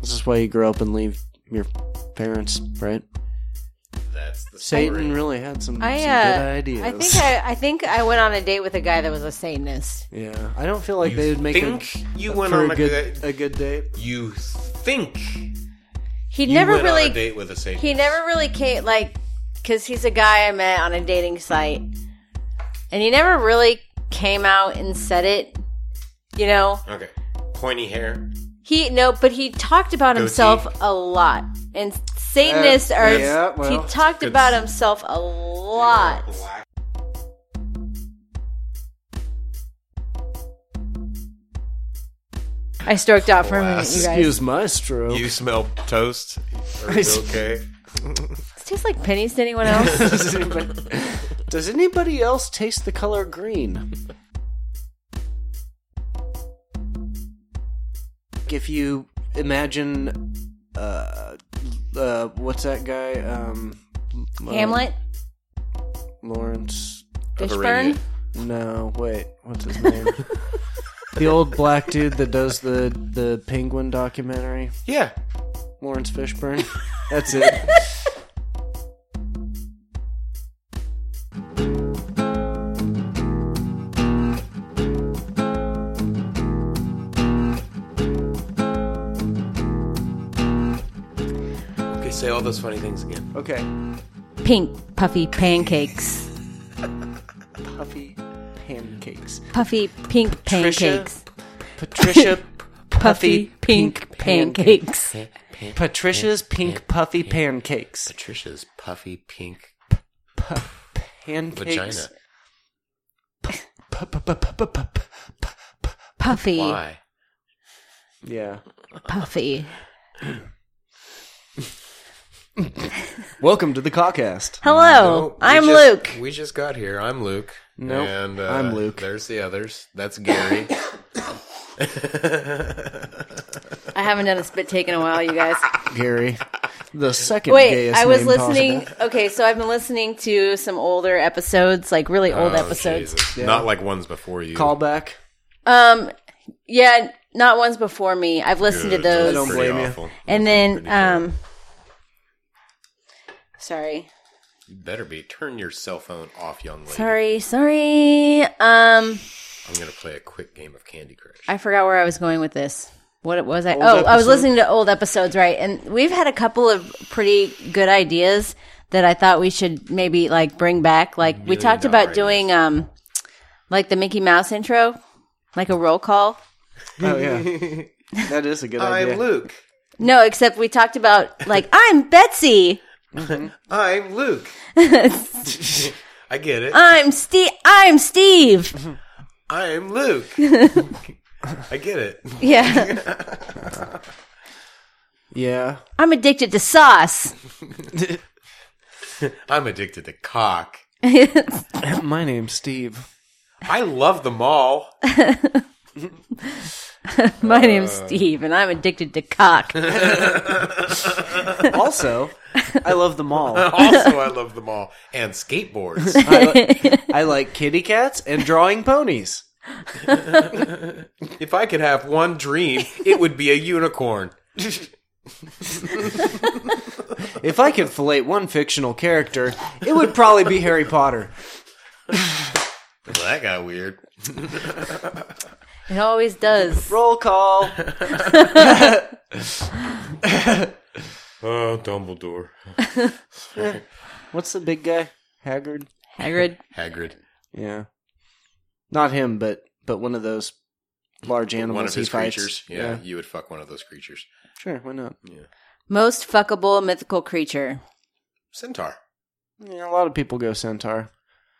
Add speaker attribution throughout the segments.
Speaker 1: This is why you grow up and leave your parents, right?
Speaker 2: That's the
Speaker 1: Satan
Speaker 2: story.
Speaker 1: really had some,
Speaker 3: I
Speaker 1: some
Speaker 3: uh,
Speaker 1: good ideas.
Speaker 3: I think I, I think I went on a date with a guy that was a Satanist.
Speaker 1: yeah, I don't feel like
Speaker 2: You
Speaker 1: they would make
Speaker 2: think
Speaker 1: a,
Speaker 2: you
Speaker 1: a-
Speaker 2: went
Speaker 1: for
Speaker 2: on
Speaker 1: a
Speaker 2: a
Speaker 1: good
Speaker 2: good-
Speaker 1: a good date.
Speaker 2: You think
Speaker 3: He
Speaker 2: you
Speaker 3: never
Speaker 2: went
Speaker 3: really
Speaker 2: on a date with a Satan?
Speaker 3: He never really came, like, because he's a guy I met on a dating site. And he never really came out and said it, you know?
Speaker 2: Okay. Pointy hair.
Speaker 3: He, no, but he talked about
Speaker 2: Goatee.
Speaker 3: himself a lot. And Satanists
Speaker 1: Uh,
Speaker 3: are,
Speaker 1: yeah, well,
Speaker 3: he talked
Speaker 2: good
Speaker 3: about
Speaker 2: s-
Speaker 3: himself a lot.
Speaker 2: Black.
Speaker 3: I stroked out for a minute, you
Speaker 2: Classic.
Speaker 3: guys.
Speaker 1: Excuse my stroke.
Speaker 2: You smell toast. Are
Speaker 1: I
Speaker 2: you
Speaker 1: s-
Speaker 2: okay?
Speaker 3: This tastes like pennies to anyone else.
Speaker 1: does, anybody, does anybody else taste the color green? If you imagine, uh, uh, what's that guy? Um, uh,
Speaker 3: Hamlet,
Speaker 1: Lawrence.
Speaker 3: Fishburne.
Speaker 2: Overrated.
Speaker 1: No, wait. What's his name? the old black dude that does the the penguin documentary.
Speaker 2: Yeah.
Speaker 1: Lawrence Fishburne. That's it.
Speaker 2: Okay, say all those funny things again.
Speaker 1: Okay.
Speaker 3: Pink, puffy pancakes.
Speaker 1: Puffy pancakes.
Speaker 3: Puffy, pink pancakes.
Speaker 1: Patricia.
Speaker 3: Puffy, pink pancakes.
Speaker 1: Patricia's pink puffy pancakes.
Speaker 2: Patricia's puffy pink vagina.
Speaker 1: Pancakes.
Speaker 3: Puffy,
Speaker 2: Why?
Speaker 1: Yeah.
Speaker 3: puffy.
Speaker 1: Welcome to the caucast.
Speaker 3: Hello,
Speaker 2: we
Speaker 3: Oh, I'm
Speaker 2: just-
Speaker 3: Luke.
Speaker 2: We just got here. I'm Luke.
Speaker 1: Nope,
Speaker 2: And uh,
Speaker 1: I'm Luke.
Speaker 2: There's the others. That's Gary.
Speaker 3: I haven't done a spit take in a while, you guys.
Speaker 1: Gary. The second
Speaker 3: Wait,
Speaker 1: gayest
Speaker 3: I was
Speaker 1: name
Speaker 3: listening.
Speaker 1: possible.
Speaker 3: Okay, so I've been listening to some older episodes, like really old
Speaker 2: Oh,
Speaker 3: episodes.
Speaker 2: Jesus. Not like ones before you.
Speaker 1: Callback.
Speaker 3: Um, yeah, not ones before me. I've listened
Speaker 2: Good.
Speaker 3: to those,
Speaker 1: I don't
Speaker 2: Pretty
Speaker 1: blame you.
Speaker 2: awful. Pretty
Speaker 3: and then
Speaker 2: good.
Speaker 3: um, sorry,
Speaker 2: You better be. Turn your cell phone off, young lady.
Speaker 3: sorry, sorry. Um,
Speaker 2: I'm going to play a quick game of Candy Crush.
Speaker 3: I forgot where I was going with this. What was I?
Speaker 1: Old
Speaker 3: oh, I was
Speaker 1: episodes?
Speaker 3: listening to old episodes, right? And we've had a couple of pretty good ideas that I thought we should maybe like bring back. Like we talked
Speaker 2: dollar
Speaker 3: about doing um like the Mickey Mouse intro, like a roll call.
Speaker 1: Oh, yeah. That is a good idea.
Speaker 2: I'm Luke.
Speaker 3: No, except we talked about like I'm Betsy,
Speaker 2: I'm Luke. I get it.
Speaker 3: I'm Steve, I'm Steve.
Speaker 2: I'm Luke. I get it.
Speaker 3: Yeah,
Speaker 1: Yeah.
Speaker 3: I'm addicted to sauce.
Speaker 2: I'm addicted to cock.
Speaker 1: My name's Steve.
Speaker 2: I love them all.
Speaker 3: My name's
Speaker 1: Uh.
Speaker 3: Steve, and I'm addicted to cock.
Speaker 1: Also, I love them all.
Speaker 2: Also, I love them all. And skateboards.
Speaker 1: I, li- I like kitty cats and drawing ponies.
Speaker 2: If I could have one dream, it would be a unicorn.
Speaker 1: If I could fillet one fictional character, it would probably be Harry Potter.
Speaker 2: Well, that got weird.
Speaker 3: It always does.
Speaker 1: Roll call.
Speaker 2: Oh, Dumbledore.
Speaker 1: What's the big guy? Haggard.
Speaker 3: Hagrid.
Speaker 2: Hagrid.
Speaker 1: Yeah. Not him, but but one of those large animals
Speaker 2: One of
Speaker 1: he
Speaker 2: his
Speaker 1: fights.
Speaker 2: creatures. Yeah, you would fuck one of those creatures.
Speaker 1: Sure, why not?
Speaker 3: Most fuckable mythical creature.
Speaker 2: Centaur.
Speaker 1: Yeah, a lot of people go centaur.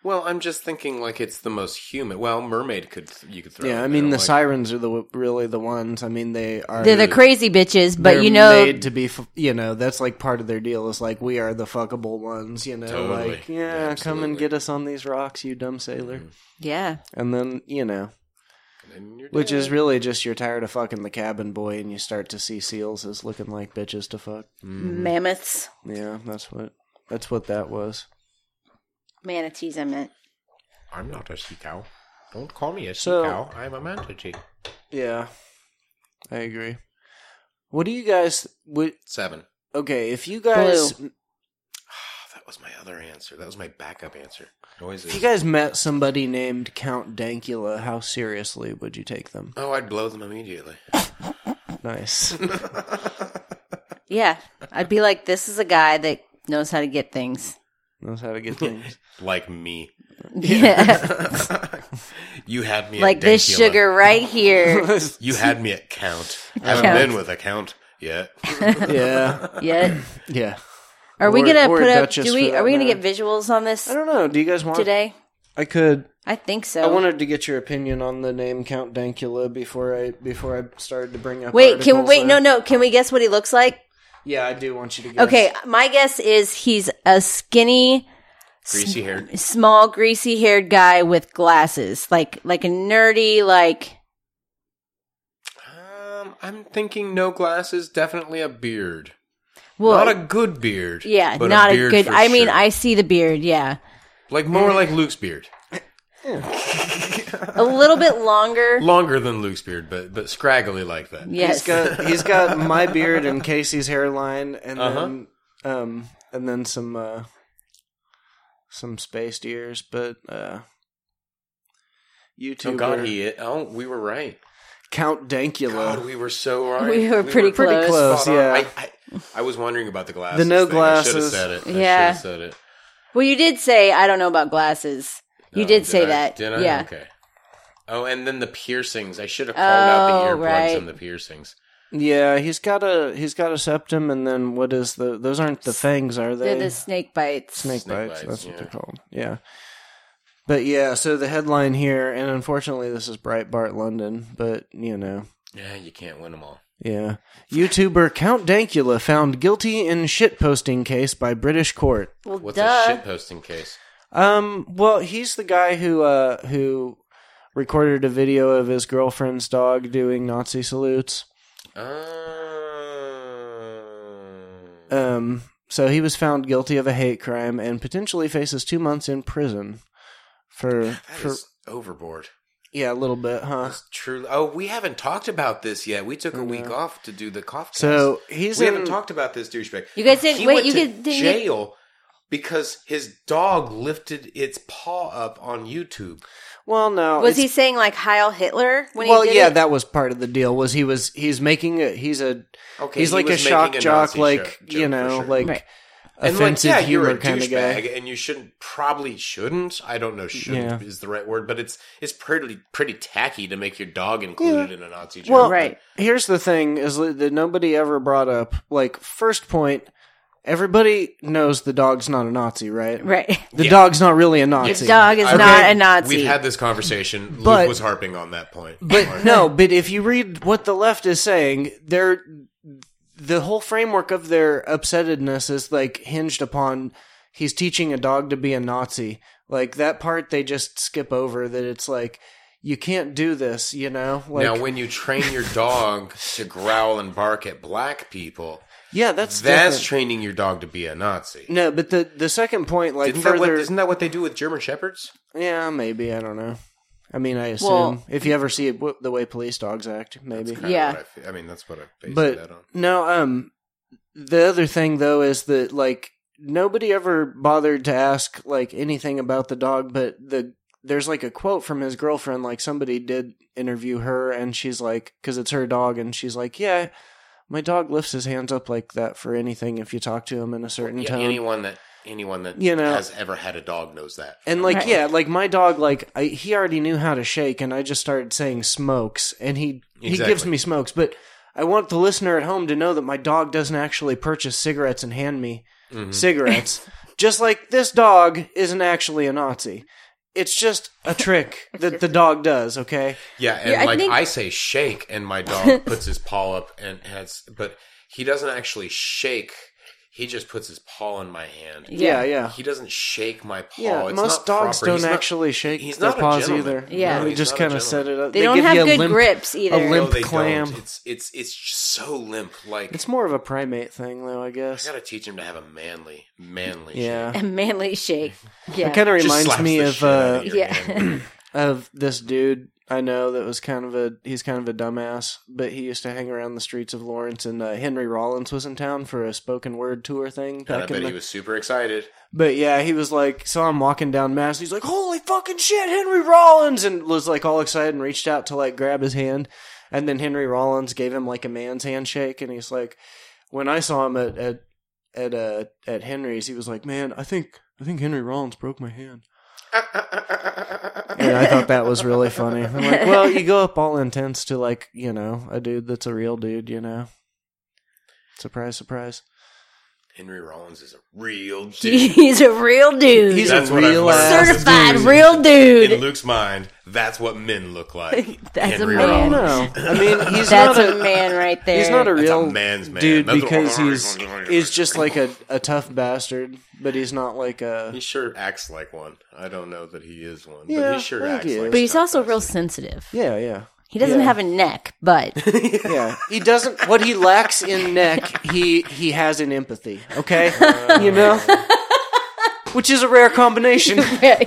Speaker 2: Well, I'm just thinking like it's the most human. Well, mermaid could you could throw.
Speaker 1: yeah,
Speaker 2: in
Speaker 1: I mean the
Speaker 2: there, like,
Speaker 1: sirens are the really the ones. I mean they are
Speaker 3: They're the crazy bitches, but
Speaker 1: they're
Speaker 3: you know,
Speaker 1: made to be f- you know that's like part of their deal is like we are the fuckable ones you know
Speaker 2: Totally.
Speaker 1: like
Speaker 2: Yeah,
Speaker 1: yeah, come
Speaker 2: absolutely. Mm-hmm.
Speaker 1: and get us on these rocks you dumb sailor
Speaker 3: yeah.
Speaker 1: and then you know
Speaker 2: and you're
Speaker 1: which
Speaker 2: dead.
Speaker 1: is really just you're tired of fucking the cabin boy and you start to see seals as looking like bitches to fuck
Speaker 3: Mammoths,
Speaker 1: yeah that's what that's what that was
Speaker 3: manatees. I meant
Speaker 2: I'm not a sea cow. Don't call me a sea
Speaker 1: So-
Speaker 2: cow. I'm a manatee.
Speaker 1: yeah I agree What do you guys? What,
Speaker 2: Seven.
Speaker 1: okay, if you guys
Speaker 2: Ah, that was my other answer. That was my backup answer.
Speaker 1: if you
Speaker 2: Noises.
Speaker 1: guys met somebody named Count Dankula, how seriously would you take them?
Speaker 2: Oh, I'd blow them immediately.
Speaker 1: Nice.
Speaker 3: Yeah. I'd be like, this is a guy that knows how to get things.
Speaker 1: Knows how to get things.
Speaker 2: like me.
Speaker 3: Yeah.
Speaker 2: you had me
Speaker 3: like
Speaker 2: at
Speaker 3: this
Speaker 2: Dankula.
Speaker 3: sugar right here.
Speaker 1: yeah.
Speaker 2: You had me at count. I haven't
Speaker 3: Count.
Speaker 2: been with a count yet.
Speaker 3: yeah.
Speaker 1: Yeah.
Speaker 3: Are we
Speaker 1: Or-
Speaker 3: gonna
Speaker 1: or a
Speaker 3: put up?
Speaker 1: duchess
Speaker 3: Do
Speaker 1: for
Speaker 3: we?
Speaker 1: that
Speaker 3: Are we gonna
Speaker 1: matter.
Speaker 3: get visuals on this
Speaker 1: I don't know. Do you guys want
Speaker 3: today? Oh.
Speaker 1: I could
Speaker 3: I think so.
Speaker 1: I wanted to get your opinion on the name Count Dankula before I before I started to bring up.
Speaker 3: wait, can we
Speaker 1: articles. uh,
Speaker 3: wait? No,
Speaker 1: I-
Speaker 3: no. Can we guess what he looks like?
Speaker 1: Yeah, I do want you to. Guess.
Speaker 3: Okay, my guess is he's a skinny,
Speaker 2: Greasy hair.
Speaker 3: small, greasy-haired guy with glasses, like like a nerdy, like
Speaker 2: Um, I'm thinking no glasses, definitely a beard.
Speaker 3: well,
Speaker 2: not a good beard.
Speaker 3: yeah,
Speaker 2: but
Speaker 3: not a,
Speaker 2: beard
Speaker 3: good.
Speaker 2: for
Speaker 3: I mean,
Speaker 2: sure.
Speaker 3: I see the beard. Yeah,
Speaker 2: like more
Speaker 3: Mm.
Speaker 2: like Luke's beard.
Speaker 3: a little bit longer.
Speaker 2: Longer than Luke's beard, but but scraggly like that.
Speaker 1: he's
Speaker 3: Yes,
Speaker 1: got he's got my beard and Casey's hairline, and
Speaker 2: Uh-huh.
Speaker 1: then um and then some uh some spaced ears, but uh YouTuber
Speaker 2: Oh God, he. Oh, we were right.
Speaker 1: Count
Speaker 2: God,
Speaker 1: Dankula.
Speaker 2: we were so right.
Speaker 3: We were pretty
Speaker 1: Pretty
Speaker 3: Close.
Speaker 1: close,
Speaker 2: spot on.
Speaker 1: yeah.
Speaker 2: I, I, I was wondering about the glasses.
Speaker 1: The no
Speaker 2: thing. I should have
Speaker 1: glasses.
Speaker 2: said it. I
Speaker 3: Yeah.
Speaker 2: should have said it.
Speaker 3: Well, you did say I don't know about glasses. You
Speaker 2: Oh,
Speaker 3: did say
Speaker 2: I?
Speaker 3: that.
Speaker 2: Did I?
Speaker 3: Yeah.
Speaker 2: Okay. Oh, and then the piercings. I should have called out the
Speaker 3: Oh,
Speaker 2: earplugs
Speaker 3: right.
Speaker 2: and the piercings.
Speaker 1: yeah, he's got a he's got a septum, and then what is the? Those aren't the fangs, are they?
Speaker 3: They're the snake bites.
Speaker 1: snake,
Speaker 2: Snake
Speaker 1: bites,
Speaker 2: bites,
Speaker 1: That's what
Speaker 2: yeah.
Speaker 1: they're called. Yeah. But yeah, so the headline here, and unfortunately, this is Breitbart London, but you know,
Speaker 2: Yeah, you can't win them all.
Speaker 1: yeah. YouTuber Count Dankula found guilty in shitposting case by British court.
Speaker 3: Well,
Speaker 2: What's
Speaker 3: duh.
Speaker 2: a shitposting case?
Speaker 1: Um, well, he's the guy who uh who recorded a video of his girlfriend's dog doing Nazi salutes.
Speaker 2: Uh,
Speaker 1: Um, so he was found guilty of a hate crime and potentially faces two months in prison for
Speaker 2: that
Speaker 1: for
Speaker 2: is overboard.
Speaker 1: yeah, a little bit, huh?
Speaker 2: That's true. Oh, we haven't talked about this yet. We took a week off to do the cough.
Speaker 1: Oh, So
Speaker 2: cast.
Speaker 1: he's
Speaker 2: we
Speaker 1: in,
Speaker 2: haven't talked about this douchebag.
Speaker 3: You guys didn't-
Speaker 2: He
Speaker 3: wait,
Speaker 2: went
Speaker 3: you
Speaker 2: to
Speaker 3: guys didn't-
Speaker 2: jail because his dog lifted its paw up on YouTube.
Speaker 1: Well, no.
Speaker 3: Was
Speaker 1: it's-
Speaker 3: he saying like Heil Hitler when
Speaker 1: Well,
Speaker 3: he did
Speaker 1: yeah,
Speaker 3: it?
Speaker 1: that was part of the deal. Was he was he's making a he's a
Speaker 2: Okay,
Speaker 1: he's
Speaker 2: he
Speaker 1: like a
Speaker 2: was making
Speaker 1: shock
Speaker 2: a
Speaker 1: jock,
Speaker 2: Nazi
Speaker 1: like
Speaker 2: joke-
Speaker 1: you
Speaker 2: joke
Speaker 1: know,
Speaker 2: for sure.
Speaker 1: like
Speaker 3: Right.
Speaker 1: offensive
Speaker 2: and like, yeah,
Speaker 1: humor
Speaker 2: you're a
Speaker 1: kind of guy.
Speaker 2: douchebag, and you shouldn't probably shouldn't. I don't know, shouldn't
Speaker 1: Yeah.
Speaker 2: is the right word, but it's it's pretty pretty tacky to make your dog included in a Nazi joke.
Speaker 1: Well,
Speaker 3: Right.
Speaker 1: here's the thing: is li- that nobody ever brought up. Like first point, everybody knows the dog's not a Nazi, right?
Speaker 3: Right.
Speaker 1: The
Speaker 2: Yeah.
Speaker 1: dog's not really a Nazi.
Speaker 3: His dog is
Speaker 2: Okay,
Speaker 3: not a Nazi.
Speaker 2: We've had this conversation.
Speaker 1: But-
Speaker 2: Luke was harping on that point.
Speaker 1: But no, but if you read what the left is saying, they're the whole framework of their upsettedness is like hinged upon he's teaching a dog to be a Nazi. Like that part they just skip over that it's like you can't do this, you know? Like
Speaker 2: now, when you train your dog to growl and bark at black people,
Speaker 1: yeah, that's
Speaker 2: that's
Speaker 1: different.
Speaker 2: training your dog to be a Nazi.
Speaker 1: No, but the the second point like
Speaker 2: Isn't that, what,
Speaker 1: further
Speaker 2: isn't that what they do with German shepherds?
Speaker 1: yeah, maybe, I don't know. I mean, I assume
Speaker 3: Well-
Speaker 1: if you ever see it, the way police dogs act, maybe.
Speaker 2: Kinda
Speaker 3: Yeah.
Speaker 2: what I, fe- I mean, that's what I based that on.
Speaker 1: but no um the other thing though is that like nobody ever bothered to ask like anything about the dog but the there's like a quote from his girlfriend like somebody did interview her and she's like because it's her dog and she's like yeah my dog lifts his hands up like that for anything if you talk to him in a certain
Speaker 2: Yeah,
Speaker 1: tone
Speaker 2: anyone that anyone that
Speaker 1: You know-
Speaker 2: has ever had a dog knows that.
Speaker 1: and like
Speaker 3: Right.
Speaker 1: yeah like my dog like I, he already knew how to shake and i just started saying smokes and he he gives
Speaker 2: Exactly.
Speaker 1: me smokes but i want the listener at home to know that my dog doesn't actually purchase cigarettes and hand me
Speaker 2: Mm-hmm.
Speaker 1: cigarettes just like this dog isn't actually a nazi it's just a trick that the dog does okay
Speaker 2: Yeah, and
Speaker 3: Yeah, I
Speaker 2: like
Speaker 3: think-
Speaker 2: I say shake, and my dog puts his paw up and has, but he doesn't actually shake. He just puts his paw in my hand.
Speaker 1: yeah yeah
Speaker 2: He doesn't shake my paw.
Speaker 1: yeah,
Speaker 2: It's
Speaker 1: most
Speaker 2: not
Speaker 1: dogs
Speaker 2: proper.
Speaker 1: don't
Speaker 2: He's not-
Speaker 1: actually shake
Speaker 2: he's
Speaker 1: their
Speaker 2: not a
Speaker 1: paws either.
Speaker 2: gentleman.
Speaker 3: Yeah. No,
Speaker 1: they
Speaker 2: he's
Speaker 1: just
Speaker 2: not a
Speaker 1: kind of set it
Speaker 2: gentleman.
Speaker 1: up.
Speaker 3: they, don't
Speaker 1: give you
Speaker 3: have
Speaker 1: a
Speaker 3: good
Speaker 1: limp-
Speaker 3: grips either.
Speaker 1: a limp-
Speaker 2: No, they
Speaker 1: clam.
Speaker 2: Don't. It's it's it's just so limp. Like
Speaker 1: It's more of a primate thing, though, I
Speaker 2: I
Speaker 1: guess.
Speaker 2: gotta teach him to have a manly, manly.
Speaker 1: yeah,
Speaker 3: A manly shake. Yeah.
Speaker 1: it kind of
Speaker 2: shake.
Speaker 1: reminds
Speaker 2: Just slaps
Speaker 1: me
Speaker 2: the
Speaker 1: of
Speaker 2: shit out
Speaker 1: uh,
Speaker 2: of your
Speaker 3: Yeah.
Speaker 2: hand.
Speaker 1: of this dude I know that was kind of a he's kind of a dumbass, but he used to hang around the streets of Lawrence, and uh, Henry Rollins was in town for a spoken word tour thing.
Speaker 2: And I
Speaker 1: back in
Speaker 2: bet
Speaker 1: the-
Speaker 2: he was super excited.
Speaker 1: but yeah, he was like saw him walking down Mass. He's like, "Holy fucking shit, Henry Rollins!" and was like all excited and reached out to like grab his hand, and then Henry Rollins gave him like a man's handshake, and he's like, "When I saw him at at at uh, at Henry's, he was like, man, I think I think Henry Rollins broke my hand.'" And I thought that was really funny. I'm like, well, you go up all intense to like, you know, a dude that's a real dude, you know. Surprise, surprise.
Speaker 2: Henry Rollins is a real dude.
Speaker 3: He's a real dude.
Speaker 1: He's
Speaker 2: That's
Speaker 1: a
Speaker 2: what I've
Speaker 1: real
Speaker 2: learned.
Speaker 1: ass
Speaker 3: certified
Speaker 1: dude.
Speaker 3: real
Speaker 2: In
Speaker 3: dude.
Speaker 2: Luke's mind, that's what men look like.
Speaker 3: That's
Speaker 2: Henry
Speaker 3: a
Speaker 1: I
Speaker 3: man.
Speaker 1: don't
Speaker 2: Rollins.
Speaker 1: know. I mean, he's
Speaker 3: That's
Speaker 1: not
Speaker 3: a,
Speaker 1: a,
Speaker 3: man right there.
Speaker 1: he's not a
Speaker 2: That's
Speaker 1: real
Speaker 2: a man's man.
Speaker 1: dude
Speaker 2: That's-
Speaker 1: because he's he's just like a, a tough bastard, but he's not like
Speaker 2: He
Speaker 1: a
Speaker 2: sure acts like one. I don't know that he is one, but
Speaker 1: Yeah,
Speaker 2: he sure
Speaker 1: I think
Speaker 2: acts
Speaker 1: he
Speaker 2: like
Speaker 1: is.
Speaker 2: one.
Speaker 3: but he's also real sensitive.
Speaker 1: yeah, yeah.
Speaker 3: He doesn't
Speaker 1: Yeah.
Speaker 3: have a neck, but
Speaker 1: Yeah, he doesn't. What he lacks in neck, he he has in empathy. Okay, you know, which is a rare combination.
Speaker 2: I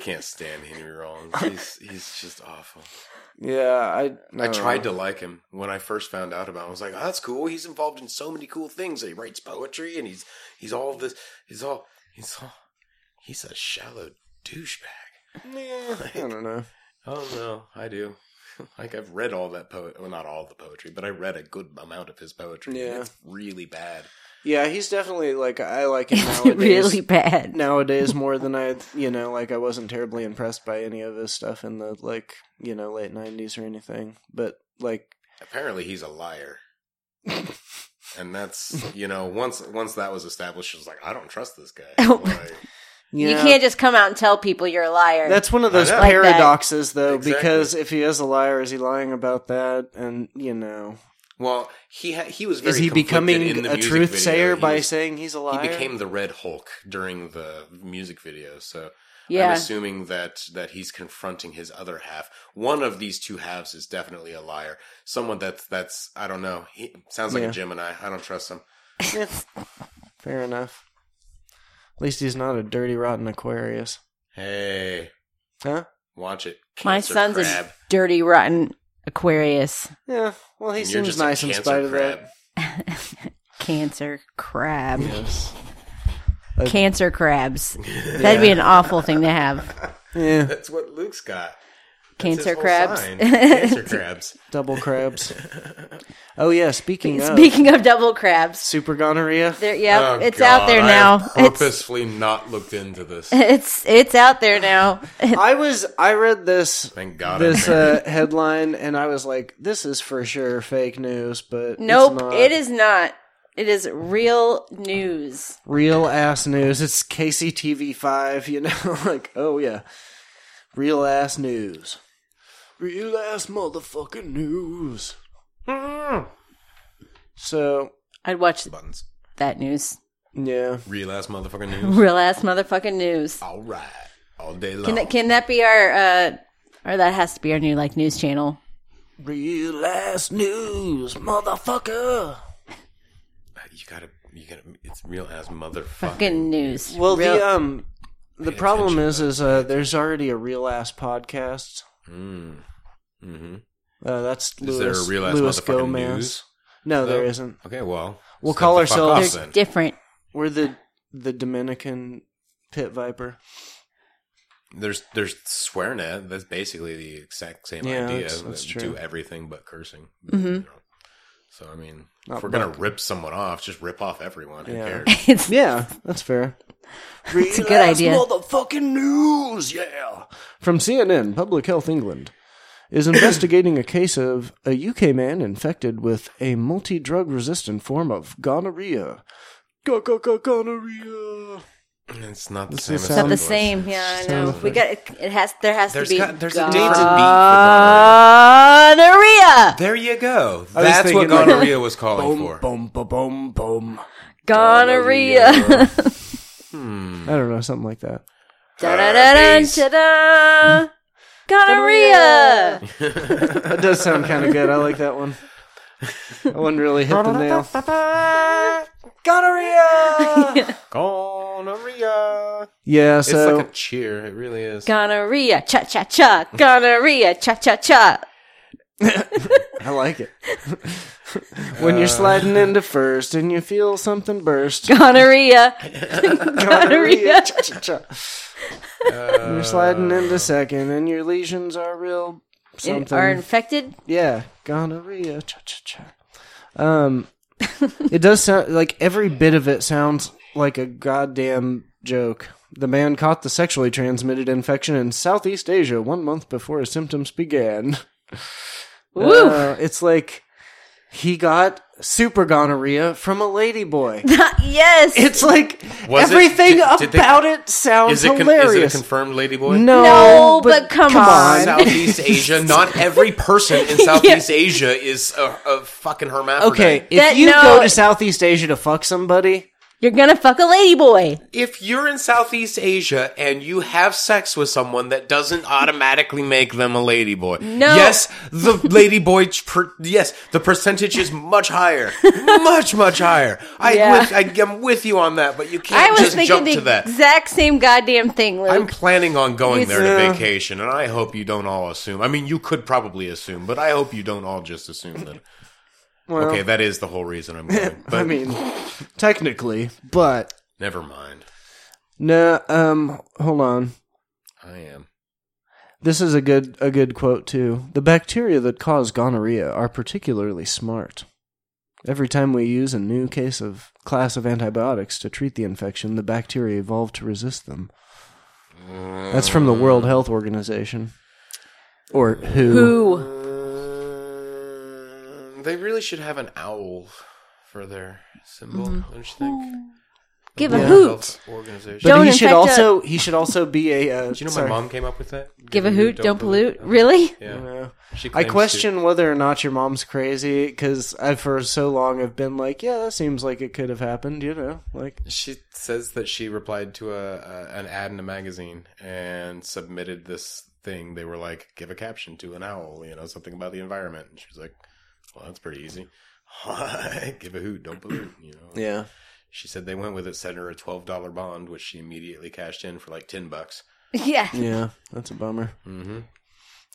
Speaker 2: can't stand Henry Rollins. He's he's just awful.
Speaker 1: Yeah, I
Speaker 2: I tried to like him when I first found out about him. I was like, oh, that's cool. He's involved in so many cool things. He writes poetry and he's he's all this he's all he's all he's a shallow douchebag.
Speaker 1: I don't know.
Speaker 2: Oh no, I do. Like I've read all that poet well not all the poetry, but I read a good amount of his poetry. and
Speaker 1: Yeah.
Speaker 2: It's really bad.
Speaker 1: Yeah, he's definitely like I like him
Speaker 3: it's
Speaker 1: nowadays.
Speaker 3: really bad.
Speaker 1: Nowadays more than I, you know, like I wasn't terribly impressed by any of his stuff in the like, you know, late '90s or anything. But like,
Speaker 2: Apparently he's a liar. and that's you know, once once that was established, it was like, I don't trust this guy.
Speaker 3: Oh.
Speaker 2: Like,
Speaker 1: you,
Speaker 3: You
Speaker 1: know,
Speaker 3: can't just come out and tell people you're a liar.
Speaker 1: That's one of those
Speaker 2: I know. Like
Speaker 3: that.
Speaker 1: paradoxes, though,
Speaker 2: Exactly.
Speaker 1: because if he is a liar, is he lying about that? And you know,
Speaker 2: well, he ha- he was very
Speaker 1: is he
Speaker 2: conflicted in
Speaker 1: becoming
Speaker 2: the
Speaker 1: a
Speaker 2: music
Speaker 1: truth
Speaker 2: video.
Speaker 1: sayer
Speaker 2: He
Speaker 1: by
Speaker 2: was-
Speaker 1: saying he's a liar?
Speaker 2: He became the Red Hulk during the music video, so I'm
Speaker 3: yeah.
Speaker 2: assuming that that he's confronting his other half. One of these two halves is definitely a liar. Someone that's that's I don't know. He sounds like
Speaker 1: Yeah.
Speaker 2: a Gemini. I don't trust him.
Speaker 1: Fair enough. At least he's not a dirty, rotten Aquarius,
Speaker 2: Hey,
Speaker 1: huh?
Speaker 2: watch it.
Speaker 3: My
Speaker 2: Cancer
Speaker 3: son's
Speaker 2: crab.
Speaker 3: a dirty, rotten Aquarius
Speaker 1: Yeah. Well, he
Speaker 2: And you're
Speaker 1: seems
Speaker 2: just a
Speaker 1: nice in
Speaker 2: cancer
Speaker 1: spite of that.
Speaker 2: crab.
Speaker 3: cancer crab.
Speaker 1: Yes.
Speaker 3: Cancer crabs. That'd be an awful thing to have.
Speaker 1: Yeah,
Speaker 2: That's what Luke's got. That's his
Speaker 3: Cancer
Speaker 2: whole
Speaker 3: crabs.
Speaker 2: sign. Cancer crabs.
Speaker 1: double crabs. Oh yeah, speaking of
Speaker 3: Speaking of double crabs,
Speaker 1: super gonorrhea,
Speaker 3: there, yep,
Speaker 2: Oh,
Speaker 3: it's
Speaker 2: God,
Speaker 3: out there
Speaker 2: I
Speaker 3: now.
Speaker 2: have
Speaker 3: It's
Speaker 2: purposefully not looked into this.
Speaker 3: it's it's out there now.
Speaker 1: I was I read this
Speaker 2: Thank God. I
Speaker 1: this
Speaker 2: married
Speaker 1: uh, headline and I was like, this is for sure fake news, but
Speaker 3: Nope,
Speaker 1: it's not.
Speaker 3: it is not. It is real news.
Speaker 1: real ass news. It's KCTV five, you know, like oh yeah, real ass news, real ass motherfucking news. Hmm. So
Speaker 3: I'd watch
Speaker 2: buttons.
Speaker 3: that news.
Speaker 1: yeah,
Speaker 2: Real ass motherfucking news.
Speaker 3: Real ass motherfucking news.
Speaker 2: All right. All day long.
Speaker 3: Can that, can that be our uh or that has to be our new like news channel.
Speaker 1: real ass news, motherfucker.
Speaker 2: you gotta, you gotta, it's real ass motherfucking.
Speaker 3: Fucking news.
Speaker 1: Well,
Speaker 3: Real-
Speaker 1: the um, the problem is, is uh, there's already a real ass podcast.
Speaker 2: Hmm. Mm-hmm.
Speaker 1: Uh, that's
Speaker 2: Is
Speaker 1: Louis,
Speaker 2: there a real ass
Speaker 1: Louis
Speaker 2: motherfucking
Speaker 1: Gomez.
Speaker 2: news?
Speaker 1: No, there
Speaker 2: though?
Speaker 1: isn't.
Speaker 2: Okay, well,
Speaker 1: We'll
Speaker 2: step
Speaker 1: call
Speaker 2: the fuck
Speaker 1: ourselves-
Speaker 2: off then.
Speaker 3: different.
Speaker 1: We're the the Dominican pit viper.
Speaker 2: There's, there's swearnet. That's basically the exact same
Speaker 1: Yeah,
Speaker 2: idea.
Speaker 1: that's- that's
Speaker 2: that
Speaker 1: true.
Speaker 2: Do everything but cursing.
Speaker 3: Mm-hmm.
Speaker 2: So I mean,
Speaker 1: Not
Speaker 2: if we're gonna rip someone off, just rip off everyone. Who
Speaker 1: Yeah.
Speaker 2: cares?
Speaker 3: it's
Speaker 1: Yeah, that's fair.
Speaker 3: it's a good idea.
Speaker 1: Motherfucking news, yeah. From CNN, Public Health England is investigating a case of a UK man infected with a multi-drug resistant form of gonorrhea. Go go go gonorrhea.
Speaker 2: It's not the
Speaker 1: This
Speaker 2: same.
Speaker 1: is
Speaker 2: as
Speaker 1: sound-
Speaker 3: Not the
Speaker 2: Soundboys.
Speaker 3: same. Yeah, I know.
Speaker 1: Sounds
Speaker 3: We got it, it has there has
Speaker 2: There's
Speaker 3: to be
Speaker 2: got, there's a
Speaker 3: God.
Speaker 2: different beat for gonorrhea.
Speaker 3: gonorrhea.
Speaker 2: There you go.
Speaker 1: was
Speaker 2: That's what
Speaker 1: thinking like-
Speaker 2: gonorrhea was calling
Speaker 1: Boom
Speaker 2: for.
Speaker 1: boom ba boom boom.
Speaker 3: Gonorrhea.
Speaker 1: I don't know, something like that.
Speaker 3: Da da da da da. Gonorrhea.
Speaker 1: That does sound kind of good. I like that one. That one really hit the nail. Gonorrhea.
Speaker 2: Gonorrhea. gonorrhea.
Speaker 1: Yeah,
Speaker 2: It's
Speaker 1: so
Speaker 2: like a cheer. It really is.
Speaker 3: Gonorrhea, cha cha cha. Gonorrhea, cha cha cha.
Speaker 1: I like it. when you're
Speaker 2: Uh.
Speaker 1: sliding into first and you feel something burst.
Speaker 3: Gonorrhea. Gonorrhea.
Speaker 1: Cha-cha-cha.
Speaker 2: Uh,
Speaker 1: You're sliding into second and your lesions are real something.
Speaker 3: Are infected?
Speaker 1: yeah, gonorrhea. Cha-cha-cha. Um, it does sound like every bit of it sounds like a goddamn joke. The man caught the sexually transmitted infection in Southeast Asia one month before his symptoms began.
Speaker 3: Woo.
Speaker 1: Uh, it's like he got super gonorrhea from a ladyboy.
Speaker 3: yes.
Speaker 1: It's like
Speaker 2: Was it-
Speaker 1: everything
Speaker 2: did- did they-
Speaker 1: about it sounds
Speaker 2: Is it, con- is it a
Speaker 1: hilarious.
Speaker 2: confirmed ladyboy?
Speaker 1: no,
Speaker 3: No, but come on.
Speaker 2: Southeast Asia. Not every person in Southeast Asia is a, a fucking hermaphrodite.
Speaker 1: Okay, if
Speaker 3: That-
Speaker 1: you
Speaker 3: no.
Speaker 1: go to Southeast Asia to fuck somebody,
Speaker 3: You're gonna fuck a ladyboy.
Speaker 2: If you're in Southeast Asia and you have sex with someone, that doesn't automatically make them a ladyboy.
Speaker 3: No.
Speaker 2: Yes, the ladyboy. ch- Per- yes, the percentage is much higher, much much higher. I,
Speaker 3: Yeah.
Speaker 2: with, I am with you on that, but you
Speaker 3: I
Speaker 2: can't
Speaker 3: was
Speaker 2: just
Speaker 3: thinking
Speaker 2: jump
Speaker 3: the
Speaker 2: to that.
Speaker 3: exact same goddamn thing, Luke.
Speaker 2: I'm planning on going there
Speaker 1: Yeah.
Speaker 2: to vacation, and I hope you don't all assume. I mean, you could probably assume, but I hope you don't all just assume that.
Speaker 1: well,
Speaker 2: okay, that is the whole reason I'm going. But
Speaker 1: I mean, technically, but
Speaker 2: never mind.
Speaker 1: no. Um, hold on.
Speaker 2: I am.
Speaker 1: This is a good a good quote too. The bacteria that cause gonorrhea are particularly smart. Every time we use a new case of class of antibiotics to treat the infection, the bacteria evolve to resist them. That's from the World Health Organization. Or who?
Speaker 3: Who?
Speaker 2: Um, they really should have an owl for their symbol, don't you think?
Speaker 3: Mm-hmm. Give
Speaker 2: The
Speaker 3: a
Speaker 2: World
Speaker 3: hoot.
Speaker 2: Health Organization.
Speaker 1: But
Speaker 3: Don't
Speaker 1: he should
Speaker 3: infect
Speaker 1: also he should also be a uh,
Speaker 2: Do you know
Speaker 1: sorry.
Speaker 2: my mom came up with that?
Speaker 3: Give a hoot, don't pollute. Really?
Speaker 2: Yeah.
Speaker 1: Yeah.
Speaker 2: She
Speaker 1: I
Speaker 2: claims to.
Speaker 1: question whether or not your mom's crazy because I for so long have been like, yeah, that seems like it could have happened, you know, like
Speaker 2: She says that she replied to a, a an ad in a magazine and submitted this thing. They were like, "Give a caption to an owl," you know, something about the environment. And she was like, "Well, that's pretty easy. Give a hoot, don't pollute." You know.
Speaker 1: yeah.
Speaker 2: She said they went with it, sent her a twelve dollar bond, which she immediately cashed in for like ten bucks.
Speaker 3: Yeah.
Speaker 1: Yeah, that's a bummer.
Speaker 2: Mm-hmm.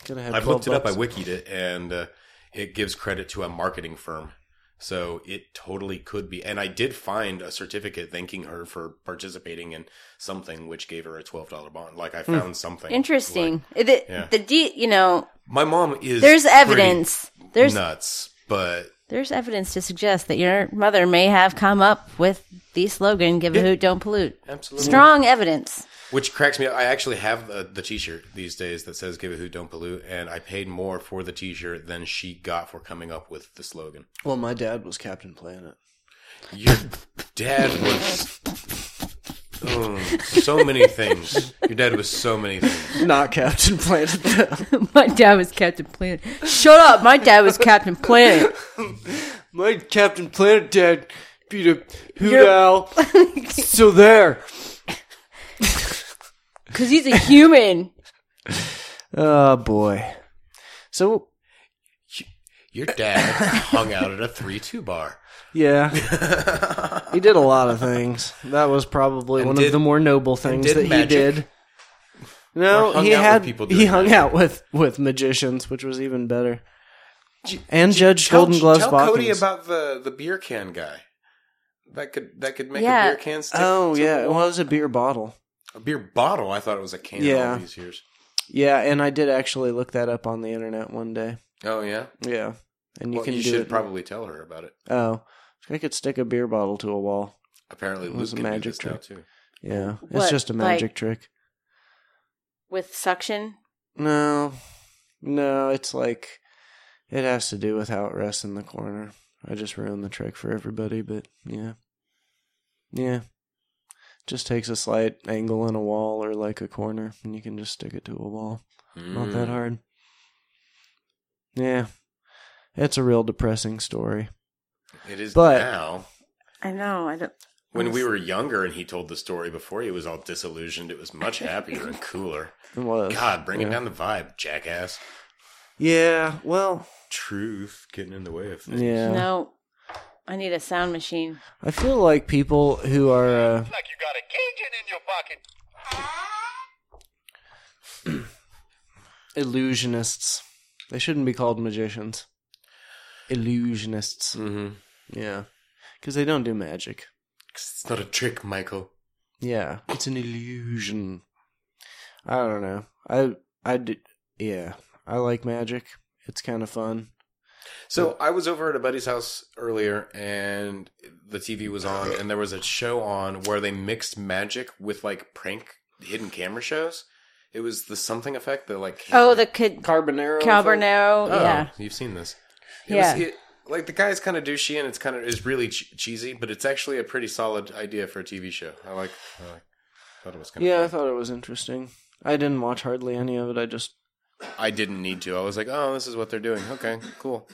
Speaker 1: Could have had
Speaker 2: I've looked
Speaker 1: 12
Speaker 2: it up. I
Speaker 1: bucks.
Speaker 2: wikied it, and uh, it gives credit to a marketing firm. So it totally could be. And I did find a certificate thanking her for participating in something, which gave her a twelve dollar bond. Like I found something Like,
Speaker 3: Hmm. Interesting. the
Speaker 2: Yeah.
Speaker 3: the de- you know,
Speaker 2: my mom is
Speaker 3: there's
Speaker 2: pretty
Speaker 3: evidence. There's
Speaker 2: nuts, but
Speaker 3: there's evidence to suggest that your mother may have come up with the slogan "Give a hoot, don't pollute."
Speaker 2: absolutely
Speaker 3: Strong evidence.
Speaker 2: Which cracks me up. I actually have the, the t shirt these days that says "Give a hoot, don't pollute," and I paid more for the t shirt than she got for coming up with the slogan.
Speaker 1: Well, my dad was Captain Planet.
Speaker 2: Your dad was oh, so many things. Your dad was so many things.
Speaker 1: Not Captain Planet. though.
Speaker 3: My dad was Captain Planet. Shut up. My dad was Captain Planet.
Speaker 1: my Captain Planet dad beat a hoot
Speaker 3: Yep.
Speaker 1: owl. so there.
Speaker 3: Because he's a human.
Speaker 1: Oh boy. So
Speaker 2: Your dad hung out at a three-two bar.
Speaker 1: yeah, he did a lot of things. That was probably one of
Speaker 2: did-
Speaker 1: the more noble things
Speaker 2: did
Speaker 1: that he
Speaker 2: magic.
Speaker 1: did.
Speaker 2: Or
Speaker 1: No,
Speaker 2: hung
Speaker 1: he
Speaker 2: out with
Speaker 1: had
Speaker 2: people
Speaker 1: he
Speaker 2: doing
Speaker 1: hung
Speaker 2: magic.
Speaker 1: out with with magicians, which was even better. And Judge Golden Gloves.
Speaker 2: Tell Cody
Speaker 1: Bockings.
Speaker 2: about the the beer can guy. That could that could make
Speaker 3: Yeah.
Speaker 2: a beer can stick.
Speaker 1: Oh
Speaker 2: to
Speaker 1: yeah,
Speaker 2: the
Speaker 1: it
Speaker 2: wall.
Speaker 1: was a beer bottle.
Speaker 2: a beer bottle. I thought it was a can.
Speaker 1: Yeah.
Speaker 2: all these years.
Speaker 1: Yeah, and I did actually look that up on the internet one day.
Speaker 2: Oh yeah.
Speaker 1: Yeah, and you
Speaker 2: well,
Speaker 1: can
Speaker 2: you
Speaker 1: do
Speaker 2: should
Speaker 1: it.
Speaker 2: probably tell her about it.
Speaker 1: oh, I could stick a beer bottle to a wall.
Speaker 2: Apparently,
Speaker 1: It
Speaker 2: Luke
Speaker 1: was a
Speaker 2: can magic do
Speaker 1: magic
Speaker 2: this now,
Speaker 1: trick.
Speaker 2: too.
Speaker 1: Yeah, it's
Speaker 3: What,
Speaker 1: just a
Speaker 3: like-
Speaker 1: magic trick.
Speaker 3: With suction.
Speaker 1: No, no, it's like it has to do with how it rests in the corner. I just ruined the trick for everybody, but yeah, yeah. Just takes a slight angle in a wall or like a corner, and you can just stick it to a wall. Not that
Speaker 2: Mm.
Speaker 1: hard. Yeah, it's a real depressing story.
Speaker 2: Mm, It is
Speaker 1: But-
Speaker 2: now.
Speaker 3: I know. I don't.
Speaker 2: When we were younger, and he told the story before, he was all disillusioned. It was much happier and cooler.
Speaker 1: It was.
Speaker 2: God, bringing
Speaker 1: yeah.
Speaker 2: down the vibe, jackass.
Speaker 1: Yeah, well,
Speaker 2: Truth getting in the way of things.
Speaker 1: yeah.
Speaker 3: No. I need a sound machine.
Speaker 1: I feel like people who are uh,
Speaker 4: Like you got a Cajun in your pocket.
Speaker 1: illusionists, they shouldn't be called magicians. Illusionists.
Speaker 2: Mm-hmm.
Speaker 1: Yeah. Because they don't do magic.
Speaker 2: It's not a trick, Michael.
Speaker 1: Yeah, it's an illusion. I don't know. I I did. Yeah, I like magic. It's kind of fun.
Speaker 2: So I was over at a buddy's house earlier, and the TV was on, and there was a show on where they mixed magic with like prank hidden camera shows. It was the something effect, the like.
Speaker 3: Oh, the could
Speaker 1: Carbonero.
Speaker 3: Calbernero.
Speaker 2: Oh,
Speaker 3: Yeah.
Speaker 2: you've seen this.
Speaker 3: Yeah.
Speaker 2: was, it, like the guy's kind of douchey, and it's kind of it's really che- cheesy, but it's actually a pretty solid idea for a TV show. I like. I like, thought it was kind of.
Speaker 1: Yeah, I thought it was interesting. I didn't watch hardly any of it. I just
Speaker 2: I didn't need to. I was like, oh, this is what they're doing. Okay, cool.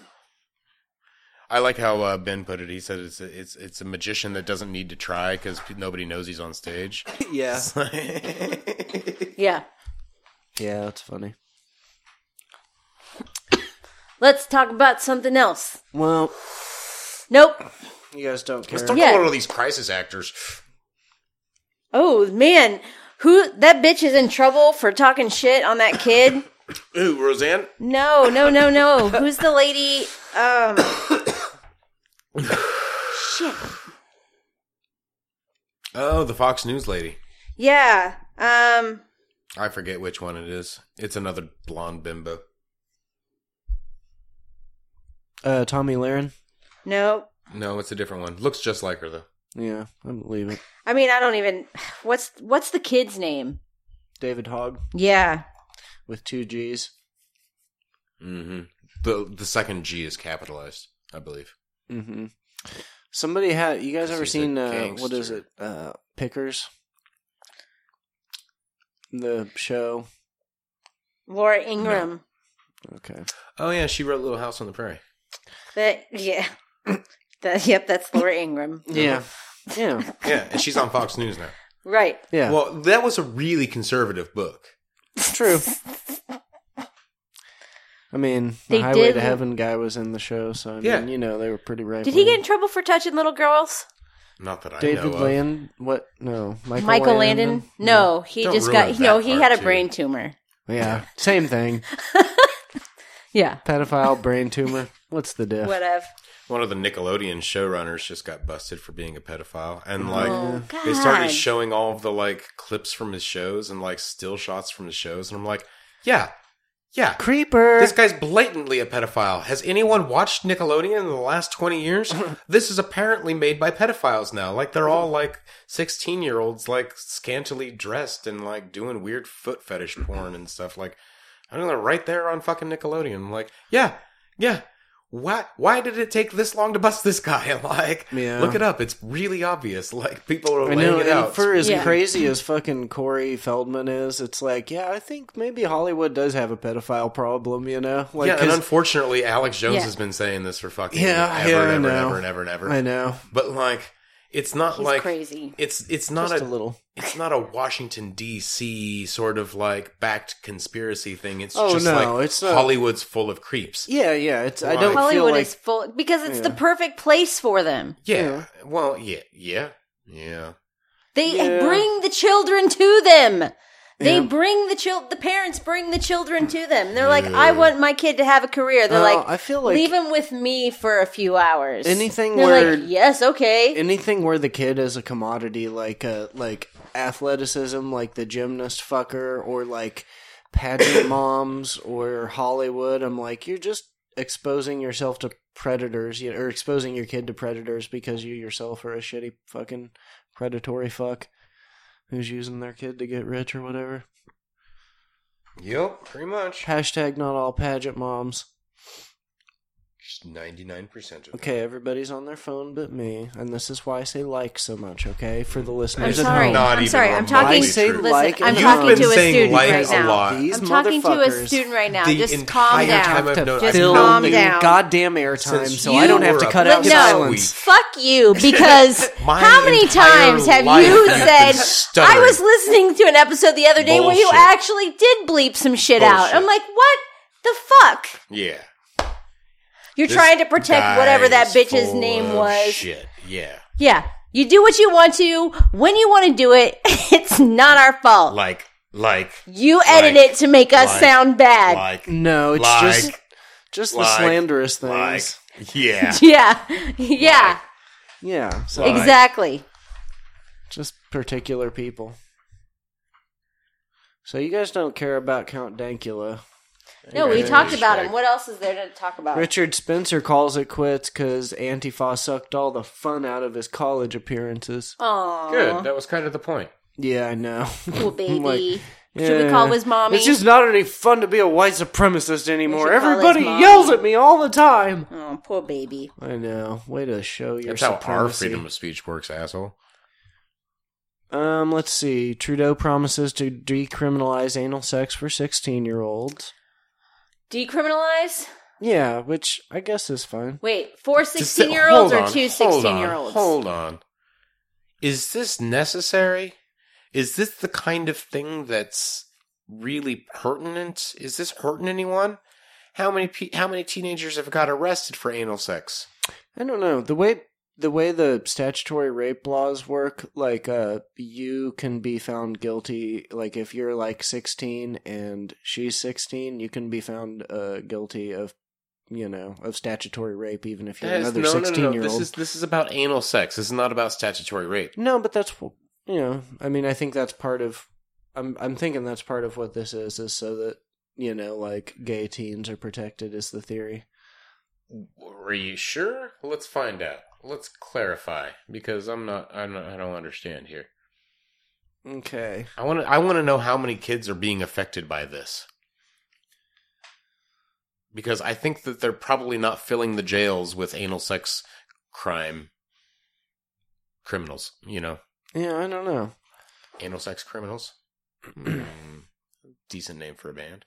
Speaker 2: I like how uh, Ben put it. He said it's a, it's it's a magician that doesn't need to try because nobody knows he's on stage.
Speaker 1: yeah Oh.
Speaker 3: Yeah.
Speaker 1: yeah. It's funny.
Speaker 3: Let's talk about something else.
Speaker 1: Well,
Speaker 3: Nope.
Speaker 1: you guys don't care.
Speaker 2: Let's talk
Speaker 3: Yeah.
Speaker 2: about all these crisis actors.
Speaker 3: Oh man, who that bitch is in trouble for talking shit on that kid?
Speaker 2: Ooh, Roseanne.
Speaker 3: No, no, no, no. Who's the lady? Um, shit.
Speaker 2: Oh, the Fox News lady.
Speaker 3: Yeah. Um.
Speaker 2: I forget which one it is. It's another blonde bimbo.
Speaker 1: Uh, Tommy Lahren.
Speaker 3: Nope.
Speaker 2: No, it's a different one. Looks just like her though.
Speaker 1: Yeah, I believe it.
Speaker 3: I mean, I don't even. What's what's the kid's name?
Speaker 1: David Hogg
Speaker 3: Yeah.
Speaker 1: with two G's.
Speaker 2: Mm-hmm. The the second G is capitalized, I believe.
Speaker 1: Mm-hmm. Somebody had. You guys ever
Speaker 2: He's a
Speaker 1: seen uh, what is it?
Speaker 2: gangster.
Speaker 1: Uh, Pickers. The show.
Speaker 3: Laura Ingram.
Speaker 1: Okay.
Speaker 2: Oh yeah, she wrote Little House on the Prairie.
Speaker 3: That yeah. That, yep, that's Laura Ingram.
Speaker 1: Yeah. Yeah.
Speaker 2: Yeah, and she's on Fox News now.
Speaker 3: Right.
Speaker 1: Yeah.
Speaker 2: Uh-huh. Well, that was a really conservative book.
Speaker 1: true. I mean,
Speaker 3: They
Speaker 1: the Highway
Speaker 3: did-
Speaker 1: to Heaven guy was in the show, so I mean,
Speaker 2: Yeah.
Speaker 1: you know, they were pretty right.
Speaker 3: Did he get in trouble for touching little girls?
Speaker 2: Not that I know.
Speaker 1: David
Speaker 2: of.
Speaker 1: Land? What? No, Michael,
Speaker 3: Michael Landon? No, he
Speaker 2: Don't
Speaker 3: just
Speaker 2: ruin
Speaker 3: got
Speaker 2: that
Speaker 3: no, he
Speaker 2: part,
Speaker 3: had a
Speaker 2: too.
Speaker 3: brain tumor.
Speaker 1: Yeah, same thing.
Speaker 3: Yeah.
Speaker 1: Pedophile brain tumor. What's the diff?
Speaker 3: Whatever.
Speaker 2: One of the Nickelodeon showrunners just got busted for being a pedophile, and like
Speaker 3: Oh, God.
Speaker 2: they started showing all of the like clips from his shows and like still shots from his shows, and I'm like, yeah, yeah,
Speaker 1: Creeper.
Speaker 2: this guy's blatantly a pedophile. Has anyone watched Nickelodeon in the last twenty years? this is apparently made by pedophiles now. Like they're all like sixteen year olds, like scantily dressed and like doing weird foot fetish porn and stuff. Like I don't know, right there on fucking Nickelodeon. I'm like, yeah, yeah. Why? Why did it take this long to bust this guy? Like,
Speaker 1: Yeah.
Speaker 2: look it up. It's really obvious. Like, people are
Speaker 1: I
Speaker 2: laying
Speaker 1: know,
Speaker 2: it
Speaker 1: and
Speaker 2: out.
Speaker 1: for as
Speaker 3: Yeah.
Speaker 1: crazy as fucking Corey Feldman is, it's like, yeah, I think maybe Hollywood does have a pedophile problem, you know? Like,
Speaker 2: yeah, and
Speaker 1: 'cause-
Speaker 2: unfortunately, Alex Jones
Speaker 3: Yeah.
Speaker 2: has been saying this for fucking
Speaker 1: Yeah,
Speaker 2: ever,
Speaker 1: yeah, I
Speaker 2: and ever, and
Speaker 1: know.
Speaker 2: ever, and ever, and ever.
Speaker 1: I know,
Speaker 2: But like, it's not
Speaker 3: He's
Speaker 2: like
Speaker 3: crazy.
Speaker 2: it's it's not
Speaker 1: just a
Speaker 2: a,
Speaker 1: little.
Speaker 2: it's not a Washington D.C. sort of like backed conspiracy thing. It's
Speaker 1: Oh,
Speaker 2: just
Speaker 1: no,
Speaker 2: like
Speaker 1: it's not-
Speaker 2: Hollywood's full of creeps.
Speaker 1: Yeah, yeah. It's I
Speaker 2: Right.
Speaker 1: don't feel
Speaker 3: Hollywood
Speaker 1: like
Speaker 3: is full because it's the
Speaker 1: Yeah.
Speaker 3: perfect place for them.
Speaker 2: Yeah. Well, yeah, yeah, yeah.
Speaker 3: They
Speaker 1: Yeah.
Speaker 3: bring the children to them. They
Speaker 1: Yeah.
Speaker 3: bring the child. The parents bring the children to them. They're like, "I want my kid to have a career." They're
Speaker 1: No,
Speaker 3: like,
Speaker 1: Uh, I feel like-
Speaker 3: leave him with me for a few hours."
Speaker 1: Anything
Speaker 3: They're
Speaker 1: where-
Speaker 3: like, "Yes, okay."
Speaker 1: anything where the kid is a commodity like uh like athleticism like the gymnast fucker or like pageant moms or hollywood i'm like you're just exposing yourself to predators you or exposing your kid to predators because you yourself are a shitty fucking predatory fuck who's using their kid to get rich or whatever
Speaker 2: Yep, pretty much.
Speaker 1: hashtag not all pageant moms
Speaker 2: Ninety nine percent of
Speaker 1: okay everybody's on their phone but me and this is why i say like so much okay for the listeners
Speaker 3: I'm
Speaker 1: at
Speaker 3: sorry.
Speaker 1: home.
Speaker 2: Not
Speaker 3: I'm
Speaker 2: even
Speaker 3: sorry. I'm
Speaker 2: remotely
Speaker 3: talking.
Speaker 1: I say
Speaker 2: true.
Speaker 3: Listen,
Speaker 1: like
Speaker 3: I'm
Speaker 1: and
Speaker 2: You've
Speaker 3: talking
Speaker 2: been
Speaker 3: to a
Speaker 2: saying
Speaker 3: student
Speaker 2: like
Speaker 3: right
Speaker 2: a
Speaker 3: now.
Speaker 2: lot.
Speaker 1: These
Speaker 3: I'm talking to a
Speaker 1: motherfuckers
Speaker 3: student right now.
Speaker 2: the
Speaker 3: Just
Speaker 2: entire
Speaker 3: calm
Speaker 2: time
Speaker 3: down.
Speaker 2: I've known-
Speaker 1: Just
Speaker 2: I've known
Speaker 1: calm
Speaker 3: you.
Speaker 1: down. goddamn airtime,
Speaker 2: Since
Speaker 1: so I don't
Speaker 2: you
Speaker 1: have
Speaker 2: were
Speaker 1: to
Speaker 2: a
Speaker 1: cut
Speaker 3: But
Speaker 1: out
Speaker 2: fucking
Speaker 3: no,
Speaker 1: silence.
Speaker 2: week.
Speaker 3: fuck you. Because
Speaker 2: My
Speaker 3: how many
Speaker 2: entire
Speaker 3: times have
Speaker 2: life
Speaker 3: you
Speaker 2: you've been
Speaker 3: said? I
Speaker 2: stuttering.
Speaker 3: was listening to an episode the other day where you
Speaker 2: Bullshit.
Speaker 3: actually did bleep some shit out.
Speaker 2: Bullshit.
Speaker 3: I'm like, what the fuck?
Speaker 2: Yeah.
Speaker 3: You're
Speaker 2: This
Speaker 3: trying to protect
Speaker 2: guy
Speaker 3: whatever that
Speaker 2: is
Speaker 3: bitch's
Speaker 2: full
Speaker 3: name
Speaker 2: of
Speaker 3: was.
Speaker 2: Shit. Yeah.
Speaker 3: Yeah. You do what you want to when you want to do it. It's not our fault.
Speaker 2: Like like
Speaker 3: you edit
Speaker 2: like-
Speaker 3: it to make us
Speaker 2: like-
Speaker 3: sound bad.
Speaker 2: like
Speaker 1: No, it's
Speaker 2: like
Speaker 1: just just the
Speaker 2: like-
Speaker 1: slanderous things.
Speaker 2: like yeah.
Speaker 3: yeah. Yeah.
Speaker 1: yeah, so
Speaker 2: Like-
Speaker 3: exactly.
Speaker 1: just particular people. So you guys don't care about Count Dankula.
Speaker 3: No, we
Speaker 1: Right.
Speaker 3: talked about
Speaker 2: Like-
Speaker 3: him. What else is there to talk about?
Speaker 1: Richard Spencer calls it quits because Antifa sucked all the fun out of his college appearances.
Speaker 3: Aw.
Speaker 2: Good. That was kind of the point.
Speaker 1: Yeah, I know.
Speaker 3: Cool baby.
Speaker 1: Like,
Speaker 3: Should we call his mommy?
Speaker 1: It's just not any fun to be a white supremacist anymore.
Speaker 3: should call his
Speaker 1: Everybody
Speaker 3: mommy.
Speaker 1: yells at me all the time.
Speaker 3: oh, poor baby.
Speaker 1: I know. Way to show your
Speaker 2: That's how our
Speaker 1: supremacy.
Speaker 2: freedom of speech works, asshole.
Speaker 1: Um, let's see. Trudeau promises to decriminalize anal sex for 16 year olds.
Speaker 3: Decriminalize?
Speaker 1: Yeah, which I guess is fine.
Speaker 3: Wait, four
Speaker 2: Just sit-
Speaker 3: 16 year olds
Speaker 2: hold
Speaker 3: or
Speaker 2: on,
Speaker 3: two
Speaker 2: hold on,
Speaker 3: 16 year olds?
Speaker 2: Hold on. Is this necessary? Is this the kind of thing that's really pertinent? Is this hurting anyone? How many pe- how many teenagers have got arrested for anal sex?
Speaker 1: I don't know. The way the way the statutory rape laws work, like uh you can be found guilty like if you're like 16 and she's 16, you can be found uh guilty of you know, of statutory rape even if you're
Speaker 2: That is-
Speaker 1: another 16-year-old.
Speaker 2: This is this is about anal sex. This is not about statutory rape.
Speaker 1: No, but that's you know, I mean, I think that's part of. I'm I'm thinking that's part of what this is, is so that you know, like gay teens are protected, is the theory.
Speaker 2: Are you sure? Let's find out. Let's clarify because I'm not. I'm not I don't understand here.
Speaker 1: Okay.
Speaker 2: I want to. I want to know how many kids are being affected by this, because I think that they're probably not filling the jails with anal sex crime criminals. You know,
Speaker 1: Yeah, I don't know.
Speaker 2: anal sex criminals. Mm, Decent name for a band.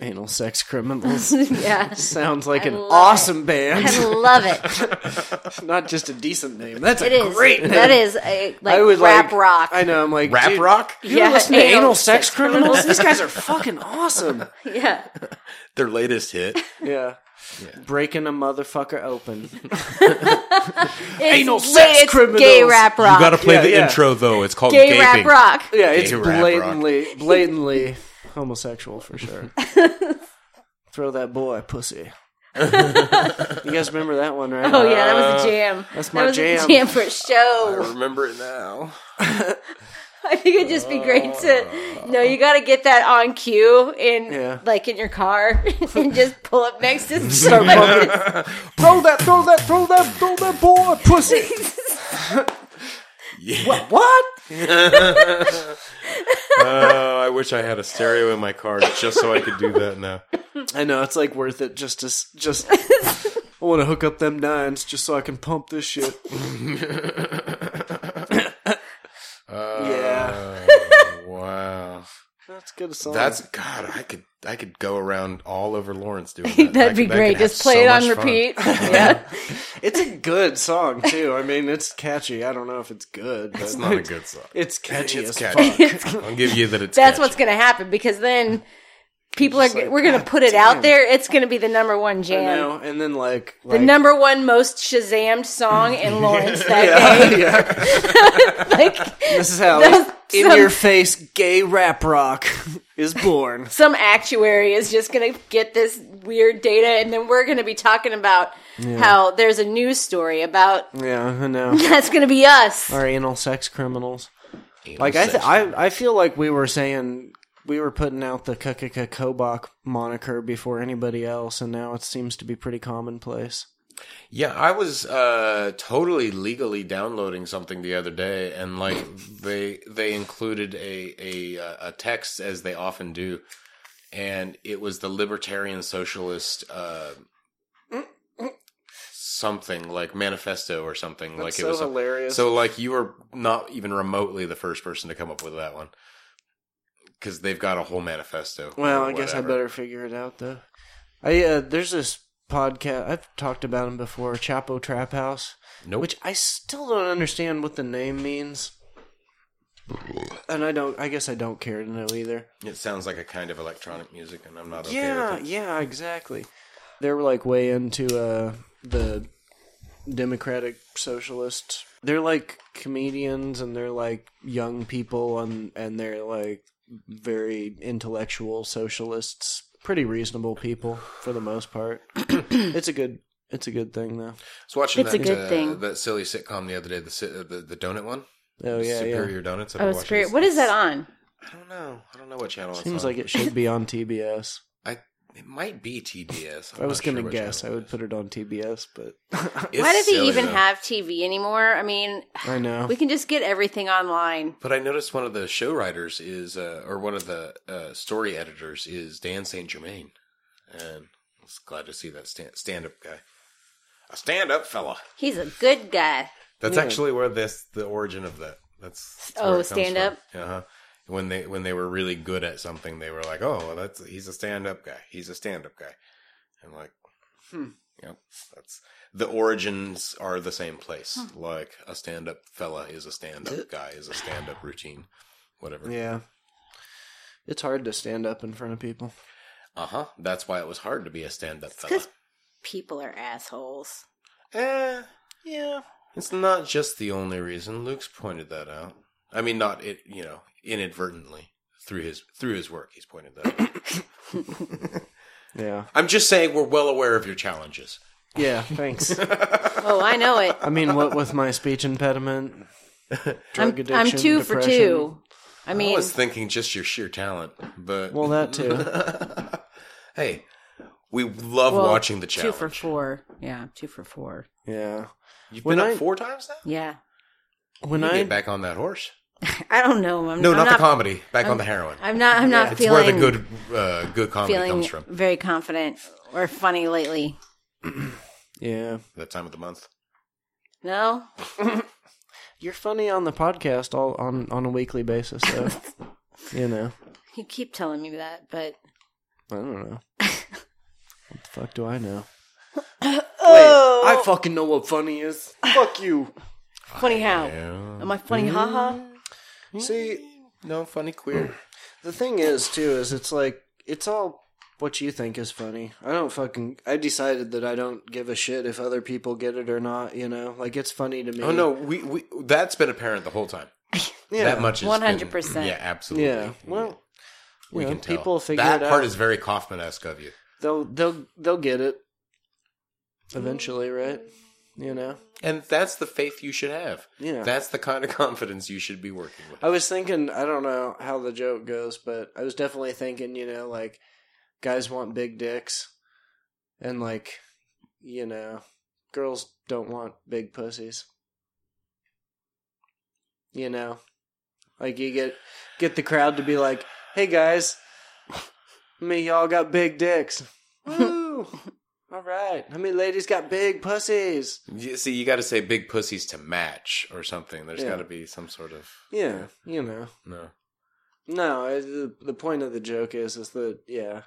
Speaker 1: Anal sex criminals
Speaker 3: yeah.
Speaker 1: sounds like
Speaker 3: I
Speaker 1: an
Speaker 3: love
Speaker 1: awesome
Speaker 3: I
Speaker 1: band.
Speaker 3: love it.
Speaker 1: Not just a decent name. That's
Speaker 3: It
Speaker 1: a
Speaker 3: is.
Speaker 1: great name.
Speaker 3: That is a like
Speaker 1: I would
Speaker 3: rap
Speaker 1: like-
Speaker 3: rock.
Speaker 1: I know. I'm like
Speaker 2: Rap
Speaker 1: dude,
Speaker 2: rock.
Speaker 1: You
Speaker 3: Yeah,
Speaker 1: listen to
Speaker 3: anal
Speaker 1: anal sex,
Speaker 3: sex
Speaker 1: criminals?
Speaker 3: criminals.
Speaker 1: These guys are fucking awesome.
Speaker 3: yeah.
Speaker 2: Their latest hit.
Speaker 1: Yeah. Breaking a motherfucker open.
Speaker 3: Anal
Speaker 1: sex criminals.
Speaker 3: Gay rap rock.
Speaker 2: You got to play
Speaker 1: Yeah,
Speaker 2: the
Speaker 1: yeah.
Speaker 2: intro though. It's called
Speaker 3: Ah, gay
Speaker 2: gaping.
Speaker 3: rap rock.
Speaker 1: Yeah, it's
Speaker 2: Gay rap rock.
Speaker 1: blatantly, blatantly homosexual for sure. Throw that boy pussy. you guys remember that one, right?
Speaker 3: Oh yeah, that was a jam.
Speaker 1: Uh, that's
Speaker 3: That
Speaker 1: my
Speaker 3: was a
Speaker 1: jam.
Speaker 3: jam for a
Speaker 2: I
Speaker 3: show.
Speaker 2: remember it now.
Speaker 3: I think it'd just be great to no. You got to get that on cue in
Speaker 1: Yeah.
Speaker 3: like in your car and just pull up next to
Speaker 1: Start
Speaker 3: someone.
Speaker 1: bumping. throw that, throw that, throw that, throw that boy pussy.
Speaker 2: Yeah.
Speaker 1: What?
Speaker 2: Oh, I wish I had a stereo in my car just so I could do that now.
Speaker 1: I know it's like worth it just to s- just. I want to hook up them nines just so I can pump this shit. yeah,
Speaker 2: Oh, Wow,
Speaker 1: that's a good song.
Speaker 2: that's God. I could I could go around all over Lawrence doing that. I
Speaker 3: That'd be
Speaker 2: could- I
Speaker 3: great.
Speaker 2: could have
Speaker 3: Just play
Speaker 2: so
Speaker 3: it on
Speaker 2: much fun.
Speaker 3: repeat. yeah,
Speaker 1: it's a good song too. I mean, it's catchy. I don't know if it's good, but
Speaker 2: It's not a good song.
Speaker 1: It's catchy
Speaker 2: It's
Speaker 1: as
Speaker 2: catchy.
Speaker 1: fuck.
Speaker 2: I'll give you that. It's
Speaker 3: that's
Speaker 2: catchy.
Speaker 3: what's gonna happen because then people are
Speaker 1: Just like,
Speaker 3: we're gonna
Speaker 1: God
Speaker 3: put it
Speaker 1: damn.
Speaker 3: out there. It's gonna be the number one
Speaker 1: You
Speaker 3: jam,
Speaker 1: know, and then like,
Speaker 3: the
Speaker 1: like-
Speaker 3: number one most Shazammed song in Lawrence that
Speaker 1: Yeah,
Speaker 3: day.
Speaker 1: yeah.
Speaker 3: Like
Speaker 1: This is how
Speaker 3: That's
Speaker 1: in
Speaker 3: some-
Speaker 1: your face gay rap rock is born.
Speaker 3: some actuary is just going to get this weird data and then we're going to be talking about how there's a news story about
Speaker 1: Yeah, I know.
Speaker 3: that's going to be us.
Speaker 1: Our anal sex criminals.
Speaker 2: Anal
Speaker 1: Like I, th-
Speaker 2: sex.
Speaker 1: I, I feel like we were saying we were putting out the Kukaka Kobach moniker before anybody else, and now it seems to be pretty commonplace.
Speaker 2: Yeah, I was uh, totally legally downloading something the other day, and like they they included a a uh, a text as they often do, and it was the libertarian socialist uh, something like manifesto or something like it was. a-
Speaker 1: hilarious.
Speaker 2: so like you were not even remotely the first person to come up with that one because they've got a whole manifesto. or
Speaker 1: Well, I guess I
Speaker 2: whatever.
Speaker 1: better figure it out though. I uh, there's this podcast I've talked about him before, Chapo Trap House,
Speaker 2: Nope.
Speaker 1: which I still don't understand what the name means, and I don't. I guess I don't care to know either.
Speaker 2: it sounds like a kind of electronic music, and I'm not okay with
Speaker 1: yeah,
Speaker 2: it.
Speaker 1: yeah, exactly. They were like way into uh, the democratic socialists. They're like comedians and they're like young people and and they're like very intellectual socialists. Pretty reasonable people for the most part. it's a good it's a good thing though.
Speaker 2: was watching
Speaker 3: It's
Speaker 2: that,
Speaker 3: a good
Speaker 2: uh,
Speaker 3: thing.
Speaker 2: that silly sitcom the other day, the si- uh, the, the donut one.
Speaker 1: Oh yeah,
Speaker 2: Superior Donuts. I've
Speaker 3: Oh,
Speaker 2: been
Speaker 3: it's
Speaker 2: watching
Speaker 3: great.
Speaker 2: this-
Speaker 3: What is that on?
Speaker 2: I don't know. I don't know what channel
Speaker 1: yeah.
Speaker 2: it's
Speaker 1: Seems
Speaker 2: on.
Speaker 1: like it should be on TBS.
Speaker 2: I it might be TBS. I'm
Speaker 1: I was
Speaker 2: not sure
Speaker 1: gonna
Speaker 2: what
Speaker 1: guess. I
Speaker 2: channel it
Speaker 1: would
Speaker 2: is.
Speaker 1: put it on TBS, but
Speaker 2: It's
Speaker 3: Why do they
Speaker 2: silly,
Speaker 3: even
Speaker 2: though.
Speaker 3: have TV anymore? I mean,
Speaker 1: I know.
Speaker 3: we can just get everything online.
Speaker 2: But I noticed one of the show writers is, uh, or one of the uh, story editors is Dan Saint Germain, and I was glad to see that stand stand up guy, a stand up fella.
Speaker 3: He's a good guy.
Speaker 2: That's
Speaker 1: Yeah.
Speaker 2: actually where this the origin of that. That's,
Speaker 3: Oh, stand-up?
Speaker 2: Uh huh. When they when they were really good at something, they were like, "Oh, well, that's he's a stand up guy. He's a stand up guy," and like, hmm. yep, that's the origins are the same place. Like a stand up fella is a stand up guy is a stand up routine, whatever.
Speaker 1: Yeah. It's hard to stand up in front of people.
Speaker 2: Uh huh. That's why it was hard to be a stand up fella.
Speaker 3: 'cause- People are assholes.
Speaker 2: Eh, yeah. It's not just the only reason. Luke's pointed that out. I mean, not it. You know, inadvertently through his through his work, he's pointed that. out.
Speaker 1: Yeah.
Speaker 2: I'm just saying we're well aware of your challenges.
Speaker 1: Yeah, thanks.
Speaker 3: Oh, I know it.
Speaker 1: I mean, what with my speech impediment,
Speaker 3: I'm,
Speaker 1: drug addiction,
Speaker 3: I'm two for
Speaker 1: depression.
Speaker 3: two. I
Speaker 2: I
Speaker 3: mean,
Speaker 2: was thinking just your sheer talent, but
Speaker 1: Well, that too.
Speaker 2: hey, we love
Speaker 3: well,
Speaker 2: watching the challenge.
Speaker 3: Two for four. Yeah, two for four.
Speaker 1: Yeah.
Speaker 2: You've
Speaker 1: When
Speaker 2: been
Speaker 1: I-
Speaker 2: up four times now.
Speaker 3: Yeah.
Speaker 1: When
Speaker 2: You
Speaker 1: I
Speaker 2: get back on that horse.
Speaker 3: I don't know. I'm,
Speaker 2: No,
Speaker 3: I'm
Speaker 2: not, the comedy. Back on the heroin.
Speaker 3: I'm not. I'm not
Speaker 2: it's
Speaker 3: feeling
Speaker 2: where the good uh, good comedy
Speaker 3: feeling
Speaker 2: comes from.
Speaker 3: very confident or funny lately.
Speaker 1: Yeah.
Speaker 2: That time of the month.
Speaker 3: No,
Speaker 1: You're funny on the podcast all on on a weekly basis, so you know.
Speaker 3: you keep telling me that, but
Speaker 1: I don't know. What the fuck do I know?
Speaker 3: oh,
Speaker 1: I fucking know what funny is. Fuck you.
Speaker 3: funny how?
Speaker 2: Yeah.
Speaker 3: Am I funny? Haha.
Speaker 1: Mm. See,
Speaker 2: No, funny queer.
Speaker 1: The thing is, too, is it's like it's all what you think is funny. I don't fucking. I decided that I don't give a shit if other people get it or not. You know, like it's funny to me.
Speaker 2: Oh no, we, we that's been apparent the whole time.
Speaker 1: yeah,
Speaker 2: That much is
Speaker 3: 100%.
Speaker 2: Yeah, absolutely.
Speaker 1: Yeah. Well,
Speaker 2: we
Speaker 1: you know,
Speaker 2: can tell.
Speaker 1: people figure
Speaker 2: that
Speaker 1: it
Speaker 2: part
Speaker 1: out.
Speaker 2: is very Kaufman esque of you.
Speaker 1: they'll they'll they'll get it eventually, right? You know.
Speaker 2: And that's the faith you should have.
Speaker 1: Yeah.
Speaker 2: That's the kind of confidence you should be working with.
Speaker 1: I was thinking, I don't know how the joke goes, but I was definitely thinking, you know, like guys want big dicks, and like, you know, girls don't want big pussies. You know, like you get get the crowd to be like, "Hey guys, me y'all got big dicks." Woo! All right, how many ladies got big pussies?
Speaker 2: You, see, you got to say big pussies to match or something. There's
Speaker 1: Yeah.
Speaker 2: got to be some sort of
Speaker 1: Yeah, you know.
Speaker 2: no.
Speaker 1: No, it- the, the point of the joke is is that yeah,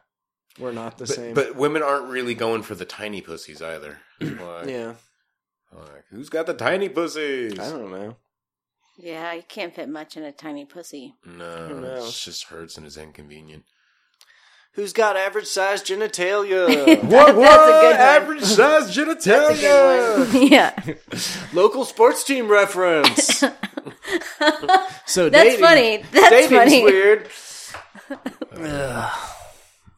Speaker 1: we're not the
Speaker 2: But,
Speaker 1: same.
Speaker 2: but women aren't really going for the tiny pussies either. Like,
Speaker 1: yeah,
Speaker 2: like, who's got the tiny pussies?
Speaker 1: I don't know.
Speaker 3: Yeah, you can't fit much in a tiny pussy.
Speaker 2: No,
Speaker 1: don't know.
Speaker 2: it just hurts and is inconvenient.
Speaker 1: Who's got average size genitalia?
Speaker 3: That- that's a good one.
Speaker 2: size
Speaker 3: That's a good one. yeah,
Speaker 1: Local sports team reference. so
Speaker 3: that's
Speaker 1: dating-
Speaker 3: funny. That's
Speaker 1: dating's
Speaker 3: funny.
Speaker 1: weird. Ugh.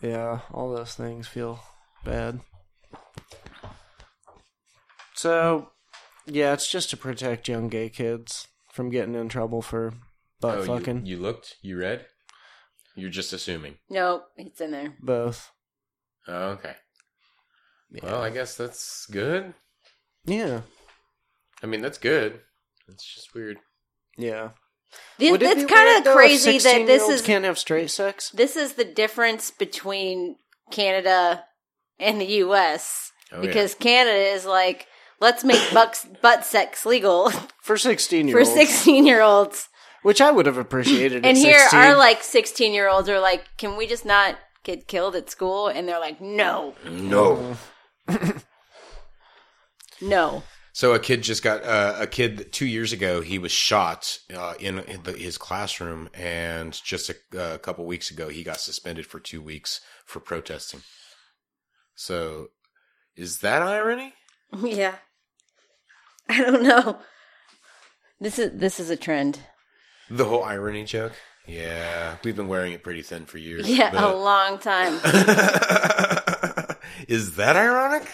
Speaker 1: yeah, all those things feel bad. So, yeah, it's just to protect young gay kids from getting in trouble for butt
Speaker 2: Oh, you,
Speaker 1: fucking
Speaker 2: you looked? You read? You're just assuming.
Speaker 3: Nope, it's in there.
Speaker 1: both.
Speaker 2: Oh, okay. Well, I guess that's good.
Speaker 1: Yeah,
Speaker 2: I mean, that's good. It's just weird.
Speaker 1: yeah.
Speaker 3: This,
Speaker 1: Would it
Speaker 3: it's
Speaker 1: be weird,
Speaker 3: kind
Speaker 1: though,
Speaker 3: of
Speaker 1: if
Speaker 3: crazy that this
Speaker 1: 16-year-olds
Speaker 3: is
Speaker 1: can't have straight sex.
Speaker 3: this is the difference between Canada and the U.S.
Speaker 2: Oh, yeah.
Speaker 3: because Canada is like, let's make bucks, butt sex legal
Speaker 1: For sixteen year
Speaker 3: for
Speaker 1: olds,
Speaker 3: sixteen-year-olds,
Speaker 1: which I would have appreciated.
Speaker 3: and
Speaker 1: at
Speaker 3: here
Speaker 1: 16.
Speaker 3: our like sixteen-year-olds are like, can we just not get killed at school? And they're like, no,
Speaker 2: No.
Speaker 3: no.
Speaker 2: So a kid just got uh, a kid that two years ago. He was shot uh, in, in the, his classroom, and just a, uh, a couple weeks ago, he got suspended for two weeks for protesting. So Is that irony?
Speaker 3: yeah. I don't know. This is this is a trend.
Speaker 2: The whole irony joke? Yeah, we've been wearing it pretty thin for years.
Speaker 3: Yeah,
Speaker 2: but-
Speaker 3: a long time.
Speaker 2: Is that ironic?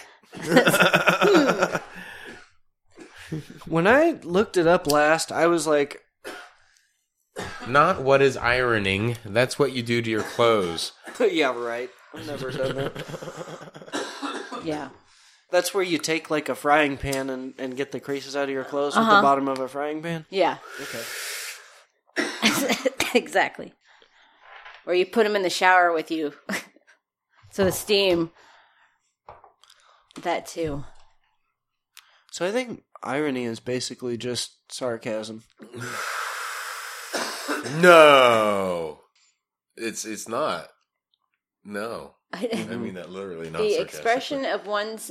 Speaker 1: When I looked it up last, I was like,
Speaker 2: Not what is ironing. That's what you do to your clothes.
Speaker 1: yeah, right. I've never done that.
Speaker 3: Yeah.
Speaker 1: That's where you take like a frying pan and, and get the creases out of your clothes with the
Speaker 3: Uh-huh.
Speaker 1: bottom of a frying pan.
Speaker 3: Yeah.
Speaker 1: Okay.
Speaker 3: exactly. Or you put them in the shower with you. so the steam. That too.
Speaker 1: So I think irony is basically just sarcasm.
Speaker 2: No, it's it's not. No, I
Speaker 3: the
Speaker 2: mean that literally. Not
Speaker 3: expression of one's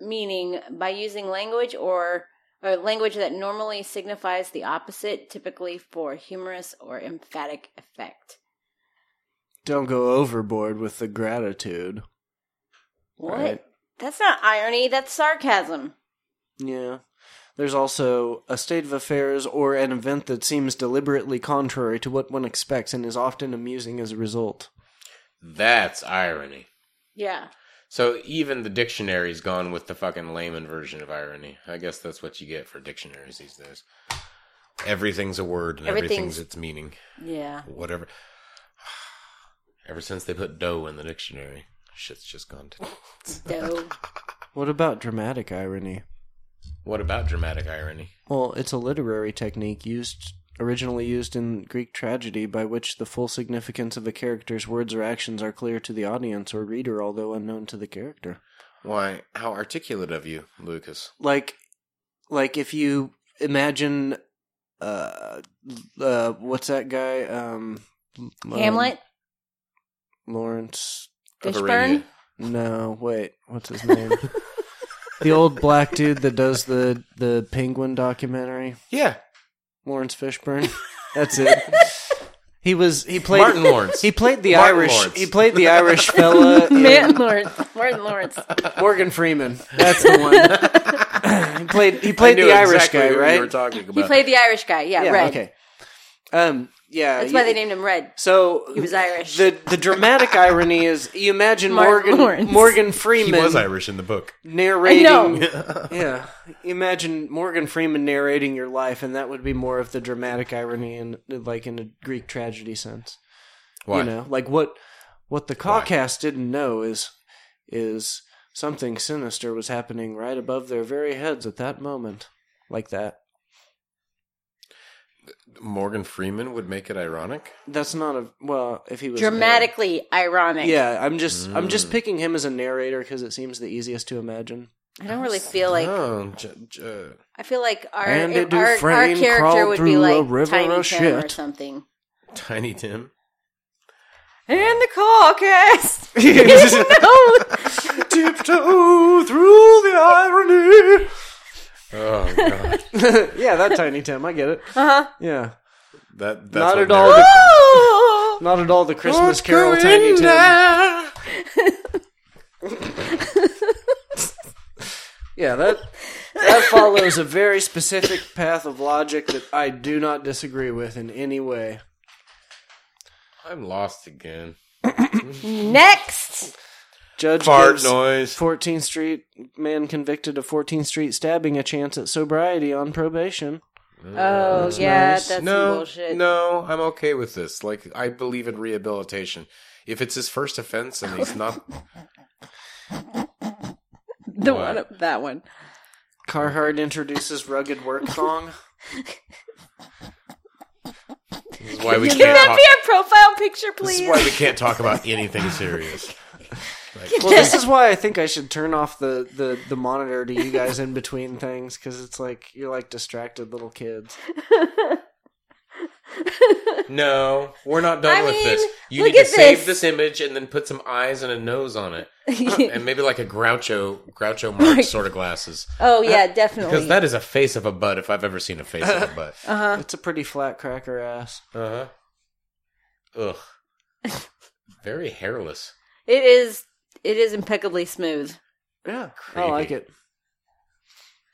Speaker 3: meaning by using language or or language that normally signifies the opposite, typically for humorous or emphatic effect.
Speaker 1: Don't go overboard with the gratitude.
Speaker 3: What?
Speaker 1: Right.
Speaker 3: That's not irony, that's sarcasm.
Speaker 1: Yeah. There's also a state of affairs or an event that seems deliberately contrary to what one expects and is often amusing as a result.
Speaker 2: That's irony.
Speaker 3: Yeah.
Speaker 2: So even the dictionary's gone with the fucking layman version of irony. I guess that's what you get for dictionaries these days. Everything's a word and everything's,
Speaker 3: Everything's-
Speaker 2: its meaning.
Speaker 3: Yeah.
Speaker 2: Whatever. Ever since they put dough in the dictionary, shit's just gone. To-
Speaker 3: So
Speaker 1: What about dramatic irony?
Speaker 2: what about dramatic irony?
Speaker 1: Well, it's a literary technique used originally used in Greek tragedy by which the full significance of a character's words or actions are clear to the audience or reader although unknown to the character.
Speaker 2: Why? How articulate of you, Lucas?
Speaker 1: like like if you imagine uh uh what's that guy um um,
Speaker 3: Hamlet,
Speaker 1: Lawrence
Speaker 2: Of
Speaker 3: Fishburne?
Speaker 2: Arabia.
Speaker 1: no wait what's his name the old black dude that does the the penguin documentary
Speaker 2: Yeah,
Speaker 1: Lawrence Fishburne that's it he was he played
Speaker 2: Martin Lawrence.
Speaker 1: he played the
Speaker 2: Martin
Speaker 1: Irish
Speaker 2: Lawrence.
Speaker 1: he played the Irish fella in-
Speaker 3: Man Lawrence. Martin Lawrence.
Speaker 1: Morgan Freeman that's the one he played he played
Speaker 2: I knew
Speaker 1: the Irish
Speaker 2: exactly
Speaker 1: guy
Speaker 2: who you
Speaker 1: right
Speaker 2: were talking about.
Speaker 3: He played the Irish guy. Yeah,
Speaker 1: yeah
Speaker 3: Red.
Speaker 1: okay um yeah
Speaker 3: That's
Speaker 1: you-
Speaker 3: why they named him Red.
Speaker 1: So
Speaker 3: He was Irish.
Speaker 1: The the dramatic irony is you imagine
Speaker 3: Martin
Speaker 1: Morgan
Speaker 3: Lawrence.
Speaker 1: Morgan
Speaker 2: He
Speaker 1: Freeman
Speaker 2: was Irish in the book.
Speaker 1: narrating.
Speaker 3: I
Speaker 1: yeah, imagine Morgan Freeman narrating your life, and that would be more of the dramatic irony, in like in a Greek tragedy sense.
Speaker 2: Why?
Speaker 1: You know, like what what the Caucas didn't know is is something sinister was happening right above their very heads at that moment, like that.
Speaker 2: Morgan Freeman would make it ironic.
Speaker 1: That's not a well. If he was there.
Speaker 3: Dramatically ironic.
Speaker 1: Yeah, I'm just I'm
Speaker 2: Mm.
Speaker 1: just picking him as a narrator because it seems the easiest to imagine.
Speaker 3: I don't really feel like
Speaker 2: oh, j- j-
Speaker 3: I feel like our
Speaker 1: And a
Speaker 3: if our, our
Speaker 1: Dufresne
Speaker 3: character
Speaker 1: crawled
Speaker 3: would be
Speaker 1: through a
Speaker 3: like
Speaker 1: river
Speaker 3: Tiny Tim
Speaker 1: of
Speaker 3: or
Speaker 1: shit.
Speaker 3: something.
Speaker 2: Tiny Tim.
Speaker 3: And the Caucus.
Speaker 1: Tiptoe through the irony.
Speaker 2: Oh god,
Speaker 1: yeah, that Tiny Tim. I get it.
Speaker 3: Uh-huh.
Speaker 1: Yeah,
Speaker 2: that that's
Speaker 1: not
Speaker 2: what
Speaker 1: at all.
Speaker 2: narrative-
Speaker 1: The, not at all the Christmas Carol Tiny
Speaker 2: Oh,
Speaker 1: Tim. Yeah, that that follows a very specific path of logic that I do not disagree with in any way.
Speaker 2: I'm lost again.
Speaker 3: Next.
Speaker 1: Judge
Speaker 2: Fart
Speaker 1: gives
Speaker 2: noise.
Speaker 1: 14th Street man convicted of 14th Street stabbing a chance at sobriety on probation.
Speaker 3: Oh yeah,
Speaker 1: Uh, nice.
Speaker 3: that's some
Speaker 2: No,
Speaker 3: bullshit.
Speaker 2: no, I'm okay with this. Like, I believe in rehabilitation. If it's his first offense and he's not,
Speaker 3: the
Speaker 2: What?
Speaker 3: one that one.
Speaker 1: Carhart introduces rugged work song.
Speaker 2: this is why we
Speaker 3: Can that
Speaker 2: can't talk.
Speaker 3: be our profile picture,
Speaker 2: This
Speaker 3: please?
Speaker 2: is why we can't talk about anything serious.
Speaker 1: Well, this is why I think I should turn off the, the, the monitor to you guys in between things because it's like you're like distracted little kids.
Speaker 2: No, we're not done
Speaker 3: I
Speaker 2: with
Speaker 3: mean,
Speaker 2: this. You
Speaker 3: look
Speaker 2: need to
Speaker 3: at
Speaker 2: save
Speaker 3: this.
Speaker 2: this image and then put some eyes and a nose on it, and maybe like a Groucho Groucho Marx sort of glasses.
Speaker 3: oh yeah,
Speaker 2: Because
Speaker 3: definitely.
Speaker 2: that is a face of a butt if I've ever seen a face of a butt.
Speaker 3: Uh-huh.
Speaker 1: It's a pretty flat cracker ass.
Speaker 2: Uh huh.
Speaker 3: Uh-huh.
Speaker 2: Ugh. Very hairless.
Speaker 3: it is. It is impeccably smooth.
Speaker 1: Yeah, I
Speaker 2: Creepy.
Speaker 1: like it.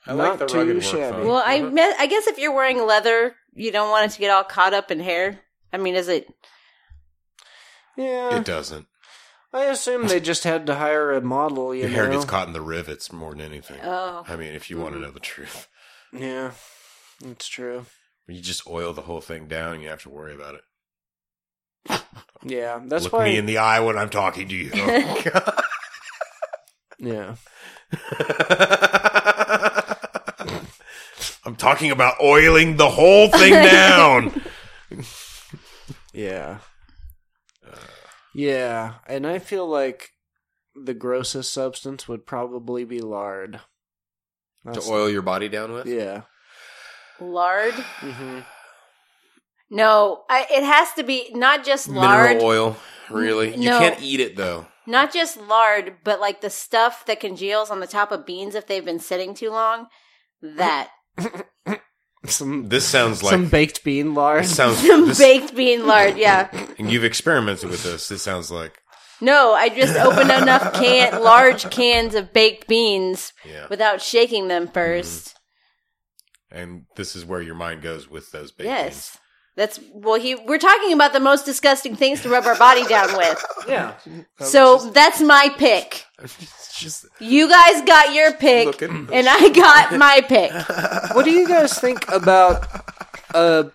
Speaker 2: I
Speaker 1: Not
Speaker 2: like the
Speaker 1: too
Speaker 2: rugged work
Speaker 1: shabby.
Speaker 2: phone.
Speaker 3: Well, I
Speaker 2: Uh-huh.
Speaker 3: me- I guess if you're wearing leather, you don't want it to get all caught up in hair. I mean, is it?
Speaker 1: Yeah,
Speaker 2: it doesn't.
Speaker 1: I assume they just had to hire a model. You
Speaker 2: Your
Speaker 1: know,
Speaker 2: hair gets caught in the rivets more than anything.
Speaker 3: Oh,
Speaker 2: I mean, if you want to know the truth,
Speaker 1: yeah, it's true.
Speaker 2: you just oil the whole thing down, and you have to worry about it.
Speaker 1: Yeah, that's
Speaker 2: Look
Speaker 1: why.
Speaker 2: me in the eye when I'm talking to you. Oh,
Speaker 1: yeah,
Speaker 2: I'm talking about oiling the whole thing down.
Speaker 1: yeah,
Speaker 2: Uh.
Speaker 1: yeah. And I feel like the grossest substance would probably be lard. That's-
Speaker 2: oil your body down with?
Speaker 1: Yeah.
Speaker 3: lard?
Speaker 1: hmm
Speaker 3: No, I, it has to be not just lard,
Speaker 2: Mineral oil, really? You
Speaker 3: No.
Speaker 2: can't eat it though.
Speaker 3: not just lard, but like the stuff that congeals on the top of beans if they've been sitting too long. That
Speaker 1: Some
Speaker 2: This sounds like
Speaker 1: some baked bean lard.
Speaker 2: this sounds this,
Speaker 3: baked bean lard, yeah.
Speaker 2: and you've experimented with this. This sounds like
Speaker 3: No, I just opened enough can large cans of baked beans
Speaker 2: yeah.
Speaker 3: without shaking
Speaker 2: Mm-hmm.
Speaker 3: them 1st
Speaker 2: And this is where your mind goes with those baked
Speaker 3: Yes. That's well. He we're talking about the most disgusting things to rub our body down with.
Speaker 1: yeah.
Speaker 3: So that's my pick.
Speaker 2: beans. It's just
Speaker 3: You guys got your pick,
Speaker 2: looking.
Speaker 3: and I got my pick.
Speaker 1: What do you guys think about a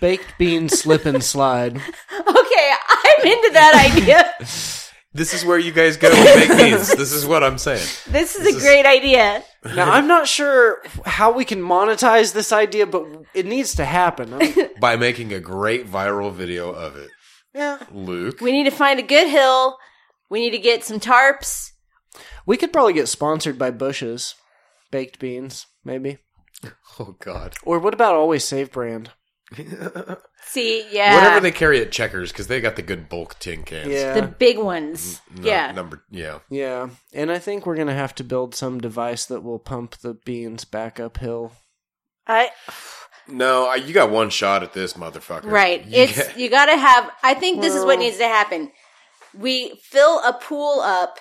Speaker 1: baked bean slip and slide?
Speaker 3: Okay, I'm into that idea.
Speaker 2: This is where you guys go with baked beans. This is what I'm saying.
Speaker 3: This is a great idea.
Speaker 1: Now I'm not sure how we can monetize this idea, but it needs to happen. I'm-
Speaker 2: By making a great viral video of it.
Speaker 1: yeah,
Speaker 2: Luke.
Speaker 3: We need to find a good hill. We need to get some tarps.
Speaker 1: we could probably get sponsored by Bush's baked beans, maybe.
Speaker 2: Oh God.
Speaker 1: Or what about Always Save brand?
Speaker 3: See, yeah,
Speaker 2: Whatever they carry at Checkers, because they got the good bulk tin cans.
Speaker 1: Yeah,
Speaker 3: the big ones.
Speaker 2: Nu-
Speaker 3: yeah,
Speaker 2: Number. Yeah.
Speaker 1: yeah. And I think we're gonna have to build some device that will pump the beans back uphill.
Speaker 3: I
Speaker 2: No, I, you got one shot at this motherfucker.
Speaker 3: Right.
Speaker 2: You
Speaker 3: it's
Speaker 2: get-
Speaker 3: you got to have. I think this is what needs to happen. We fill a pool up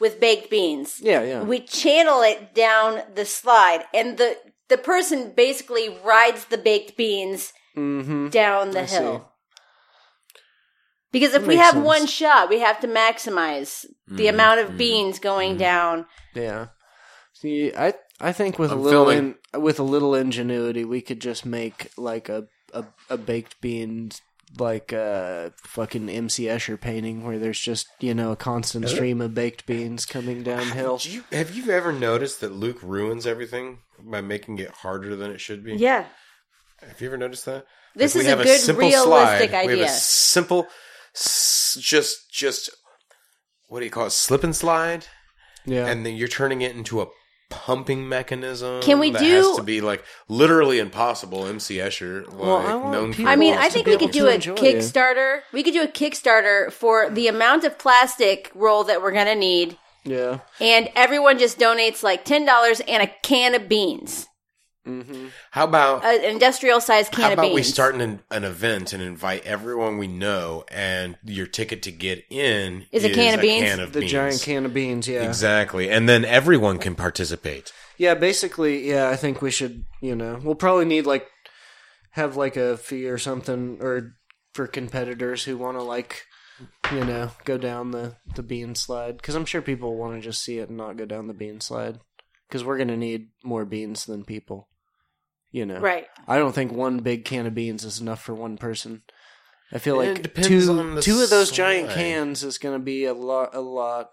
Speaker 3: with baked beans.
Speaker 1: Yeah, yeah.
Speaker 3: We channel it down the slide, and the the person basically rides the baked beans
Speaker 1: mm-hmm.
Speaker 3: down the
Speaker 1: I see.
Speaker 3: hill. Because if
Speaker 1: That
Speaker 3: we
Speaker 1: makes
Speaker 3: have
Speaker 1: sense. Mm,
Speaker 3: one shot, we have to maximize the
Speaker 2: Mhm,
Speaker 3: amount of
Speaker 2: mhm.
Speaker 3: beans going down.
Speaker 1: Yeah. See, I I think with
Speaker 2: I'm
Speaker 1: a little
Speaker 2: feeling-
Speaker 1: in, with a little ingenuity, we could just make like a a, a baked beans like a fucking MC Escher painting where there's just you know a constant stream of baked beans coming downhill.
Speaker 2: Do you, have you ever noticed that Luke ruins everything by making it harder than it should be?
Speaker 3: Yeah.
Speaker 2: Have you ever noticed that?
Speaker 3: This
Speaker 2: Like,
Speaker 3: is
Speaker 2: we
Speaker 3: a
Speaker 2: have
Speaker 3: good,
Speaker 2: simple
Speaker 3: realistic
Speaker 2: slide. We
Speaker 3: idea.
Speaker 2: have a simple, s- just just what do you call it? Slip and slide,
Speaker 1: Yeah,
Speaker 2: and then you're turning it into a pumping mechanism.
Speaker 3: Can we
Speaker 2: that
Speaker 3: do-
Speaker 2: Has to be like literally impossible. MC Escher, like,
Speaker 1: Well, I want
Speaker 2: known for
Speaker 1: people
Speaker 3: I mean,
Speaker 1: to
Speaker 3: I
Speaker 1: be
Speaker 3: think we
Speaker 1: able
Speaker 3: could
Speaker 1: to
Speaker 3: do a
Speaker 1: enjoy it.
Speaker 3: Kickstarter. We could do a Kickstarter for the amount of plastic roll that we're going to need.
Speaker 1: yeah.
Speaker 3: And everyone just donates like $10 and a can of beans,
Speaker 1: Mm-hmm.
Speaker 2: How about
Speaker 3: an industrial sized can
Speaker 2: how
Speaker 3: of
Speaker 2: about
Speaker 3: beans.
Speaker 2: we start an, an event and invite everyone we know, and your ticket to get in
Speaker 3: Is a can of beans?
Speaker 1: The giant can of beans. Yeah,
Speaker 2: Exactly, and then everyone can participate.
Speaker 1: yeah. Basically, yeah. I think we should. You know, we'll probably need like have like a fee or something or for competitors who want to like you know go down the the bean slide because i'm sure people want to just see it and not go down the bean slide because we're going to need more beans than people you know
Speaker 3: Right.
Speaker 1: i don't think one big can of beans is enough for one person i feel
Speaker 2: It
Speaker 1: like
Speaker 2: depends on
Speaker 1: two
Speaker 2: the
Speaker 1: two of those giant
Speaker 2: slide.
Speaker 1: cans is going to be a lot a lot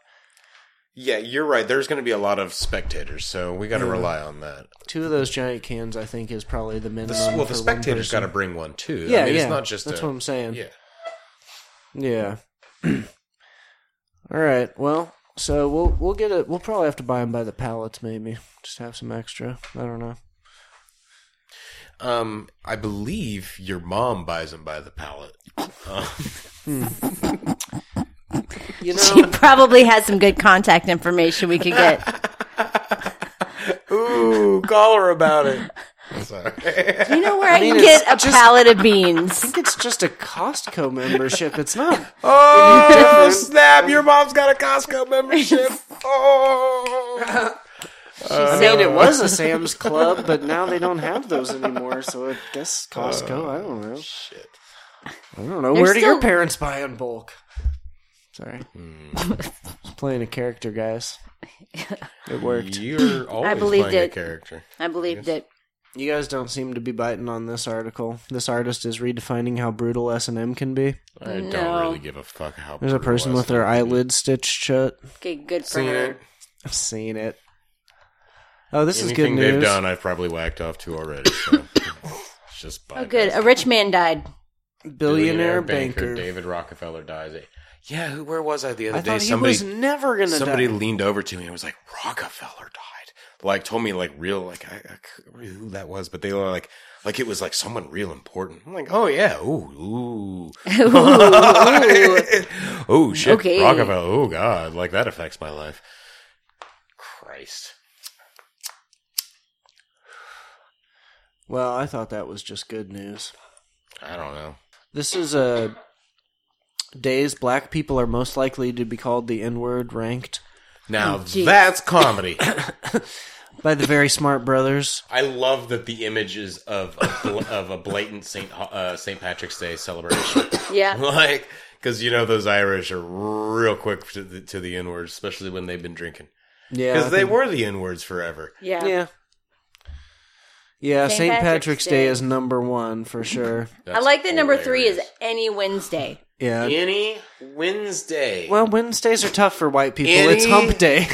Speaker 2: Yeah, you're right. There's going to be a lot of spectators, so we got to
Speaker 1: Yeah.
Speaker 2: rely on that.
Speaker 1: two of those giant cans i think is probably the minimum
Speaker 2: The, well,
Speaker 1: for
Speaker 2: the
Speaker 1: one
Speaker 2: spectators got
Speaker 1: person.
Speaker 2: to bring one too.
Speaker 1: yeah
Speaker 2: I mean,
Speaker 1: yeah
Speaker 2: it's not just
Speaker 1: that's
Speaker 2: a,
Speaker 1: what i'm saying
Speaker 2: yeah.
Speaker 1: Yeah. All right. Well, so we'll we'll get it. We'll probably have to buy them by the pallets, maybe. Just have some extra. I don't know.
Speaker 2: Um, I believe your mom buys them by the pallet. Um,
Speaker 1: You
Speaker 3: She
Speaker 1: know,
Speaker 3: probably has some good contact information we could get.
Speaker 2: Ooh, call her about it. Sorry.
Speaker 3: You know where I,
Speaker 1: mean,
Speaker 3: can get
Speaker 1: it's
Speaker 3: a pallet of beans?
Speaker 1: it's just a Costco membership. It's not.
Speaker 2: Oh snap! Your mom's got a Costco membership. Oh.
Speaker 3: Oh,
Speaker 2: Uh,
Speaker 1: I mean, it was a Sam's Club, but now they don't have those anymore. So I guess Costco. I don't know.
Speaker 2: Uh, Shit.
Speaker 1: I don't know.
Speaker 3: They're
Speaker 1: Where do your
Speaker 3: still-
Speaker 1: parents buy in bulk? Sorry,
Speaker 2: Hmm.
Speaker 1: just playing a character, guys. It worked.
Speaker 2: You're always
Speaker 3: believed
Speaker 2: playing
Speaker 3: it.
Speaker 2: a character.
Speaker 3: I believed it.
Speaker 1: You guys don't seem to be biting on this article. This artist is redefining how brutal S and M can be.
Speaker 2: I
Speaker 3: No.
Speaker 2: don't really give a fuck how.
Speaker 1: There's a person with their eyelid stitched shut.
Speaker 3: Okay, good for
Speaker 2: Seen
Speaker 3: her.
Speaker 2: it.
Speaker 1: I've seen it. Oh, this
Speaker 2: Anything
Speaker 1: is good news.
Speaker 2: they've done, I've probably whacked off to already. So it's just
Speaker 3: Oh, good. A rich man died.
Speaker 1: Billionaire, banker.
Speaker 2: David Rockefeller dies. at- Yeah, who? Where was I the other
Speaker 1: I
Speaker 2: day?
Speaker 1: thought he
Speaker 2: Somebody
Speaker 1: was never gonna
Speaker 2: somebody
Speaker 1: die.
Speaker 2: leaned over to me and was like, Rockefeller died. Like told me like real like I, I couldn't remember who that was, but they were like like it was like someone real important. I'm like, oh yeah, ooh, ooh, oh shit,
Speaker 3: Okay.
Speaker 2: Rockefeller. Oh god, like that affects my life. Christ.
Speaker 1: Well, I thought that was just good news.
Speaker 2: I don't know.
Speaker 1: This is uh, days black people are most likely to be called the N word ranked
Speaker 2: Now
Speaker 3: Oh, Jeez.
Speaker 2: that's comedy.
Speaker 1: by the very smart brothers.
Speaker 2: I love that the images of a bl- of a blatant Saint uh, Saint Patrick's Day celebration,
Speaker 3: Yeah.
Speaker 2: like because you know those Irish are real quick to the, to the N words, especially when they've been drinking,
Speaker 1: Yeah,
Speaker 2: because
Speaker 1: I
Speaker 2: they
Speaker 1: think-
Speaker 2: were the N words forever.
Speaker 3: Yeah.
Speaker 1: Yeah. Yeah,
Speaker 3: Saint
Speaker 1: St.
Speaker 3: Patrick's
Speaker 1: Patrick's Day.
Speaker 3: Day.
Speaker 1: is number one for sure.
Speaker 3: I like that number three is any Wednesday.
Speaker 1: Yeah.
Speaker 2: any Wednesday.
Speaker 1: Well, Wednesdays are tough for white people.
Speaker 2: Any-
Speaker 1: It's hump day.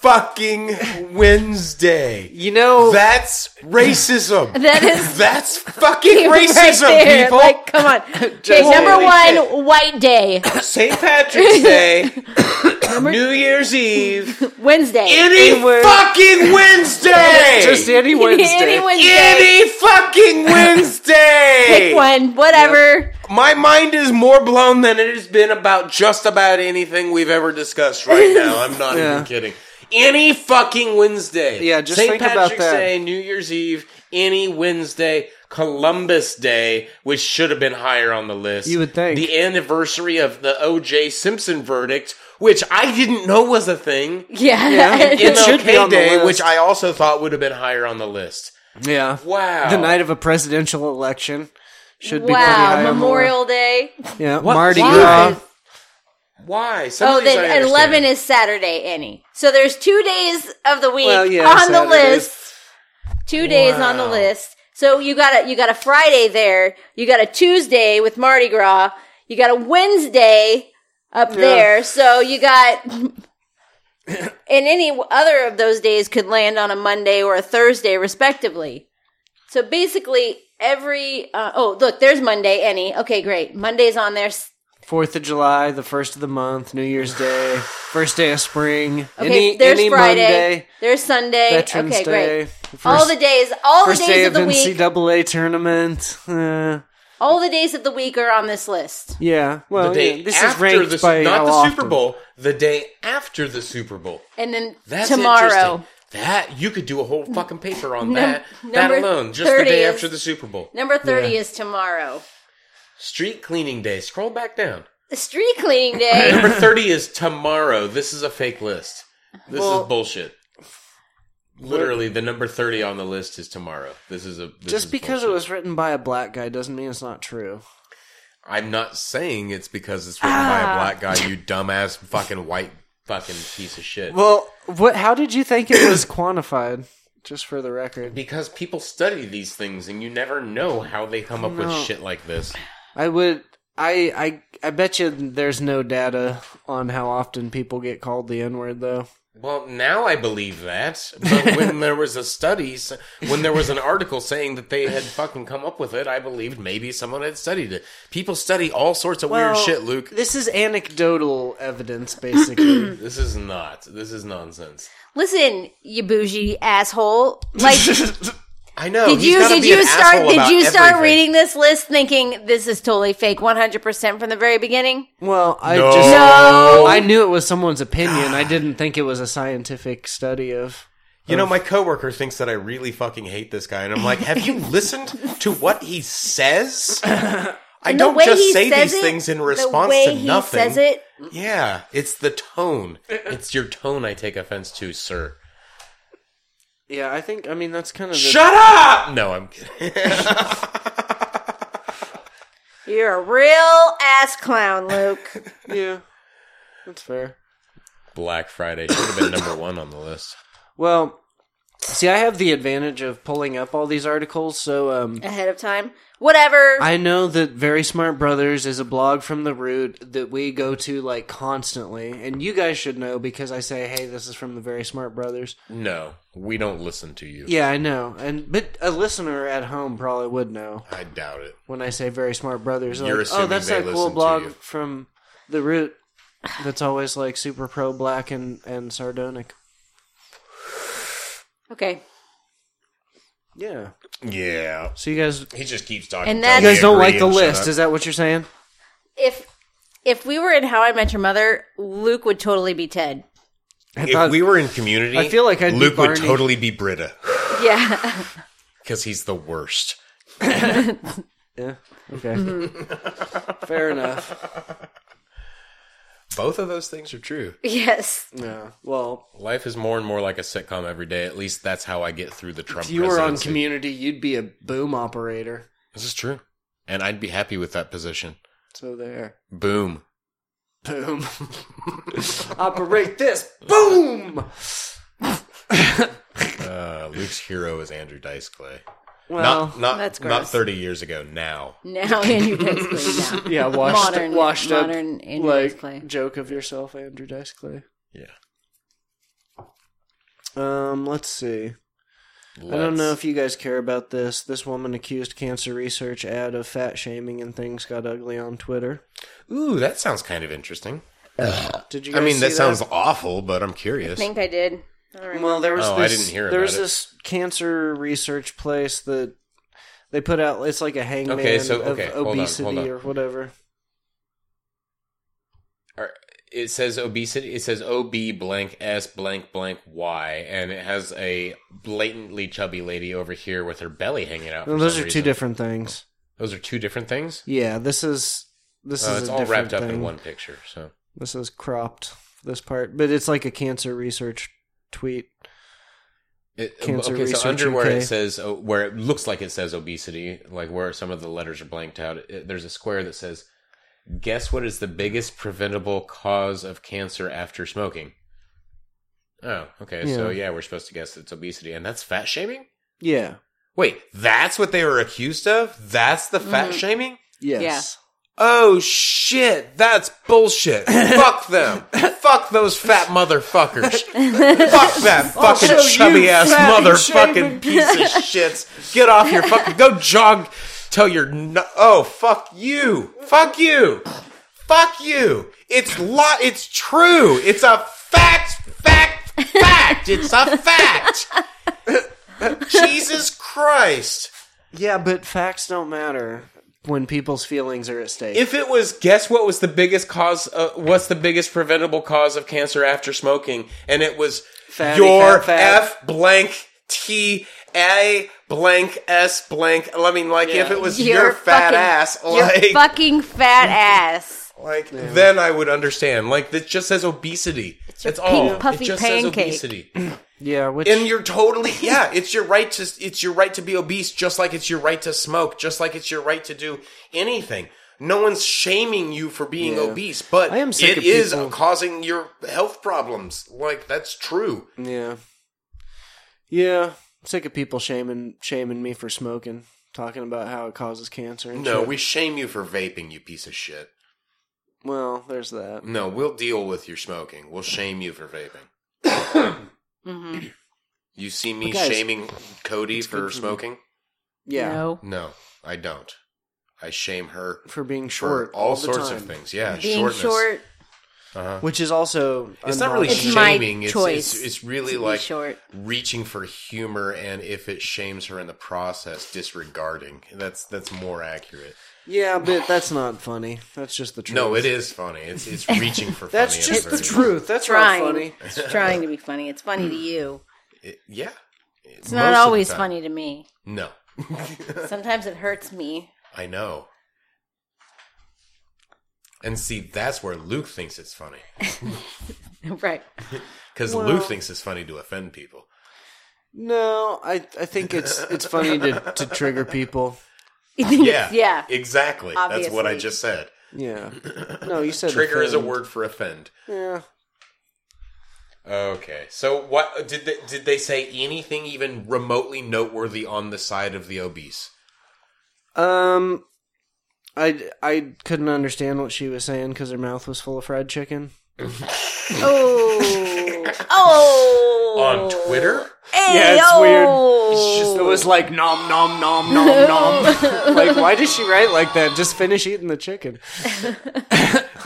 Speaker 2: fucking Wednesday.
Speaker 1: You know,
Speaker 2: That's racism.
Speaker 3: That is
Speaker 2: That's fucking
Speaker 3: right
Speaker 2: racism,
Speaker 3: there.
Speaker 2: people.
Speaker 3: Like, come on. Okay,
Speaker 2: Just
Speaker 3: number
Speaker 2: holy
Speaker 3: one,
Speaker 2: shit.
Speaker 3: White Day,
Speaker 2: St. Patrick's Day, New Year's Eve.
Speaker 3: Wednesday.
Speaker 2: Any fucking Wednesday!
Speaker 1: just any Wednesday.
Speaker 3: Any Wednesday.
Speaker 2: any fucking Wednesday!
Speaker 3: Pick one, whatever.
Speaker 2: My mind is more blown than it has been about just about anything we've ever discussed right now. I'm not
Speaker 1: Yeah.
Speaker 2: even kidding. Any fucking Wednesday.
Speaker 1: Yeah, just
Speaker 2: St.
Speaker 1: think about
Speaker 2: Patrick's
Speaker 1: that.
Speaker 2: Day, New Year's Eve, any Wednesday, Columbus Day, which should have been higher on the list.
Speaker 1: You would think.
Speaker 2: The anniversary of the O.J. Simpson verdict, which I didn't know was a thing.
Speaker 3: Yeah.
Speaker 1: Yeah. It should be on
Speaker 2: MLK
Speaker 1: the
Speaker 2: Day,
Speaker 1: list.
Speaker 2: which I also thought would have been higher on the list.
Speaker 1: Yeah.
Speaker 2: Wow.
Speaker 1: The night of a presidential election should be pretty high
Speaker 3: wow.
Speaker 1: on the
Speaker 3: Memorial Day.
Speaker 1: list. Yeah, Mardi
Speaker 2: why?
Speaker 1: Gras.
Speaker 2: Why? Some
Speaker 3: Oh,
Speaker 2: of these I
Speaker 3: then
Speaker 2: understand.
Speaker 3: 11 is Saturday, any. So there's two days of the week
Speaker 1: Well, yeah,
Speaker 3: on the
Speaker 1: Saturdays.
Speaker 3: list. Two days on the
Speaker 2: Wow.
Speaker 3: list. So you got a you got a Friday there. You got a Tuesday with Mardi Gras. You got a Wednesday up there. So you got and any other of those days could land on a Monday or a Thursday respectively. So basically every uh, oh look there's Monday any. Okay, great. Monday's on there. S-
Speaker 1: Fourth of July, the first of the month, New Year's Day, first day of spring.
Speaker 3: Okay,
Speaker 1: any
Speaker 3: there's
Speaker 1: any
Speaker 3: Friday.
Speaker 1: Monday,
Speaker 3: There's Sunday.
Speaker 1: Veterans Day,
Speaker 3: okay, great.
Speaker 1: the first,
Speaker 3: all the days, all the
Speaker 1: first
Speaker 3: days
Speaker 1: day
Speaker 3: of the week,
Speaker 1: NCAA tournament. Uh,
Speaker 3: all the days of the week are on this list.
Speaker 1: yeah, well,
Speaker 2: the day
Speaker 1: Oh, yeah, this is
Speaker 2: after
Speaker 1: ranked
Speaker 2: the,
Speaker 1: by
Speaker 2: not
Speaker 1: how
Speaker 2: the
Speaker 1: often.
Speaker 2: Super Bowl, the day after the Super Bowl.
Speaker 3: And then
Speaker 2: That's
Speaker 3: tomorrow,
Speaker 2: interesting. That you could do a whole fucking paper on
Speaker 3: Num-
Speaker 2: that. That
Speaker 3: number
Speaker 2: alone, just the
Speaker 3: 30
Speaker 2: day
Speaker 3: is-
Speaker 2: after the Super Bowl.
Speaker 3: number thirty is tomorrow.
Speaker 2: Street cleaning day. Scroll back down.
Speaker 3: The street cleaning day.
Speaker 2: Number thirty is tomorrow. This is a fake list. This
Speaker 1: Well-
Speaker 2: is bullshit. Literally, the number thirty on the list is tomorrow. This is a this
Speaker 1: Just
Speaker 2: is
Speaker 1: because
Speaker 2: bullshit.
Speaker 1: it was written by a black guy doesn't mean it's not true.
Speaker 2: I'm not saying it's because it's written
Speaker 1: Ah.
Speaker 2: by a black guy, you dumbass fucking white fucking piece of shit.
Speaker 1: Well, what? How did you think it was quantified? Just for the record,
Speaker 2: because people study these things and you never know how they come up with
Speaker 1: No.
Speaker 2: shit like this.
Speaker 1: I would. I I I bet you there's no data on how often people get called the N word though.
Speaker 2: Well, now I believe that. But when there was a study, s- when there was an article saying that they had fucking come up with it, I believed maybe someone had studied it. People study all sorts of weird
Speaker 1: Well,
Speaker 2: shit, Luke.
Speaker 1: This is anecdotal evidence, basically.
Speaker 2: This is not. This is nonsense.
Speaker 3: Listen, you bougie asshole. Like, did
Speaker 2: I know. he's
Speaker 3: you
Speaker 2: gotta
Speaker 3: did
Speaker 2: be
Speaker 3: you
Speaker 2: an
Speaker 3: start
Speaker 2: asshole
Speaker 3: did
Speaker 2: about
Speaker 3: you start
Speaker 2: everything.
Speaker 3: reading this list thinking this is totally fake, one hundred percent from the very beginning?
Speaker 1: well, I
Speaker 2: No.
Speaker 1: just
Speaker 3: No.
Speaker 1: I knew it was someone's opinion. I didn't think it was a scientific study of.
Speaker 2: You know, my coworker thinks that I really fucking hate this guy, and I'm like, have you listened to what he says? I
Speaker 3: And the
Speaker 2: don't
Speaker 3: way
Speaker 2: just
Speaker 3: he
Speaker 2: say
Speaker 3: says
Speaker 2: these
Speaker 3: it,
Speaker 2: things in
Speaker 3: the
Speaker 2: response
Speaker 3: way
Speaker 2: to
Speaker 3: he
Speaker 2: nothing.
Speaker 3: Says it.
Speaker 2: Yeah, it's the tone. It's your tone I take offense to, sir.
Speaker 1: Yeah, I think I mean that's kind of the,
Speaker 2: Shut up! No, I'm kidding.
Speaker 3: You're a real ass clown, Luke.
Speaker 1: yeah. That's fair.
Speaker 2: Black Friday should have been number one on the list.
Speaker 1: Well, see, I have the advantage of pulling up all these articles, so um,
Speaker 3: Ahead of time. Whatever.
Speaker 1: I know that Very Smart Brothers is a blog from the root that we go to like constantly, and you guys should know because I say, "Hey, this is from the Very Smart Brothers."
Speaker 2: No, we don't listen to you.
Speaker 1: Yeah, I know, and but a listener at home probably would know
Speaker 2: I doubt it.
Speaker 1: when I say Very Smart Brothers.
Speaker 2: You're
Speaker 1: Like, oh,
Speaker 2: assuming
Speaker 1: that's
Speaker 2: they
Speaker 1: that cool
Speaker 2: listen to you."
Speaker 1: blog from the root that's always like super pro black and and sardonic.
Speaker 3: okay.
Speaker 1: Yeah.
Speaker 2: Yeah.
Speaker 1: So you guys,
Speaker 2: He just keeps talking.
Speaker 3: And
Speaker 2: until
Speaker 3: that's-
Speaker 1: you
Speaker 2: we
Speaker 1: guys don't
Speaker 2: agree
Speaker 1: like the
Speaker 2: and shut
Speaker 1: list?
Speaker 2: up.
Speaker 1: Is that what you're saying?
Speaker 3: If if we were in How I Met Your Mother, Luke would totally be Ted.
Speaker 1: I
Speaker 2: If we were in community,
Speaker 1: I feel like I'd be
Speaker 2: Luke would
Speaker 1: Barney.
Speaker 2: totally be Britta
Speaker 3: Yeah.
Speaker 2: because he's the worst.
Speaker 1: Yeah. Okay. Fair enough.
Speaker 2: Both of those things are true.
Speaker 3: yes.
Speaker 1: Yeah. Well,
Speaker 2: Life is more and more like a sitcom every day. At least that's how I get through the Trump.
Speaker 1: if you were on
Speaker 2: presidency.
Speaker 1: Community, you'd be a boom operator.
Speaker 2: This is true, and I'd be happy with that position.
Speaker 1: So there.
Speaker 2: Boom.
Speaker 1: Boom. Operate this. Boom.
Speaker 2: Uh, Luke's hero is Andrew Dice Clay.
Speaker 1: Well,
Speaker 2: not not
Speaker 3: that's
Speaker 2: not
Speaker 3: gross.
Speaker 2: thirty years ago. Now
Speaker 3: Now Andrew Dice Clay. Yeah.
Speaker 1: yeah, washed,
Speaker 3: Modern-
Speaker 1: washed
Speaker 3: modern
Speaker 1: up
Speaker 3: Andrew
Speaker 1: like
Speaker 3: Dice Clay.
Speaker 1: joke of yourself, Andrew Dice Clay.
Speaker 2: Yeah.
Speaker 1: Um, let's see. I
Speaker 2: Let's-
Speaker 1: don't know if you guys care about this. This woman accused cancer research ad of fat shaming and things got ugly on Twitter.
Speaker 2: Ooh, that sounds kind of interesting.
Speaker 1: Did you?
Speaker 2: I
Speaker 1: guys
Speaker 2: mean,
Speaker 1: see
Speaker 2: that sounds awful, but I'm curious.
Speaker 3: I think I did. All right.
Speaker 1: Well, there was
Speaker 2: Oh, I
Speaker 1: this,
Speaker 2: didn't hear
Speaker 1: there was
Speaker 2: about it.
Speaker 1: this cancer research place that they put out. It's like a hangman
Speaker 2: Okay, so- okay,
Speaker 1: of
Speaker 2: hold on, hold
Speaker 1: obesity
Speaker 2: on.
Speaker 1: or whatever.
Speaker 2: Or- It says obesity. It says ob blank s blank blank y, and it has a blatantly chubby lady over here with her belly hanging out.
Speaker 1: No,
Speaker 2: for
Speaker 1: those are
Speaker 2: some
Speaker 1: two
Speaker 2: reason.
Speaker 1: different things.
Speaker 2: Those are two different things.
Speaker 1: Yeah, this is this
Speaker 2: Uh,
Speaker 1: is
Speaker 2: it's
Speaker 1: a
Speaker 2: all
Speaker 1: different
Speaker 2: wrapped up
Speaker 1: thing.
Speaker 2: in one picture. So
Speaker 1: This is cropped. This part, but it's like a cancer research tweet.
Speaker 2: It, uh,
Speaker 1: Cancer
Speaker 2: okay,
Speaker 1: Research
Speaker 2: so under where
Speaker 1: UK.
Speaker 2: it says oh, where it looks like it says obesity, like where some of the letters are blanked out, it, there's a square that says, "Guess what is the biggest preventable cause of cancer after smoking?" Oh, okay. So
Speaker 1: Yeah.
Speaker 2: yeah, we're supposed to guess it's obesity, and that's fat shaming.
Speaker 1: Yeah.
Speaker 2: Wait, that's what they were accused of? That's the fat
Speaker 1: Mm-hmm.
Speaker 2: shaming?
Speaker 1: Yes.
Speaker 2: Oh shit, that's bullshit. Fuck them. Fuck those fat motherfuckers. Fuck that fucking
Speaker 1: show you
Speaker 2: chubby ass
Speaker 1: fat
Speaker 2: motherfucking
Speaker 1: shaming
Speaker 2: piece of shits. Get off your fucking go jog till you're no- oh fuck you. Fuck you. Fuck you. It's lot it's true. It's a fact fact fact. It's a fact. Jesus Christ.
Speaker 1: Yeah, but facts don't matter when people's feelings are at stake.
Speaker 2: If it was, guess what was the biggest cause? Uh, what's the biggest preventable cause of cancer after smoking? And it was
Speaker 1: Fatty,
Speaker 2: your
Speaker 1: fat, fat.
Speaker 2: F blank T A blank S blank. I mean, like if it was your, fat
Speaker 3: fucking-
Speaker 2: ass,
Speaker 3: Your
Speaker 2: like,
Speaker 3: fucking fat ass.
Speaker 2: like then I would understand. Like it just says obesity. That's all.
Speaker 3: pink puffy
Speaker 2: it just
Speaker 3: pancake.
Speaker 2: says obesity.
Speaker 1: yeah, which
Speaker 2: And you're totally yeah. It's your right to it's your right to be obese, just like it's your right to smoke, just like it's your right to do anything. No one's shaming you for being
Speaker 1: Yeah.
Speaker 2: obese, but
Speaker 1: I am sick
Speaker 2: it
Speaker 1: of
Speaker 2: is
Speaker 1: people-
Speaker 2: causing your health problems. Like that's true.
Speaker 1: Yeah. Yeah. Sick of people shaming shaming me for smoking, talking about how it causes cancer and
Speaker 2: No,
Speaker 1: shit.
Speaker 2: we shame you for vaping, you piece of shit.
Speaker 1: Well, there's that.
Speaker 2: No, we'll deal with your smoking. We'll shame you for vaping.
Speaker 3: Mm-hmm.
Speaker 2: You see me
Speaker 1: But guys-
Speaker 2: shaming Cody for smoking?
Speaker 1: Yeah.
Speaker 3: No.
Speaker 2: No, I don't. I shame her
Speaker 1: For being
Speaker 2: for
Speaker 1: short
Speaker 2: all,
Speaker 1: all, the
Speaker 2: sorts
Speaker 1: time.
Speaker 2: of things. Yeah,
Speaker 3: Being
Speaker 2: shortness.
Speaker 3: short.
Speaker 2: Uh-huh.
Speaker 1: Which is also
Speaker 2: It's not really
Speaker 1: unhealthy.
Speaker 3: It's my
Speaker 2: shaming. It's,
Speaker 3: choice
Speaker 2: it's it's really
Speaker 3: to be
Speaker 2: like
Speaker 3: short.
Speaker 2: reaching for humor, and if it shames her in the process, disregarding. That's that's more accurate.
Speaker 1: Yeah, but that's not funny. That's just the truth.
Speaker 2: No, it is funny. It's it's reaching for.
Speaker 1: That's
Speaker 2: funny
Speaker 1: just
Speaker 2: at
Speaker 1: the
Speaker 2: first.
Speaker 1: truth. That's not
Speaker 3: Trying.
Speaker 1: funny.
Speaker 3: It's trying to be funny. It's funny to you.
Speaker 2: It- yeah,
Speaker 3: It's not always funny to me.
Speaker 2: No,
Speaker 3: Sometimes it hurts me.
Speaker 2: I know. And see, that's where Luke thinks it's funny.
Speaker 3: right.
Speaker 2: Because
Speaker 1: Well-
Speaker 2: Luke thinks it's funny to offend people.
Speaker 1: No, I I think it's it's funny to to trigger people.
Speaker 3: You think
Speaker 2: Yeah.
Speaker 3: it's- yeah.
Speaker 2: Exactly. That's what I
Speaker 3: Obviously.
Speaker 2: just said.
Speaker 1: Yeah. No, you said
Speaker 2: Trigger is a
Speaker 1: offend.
Speaker 2: word for offend.
Speaker 1: Yeah.
Speaker 2: Okay. So what did they, did they say anything even remotely noteworthy on the side of the obese?
Speaker 1: Um, I I couldn't understand what she was saying because her mouth was full of fried chicken.
Speaker 3: Oh. oh.
Speaker 2: On Twitter?
Speaker 1: Yeah, it's
Speaker 3: Ayo.
Speaker 1: weird. It
Speaker 3: Oh.
Speaker 1: was like nom nom nom nom nom. like, why did she write like that? Just finish eating the chicken.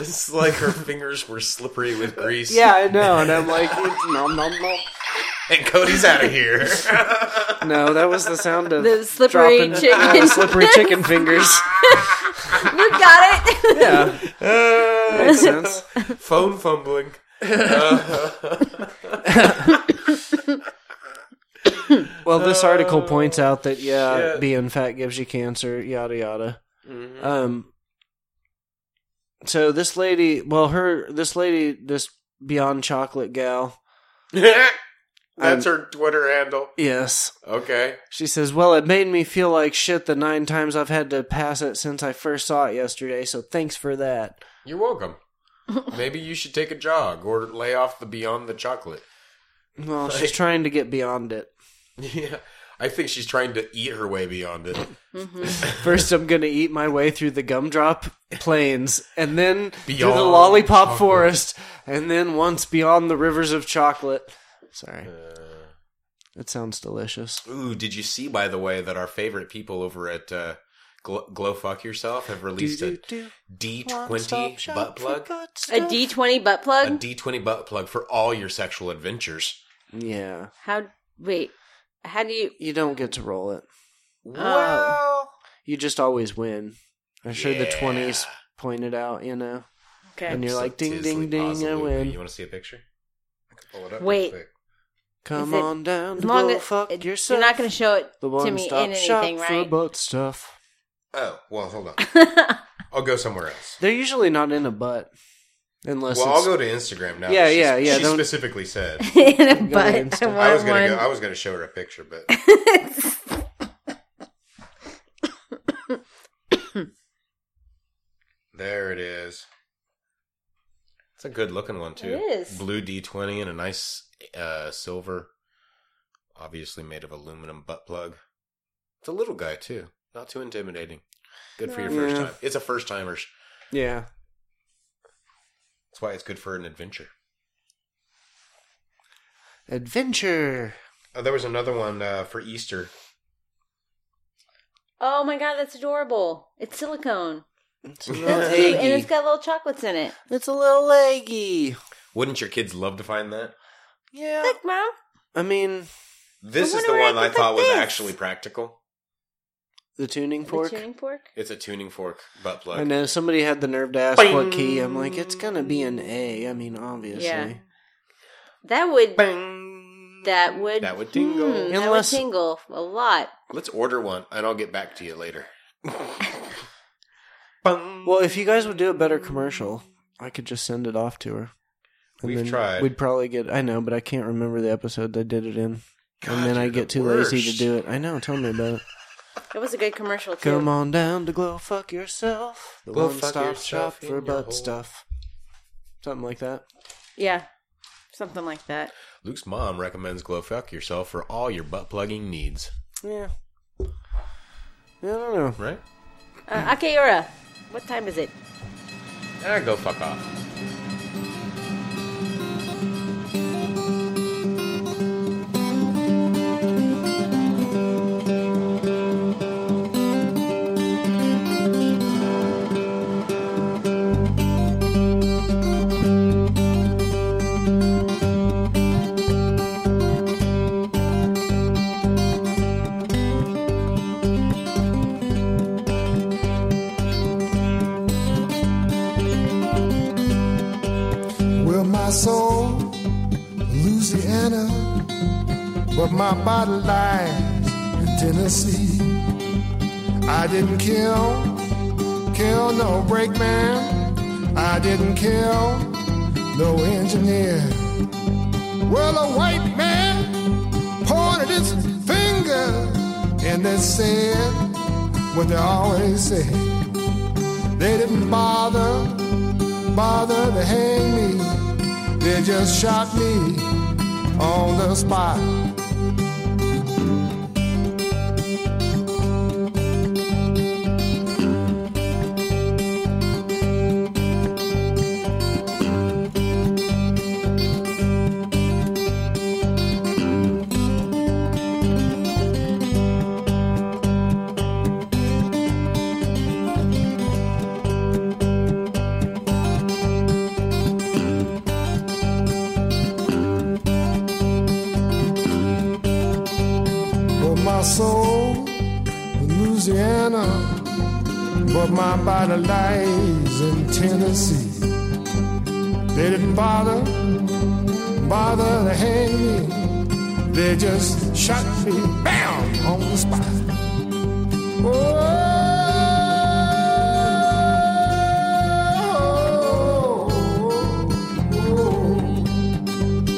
Speaker 2: It's like her fingers were slippery with grease.
Speaker 1: Yeah, I know. And I'm like, it's nom nom nom.
Speaker 2: And Cody's out of here.
Speaker 1: No, that was the sound of
Speaker 3: The slippery
Speaker 1: dropping-
Speaker 3: chicken.
Speaker 1: yeah, slippery chicken fingers.
Speaker 3: You got it.
Speaker 1: Yeah, makes sense.
Speaker 2: Phone fumbling.
Speaker 1: Well, this article points out that yeah,
Speaker 2: shit.
Speaker 1: being fat gives you cancer, yada yada. Um, so this lady, well, her this lady, this Beyond Chocolate gal,
Speaker 2: That's her Twitter handle.
Speaker 1: yes,
Speaker 2: Okay.
Speaker 1: she says, "Well, it made me feel like shit the nine times I've had to pass it since I first saw it yesterday. So thanks for that."
Speaker 2: You're welcome. Maybe you should take a jog or lay off the beyond the chocolate.
Speaker 1: Well, she's trying to get beyond it.
Speaker 2: Yeah. I think she's trying to eat her way beyond it.
Speaker 1: First, I'm gonna eat my way through the gumdrop plains, and then through the
Speaker 2: Beyond
Speaker 1: lollipop
Speaker 2: chocolate.
Speaker 1: forest, and then once beyond the rivers of chocolate. Sorry,
Speaker 2: Uh,
Speaker 1: that sounds delicious.
Speaker 2: Ooh, did you see by the way that our favorite people over at uh, Glo- Glow Fuck Yourself have released a
Speaker 1: Do-do-do. One-stop
Speaker 2: D20
Speaker 1: shop
Speaker 2: butt
Speaker 1: for
Speaker 2: plug?
Speaker 1: butt
Speaker 3: A
Speaker 1: stuff.
Speaker 3: D20 butt
Speaker 2: A
Speaker 3: plug?
Speaker 2: D20 butt plug for all your sexual adventures.
Speaker 1: Yeah,
Speaker 3: How wait. How do you oh.
Speaker 1: you don't get to roll it. Oh.
Speaker 2: Wow.
Speaker 1: You just always win. I'm sure the twenties pointed out. You know, and
Speaker 3: Okay.
Speaker 1: you're like, ding, ding, ding, I
Speaker 2: You
Speaker 1: win.
Speaker 2: want to see a picture? I can pull it up real
Speaker 3: Wait.
Speaker 2: quick.
Speaker 1: Come
Speaker 3: Is it-
Speaker 1: on down,
Speaker 3: As
Speaker 1: to
Speaker 3: long
Speaker 1: go
Speaker 3: as
Speaker 1: fuck
Speaker 3: it-
Speaker 1: yourself.
Speaker 3: you're not going to show it
Speaker 1: the
Speaker 3: to me
Speaker 1: one-stop
Speaker 3: in
Speaker 1: shop
Speaker 3: anything,
Speaker 1: for
Speaker 3: right?
Speaker 1: butt stuff.
Speaker 2: Oh, well, hold on. I'll go somewhere else.
Speaker 1: They're usually not in a butt, unless
Speaker 2: Well,
Speaker 1: it's,
Speaker 2: I'll go to Instagram now.
Speaker 1: Yeah,
Speaker 2: She's-
Speaker 1: yeah, yeah,
Speaker 2: She
Speaker 1: don't-
Speaker 2: specifically said
Speaker 3: in a
Speaker 1: to
Speaker 3: butt.
Speaker 1: Insta.
Speaker 3: I
Speaker 2: I was
Speaker 3: want
Speaker 2: gonna
Speaker 3: one.
Speaker 2: go, I was gonna show her a picture, but there it is. It's a good looking one too.
Speaker 3: It is.
Speaker 2: Blue D twenty and a nice uh, silver, obviously made of aluminum butt plug. It's a little guy too. Not too intimidating. Good for your first
Speaker 1: Yeah.
Speaker 2: time. It's a first timers.
Speaker 1: Yeah.
Speaker 2: That's why it's good for an adventure.
Speaker 1: Adventure.
Speaker 2: Oh, there was another one uh, for Easter.
Speaker 3: Oh my god, that's adorable. It's silicone.
Speaker 1: It's a little
Speaker 3: Cute, and it's
Speaker 1: eggy.
Speaker 3: got little chocolates in it.
Speaker 1: It's a little eggy.
Speaker 2: Wouldn't your kids love to find that?
Speaker 1: Yeah.
Speaker 3: Look, mom.
Speaker 1: I mean,
Speaker 2: This
Speaker 3: I
Speaker 2: is
Speaker 3: wonder
Speaker 2: the
Speaker 3: where I
Speaker 2: one I
Speaker 3: can put
Speaker 2: thought was
Speaker 3: this.
Speaker 2: actually practical.
Speaker 1: the tuning
Speaker 3: The
Speaker 1: fork.
Speaker 3: tuning fork.
Speaker 2: It's a tuning fork butt plug.
Speaker 1: I know somebody had the nerve to ask what key. I'm like, it's gonna be an A. I mean, obviously.
Speaker 3: Yeah. That would that would
Speaker 2: That would tingle.
Speaker 3: hmm, that would
Speaker 1: Unless-
Speaker 3: tingle a lot.
Speaker 2: Let's order one, and I'll get back to you later.
Speaker 1: Well, if you guys would do a better commercial, I could just send it off to her. And
Speaker 2: We've
Speaker 1: then
Speaker 2: tried.
Speaker 1: We'd probably get. I know, but I can't remember the episode I did it in.
Speaker 2: God,
Speaker 1: and then I
Speaker 2: you're
Speaker 1: get
Speaker 2: the
Speaker 1: too lazy to
Speaker 2: worst.
Speaker 1: do it. I know. Tell me about it.
Speaker 3: That was a good commercial too.
Speaker 1: Come on down to Glow Fuck Yourself, the
Speaker 2: Glow
Speaker 1: one
Speaker 2: fuck
Speaker 1: stop shop
Speaker 2: yourself in
Speaker 1: for
Speaker 2: your
Speaker 1: butt
Speaker 2: hole.
Speaker 1: stuff. Something like that.
Speaker 3: Yeah. Something like that.
Speaker 2: Luke's mom recommends Glow Fuck Yourself for all your butt plugging needs.
Speaker 1: Yeah. Yeah, I don't know.
Speaker 2: Right?
Speaker 3: Uh, Akeora, what time is it?
Speaker 2: Ah, go fuck off.
Speaker 5: Well, my soul, Louisiana, but my body lies in Tennessee. I didn't kill, kill no brakeman, I didn't kill no engineer. Well, a white man pointed his finger and they said what they always say. They didn't bother, bother to hang me. They just shot me on the spot. for my soul in Louisiana, but my body lies in Tennessee. They didn't bother, bother to hang me. They just shot me, bam, on the spot.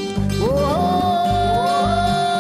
Speaker 5: oh, oh, oh, oh.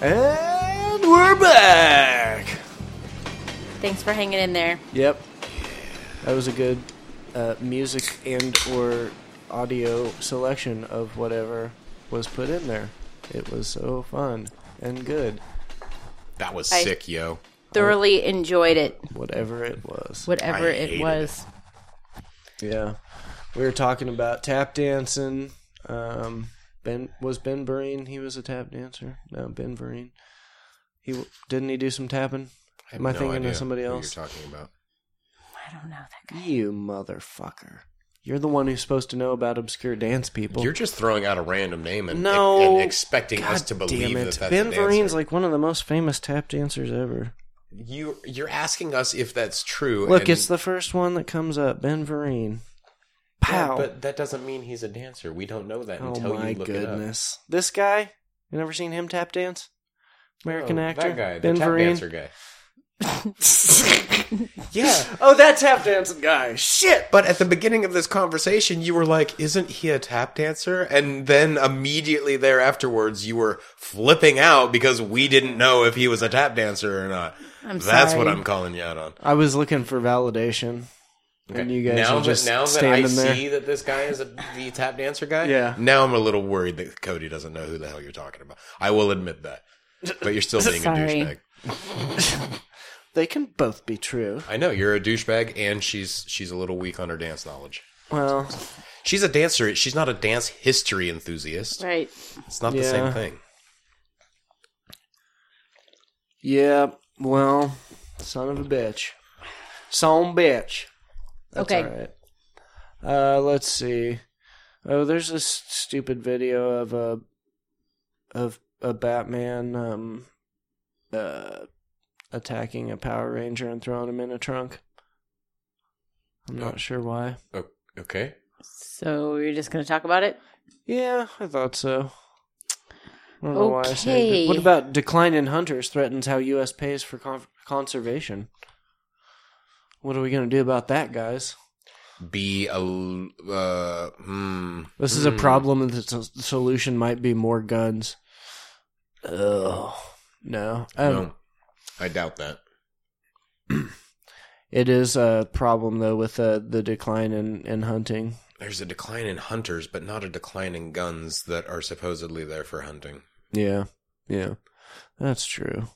Speaker 1: And we're back.
Speaker 3: Thanks for hanging in there.
Speaker 1: Yep. That was a good uh, music and or audio selection of whatever was put in there. It was so fun and good,
Speaker 2: That was
Speaker 3: I-
Speaker 2: sick, yo.
Speaker 3: Thoroughly enjoyed it,
Speaker 1: whatever it was.
Speaker 2: I
Speaker 6: whatever it
Speaker 2: hated
Speaker 6: was.
Speaker 1: Yeah. We were talking about tap dancing. Um, ben was Ben Vereen. He was a tap dancer. No, Ben Vereen. He w- didn't he do some tapping?
Speaker 2: I have
Speaker 1: Am I thinking of
Speaker 2: idea
Speaker 1: somebody
Speaker 2: who
Speaker 1: else?
Speaker 2: You're talking about.
Speaker 1: You motherfucker! You're the one who's supposed to know about obscure dance people.
Speaker 2: You're just throwing out a random name and,
Speaker 1: no,
Speaker 2: and expecting
Speaker 1: God
Speaker 2: us to believe
Speaker 1: damn it.
Speaker 2: that that's
Speaker 1: Ben
Speaker 2: the
Speaker 1: Vereen's
Speaker 2: answer.
Speaker 1: like one of the most famous tap dancers ever.
Speaker 2: you you're asking us if that's true.
Speaker 1: Look,
Speaker 2: and-
Speaker 1: it's the first one that comes up. Ben Vereen.
Speaker 2: Yeah,
Speaker 1: Pow!
Speaker 2: but that doesn't mean he's a dancer. We don't know that
Speaker 1: oh
Speaker 2: until
Speaker 1: my
Speaker 2: you look it
Speaker 1: goodness! This guy. You never seen him tap dance?
Speaker 2: up.
Speaker 1: American
Speaker 2: Oh,
Speaker 1: actor
Speaker 2: that guy, the
Speaker 1: Ben
Speaker 2: tap
Speaker 1: Vereen.
Speaker 2: dancer guy. yeah,
Speaker 1: Oh, that tap dancing guy. Shit.
Speaker 2: but at the beginning of this conversation, you were like, "Isn't he a tap dancer?" And then immediately there afterwards, you were flipping out because we didn't know if he was a tap dancer or not.
Speaker 6: I'm
Speaker 2: That's
Speaker 6: sorry.
Speaker 2: what I'm calling you out on.
Speaker 1: I was looking for validation, and you guys
Speaker 2: now
Speaker 1: are just
Speaker 2: that, now that I
Speaker 1: standing there.
Speaker 2: see that this guy is a, the tap dancer guy,
Speaker 1: Yeah.
Speaker 2: now I'm a little worried that Cody doesn't know who the hell you're talking about. I will admit that, but you're still being a
Speaker 6: Sorry.
Speaker 2: douchebag.
Speaker 1: They can both be true.
Speaker 2: I know you're a douchebag, and she's she's a little weak on her dance knowledge.
Speaker 1: Well,
Speaker 2: She's a dancer. She's not a dance history enthusiast.
Speaker 3: right?
Speaker 2: It's not the
Speaker 1: Yeah.
Speaker 2: same thing.
Speaker 1: yeah. Well, son of a bitch, son bitch. That's
Speaker 3: Okay.
Speaker 1: All right. Uh, let's see. Oh, there's this stupid video of a of a Batman um uh attacking a Power Ranger and throwing him in a trunk. I'm not sure why.
Speaker 2: O- okay.
Speaker 3: So you're just gonna talk about it?
Speaker 1: Yeah, I thought so. I don't know why I saved it.
Speaker 3: Okay.
Speaker 1: What about decline in hunters threatens how U.S. pays for con- conservation? What are we going to do about that, guys?
Speaker 2: Be a l- uh, hmm.
Speaker 1: This is a problem that the s- solution might be more guns. Ugh. No. Um,
Speaker 2: Hmm. no, I doubt that.
Speaker 1: It is a problem, though, with uh, the decline in, in hunting.
Speaker 2: There's a decline in hunters, but not a decline in guns that are supposedly there for hunting.
Speaker 1: Yeah. Yeah. That's true.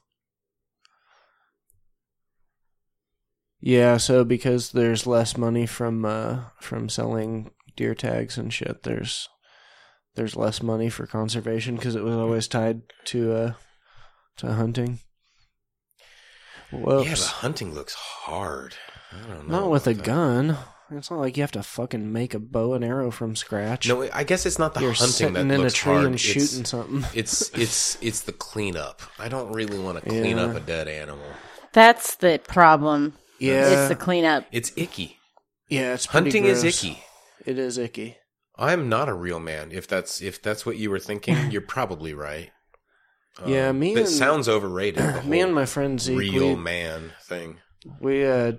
Speaker 1: Yeah, so because there's less money from uh from selling deer tags and shit, there's there's less money for conservation cuz it was always tied to uh to hunting. Whoops.
Speaker 2: Yeah, but hunting looks hard. I don't know.
Speaker 1: Not with a
Speaker 2: about that.
Speaker 1: gun. It's not like you have to fucking make a bow and arrow from scratch.
Speaker 2: No, I guess it's not the
Speaker 1: You're
Speaker 2: hunting
Speaker 1: sitting
Speaker 2: that
Speaker 1: in a
Speaker 2: looks
Speaker 1: tree
Speaker 2: hard.
Speaker 1: and
Speaker 2: It's-
Speaker 1: shooting something.
Speaker 2: It's it's it's the cleanup. I don't really want to clean
Speaker 1: Yeah.
Speaker 2: up a dead animal.
Speaker 3: That's the problem.
Speaker 1: Yeah,
Speaker 3: It's the cleanup.
Speaker 2: It's icky.
Speaker 1: yeah. It's pretty
Speaker 2: Hunting is
Speaker 1: gross.
Speaker 2: icky.
Speaker 1: It is icky.
Speaker 2: I'm not a real man. If that's if that's what you were thinking, you're probably right. Um,
Speaker 1: Yeah, me
Speaker 2: That
Speaker 1: and-
Speaker 2: sounds overrated. The whole
Speaker 1: Me and my friend Zeke,
Speaker 2: real
Speaker 1: we,
Speaker 2: man thing.
Speaker 1: we uh,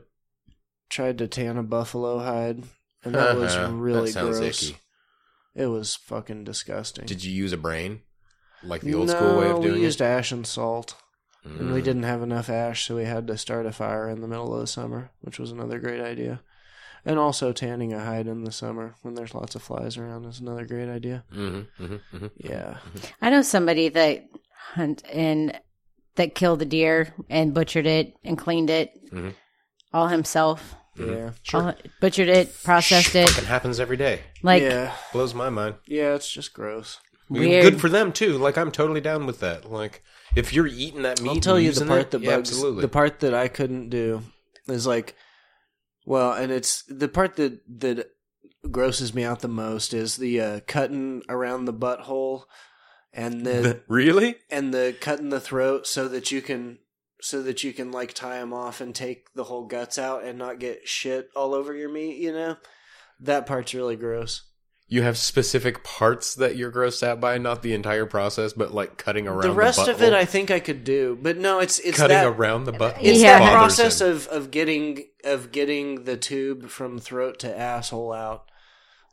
Speaker 1: tried to tan a buffalo hide, and that was
Speaker 2: Uh-huh.
Speaker 1: really
Speaker 2: That sounds
Speaker 1: gross.
Speaker 2: icky.
Speaker 1: It was fucking disgusting.
Speaker 2: Did you use a brain, like the old
Speaker 1: no,
Speaker 2: school way of doing
Speaker 1: we used
Speaker 2: it?
Speaker 1: ash and salt, and we
Speaker 2: Mm.
Speaker 1: didn't have enough ash, so we had to start a fire in the middle of the summer, which was another great idea. And also tanning a hide in the summer when there's lots of flies around is another great idea.
Speaker 2: Mhm, mhm, mhm.
Speaker 1: Yeah.
Speaker 3: I know somebody that hunt and that killed a deer and butchered it and cleaned it
Speaker 2: Mhm.
Speaker 3: all himself.
Speaker 2: Mm-hmm.
Speaker 1: Yeah.
Speaker 3: All, butchered it, processed it,
Speaker 2: Fucking happens every day.
Speaker 3: like
Speaker 1: yeah.
Speaker 2: Blows my mind.
Speaker 1: Yeah, it's just gross.
Speaker 2: We-
Speaker 3: Weird.
Speaker 2: Good for them too. Like I'm totally down with that. Like if you're eating that meat,
Speaker 1: I'll tell
Speaker 2: and
Speaker 1: you the
Speaker 2: using
Speaker 1: part
Speaker 2: it,
Speaker 1: that
Speaker 2: yeah,
Speaker 1: bugs
Speaker 2: absolutely.
Speaker 1: the part that I couldn't do is like well, and it's the part that that grosses me out the most is the uh, cutting around the butthole and the,
Speaker 2: The- really?
Speaker 1: and the cutting the throat so that you can so that you can like tie them off and take the whole guts out and not get shit all over your meat, you know? That part's really gross.
Speaker 2: You have specific parts that you're grossed out by, not the entire process, but like cutting around
Speaker 1: the rest
Speaker 2: the
Speaker 1: of it
Speaker 2: butthole.
Speaker 1: I think I could do, but no, it's it's
Speaker 2: cutting
Speaker 1: that,
Speaker 2: around the butthole.
Speaker 1: It's
Speaker 3: Yeah.
Speaker 1: that
Speaker 2: bothers
Speaker 1: process
Speaker 2: him.
Speaker 1: of, of getting of getting the tube from throat to asshole out,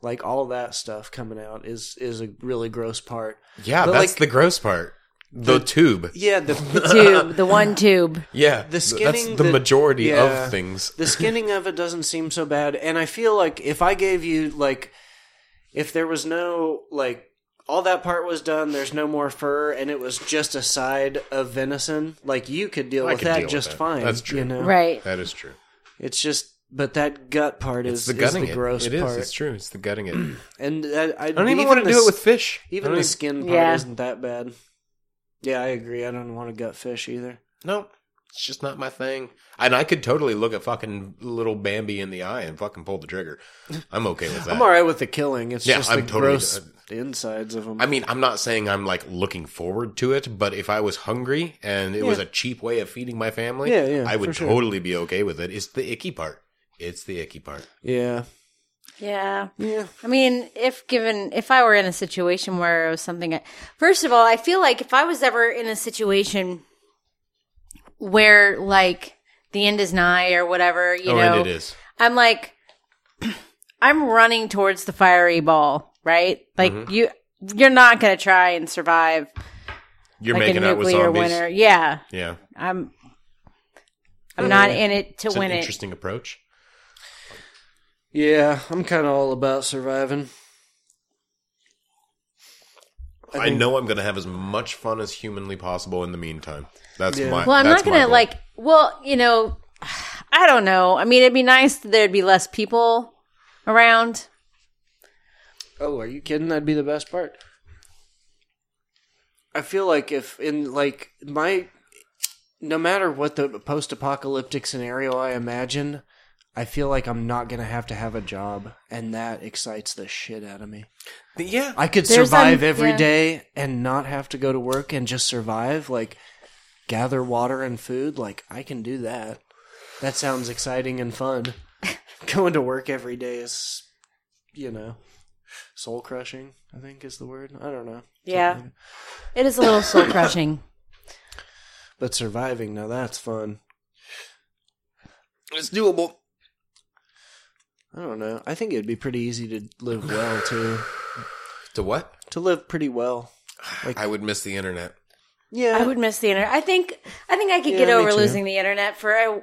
Speaker 1: like all that stuff coming out is is a really gross part.
Speaker 2: yeah.
Speaker 1: but,
Speaker 2: That's
Speaker 1: like,
Speaker 2: the gross part. The, tube.
Speaker 1: Yeah, the
Speaker 3: the tube, the one tube.
Speaker 2: Yeah,
Speaker 1: the
Speaker 2: th-
Speaker 1: skinning
Speaker 2: That's the,
Speaker 1: the-
Speaker 2: majority
Speaker 1: yeah.
Speaker 2: of things.
Speaker 1: the skinning of it doesn't seem so bad, and I feel like if I gave you like if there was no like all that part was done, there's no more fur, and it was just a side of venison, like you could deal
Speaker 2: I
Speaker 1: with
Speaker 2: could
Speaker 1: that
Speaker 2: deal with
Speaker 1: just
Speaker 2: that.
Speaker 1: fine.
Speaker 2: That's true.
Speaker 1: you know?
Speaker 3: Right.
Speaker 2: That is true.
Speaker 1: It's just. But that gut part
Speaker 2: It's
Speaker 1: is
Speaker 2: the
Speaker 1: the,
Speaker 2: gutting
Speaker 1: is the gross
Speaker 2: it. It is.
Speaker 1: part,
Speaker 2: It's true. It's the gutting it. I
Speaker 1: and that, I,
Speaker 2: don't even, want to
Speaker 1: the
Speaker 2: do it
Speaker 1: s-
Speaker 2: with fish. I
Speaker 1: Even
Speaker 2: don't
Speaker 1: the skin part
Speaker 3: Yeah.
Speaker 1: isn't that bad. Yeah, I agree. I don't want to gut fish either.
Speaker 2: No, it's just not my thing. And I could totally look at fucking little Bambi in the eye and fucking pull the trigger. I'm okay with that.
Speaker 1: I'm all right with the killing. It's
Speaker 2: Yeah,
Speaker 1: just
Speaker 2: I'm
Speaker 1: the
Speaker 2: totally-
Speaker 1: gross insides of them.
Speaker 2: I mean, I'm not saying I'm like looking forward to it, but if I was hungry and it was a cheap way of feeding my family,
Speaker 1: Yeah, yeah,
Speaker 2: I
Speaker 1: for
Speaker 2: would
Speaker 1: sure.
Speaker 2: totally be okay with it. It's the icky part. It's the icky part.
Speaker 1: yeah,
Speaker 3: Yeah.
Speaker 1: yeah,
Speaker 3: I mean, if given, if I were in a situation where it was something, I, first of all, I feel like if I was ever in a situation where like the end is nigh or whatever, you
Speaker 2: oh,
Speaker 3: know,
Speaker 2: and it is.
Speaker 3: I'm like, I'm running towards the fiery ball, right? Like
Speaker 2: Mm-hmm.
Speaker 3: you, you're not gonna try and survive
Speaker 2: You're
Speaker 3: like a
Speaker 2: making out with
Speaker 3: nuclear
Speaker 2: zombies.
Speaker 3: winter. Yeah,
Speaker 2: Yeah,
Speaker 3: I'm. I'm not in it
Speaker 2: Mm-hmm.
Speaker 3: to
Speaker 2: it's
Speaker 3: win
Speaker 2: an
Speaker 3: it.
Speaker 2: interesting approach.
Speaker 1: yeah. I'm kind of all about surviving.
Speaker 2: I, know I'm going to have as much fun as humanly possible in the meantime. That's
Speaker 1: Yeah.
Speaker 2: my.
Speaker 3: Well, I'm
Speaker 2: that's
Speaker 3: not
Speaker 2: my
Speaker 3: gonna
Speaker 2: goal.
Speaker 3: like. Well, you know, I don't know. I mean, it'd be nice that there'd be less people around.
Speaker 1: Oh, are you kidding? That'd be the best part. I feel like if in like my no matter what the post apocalyptic scenario I imagine, I feel like I'm not gonna have to have a job, and that excites the shit out of me.
Speaker 2: Yeah,
Speaker 1: I could
Speaker 3: There's
Speaker 1: survive
Speaker 3: un-
Speaker 1: every
Speaker 3: yeah.
Speaker 1: day and not have to go to work and just survive, like gather water and food. Like I can do that. That sounds exciting and fun. Going to work every day is, you know, soul crushing. I think is the word. I don't know,
Speaker 3: Yeah, it is a little soul crushing.
Speaker 1: but surviving now that's fun.
Speaker 2: it's doable.
Speaker 1: I don't know. I think it'd be pretty easy to live well too.
Speaker 2: To what?
Speaker 1: To live pretty well.
Speaker 2: I would miss the internet.
Speaker 1: Yeah,
Speaker 3: I would miss the internet. I think. I think I could
Speaker 1: Yeah,
Speaker 3: get
Speaker 1: me
Speaker 3: over
Speaker 1: too.
Speaker 3: losing the internet for a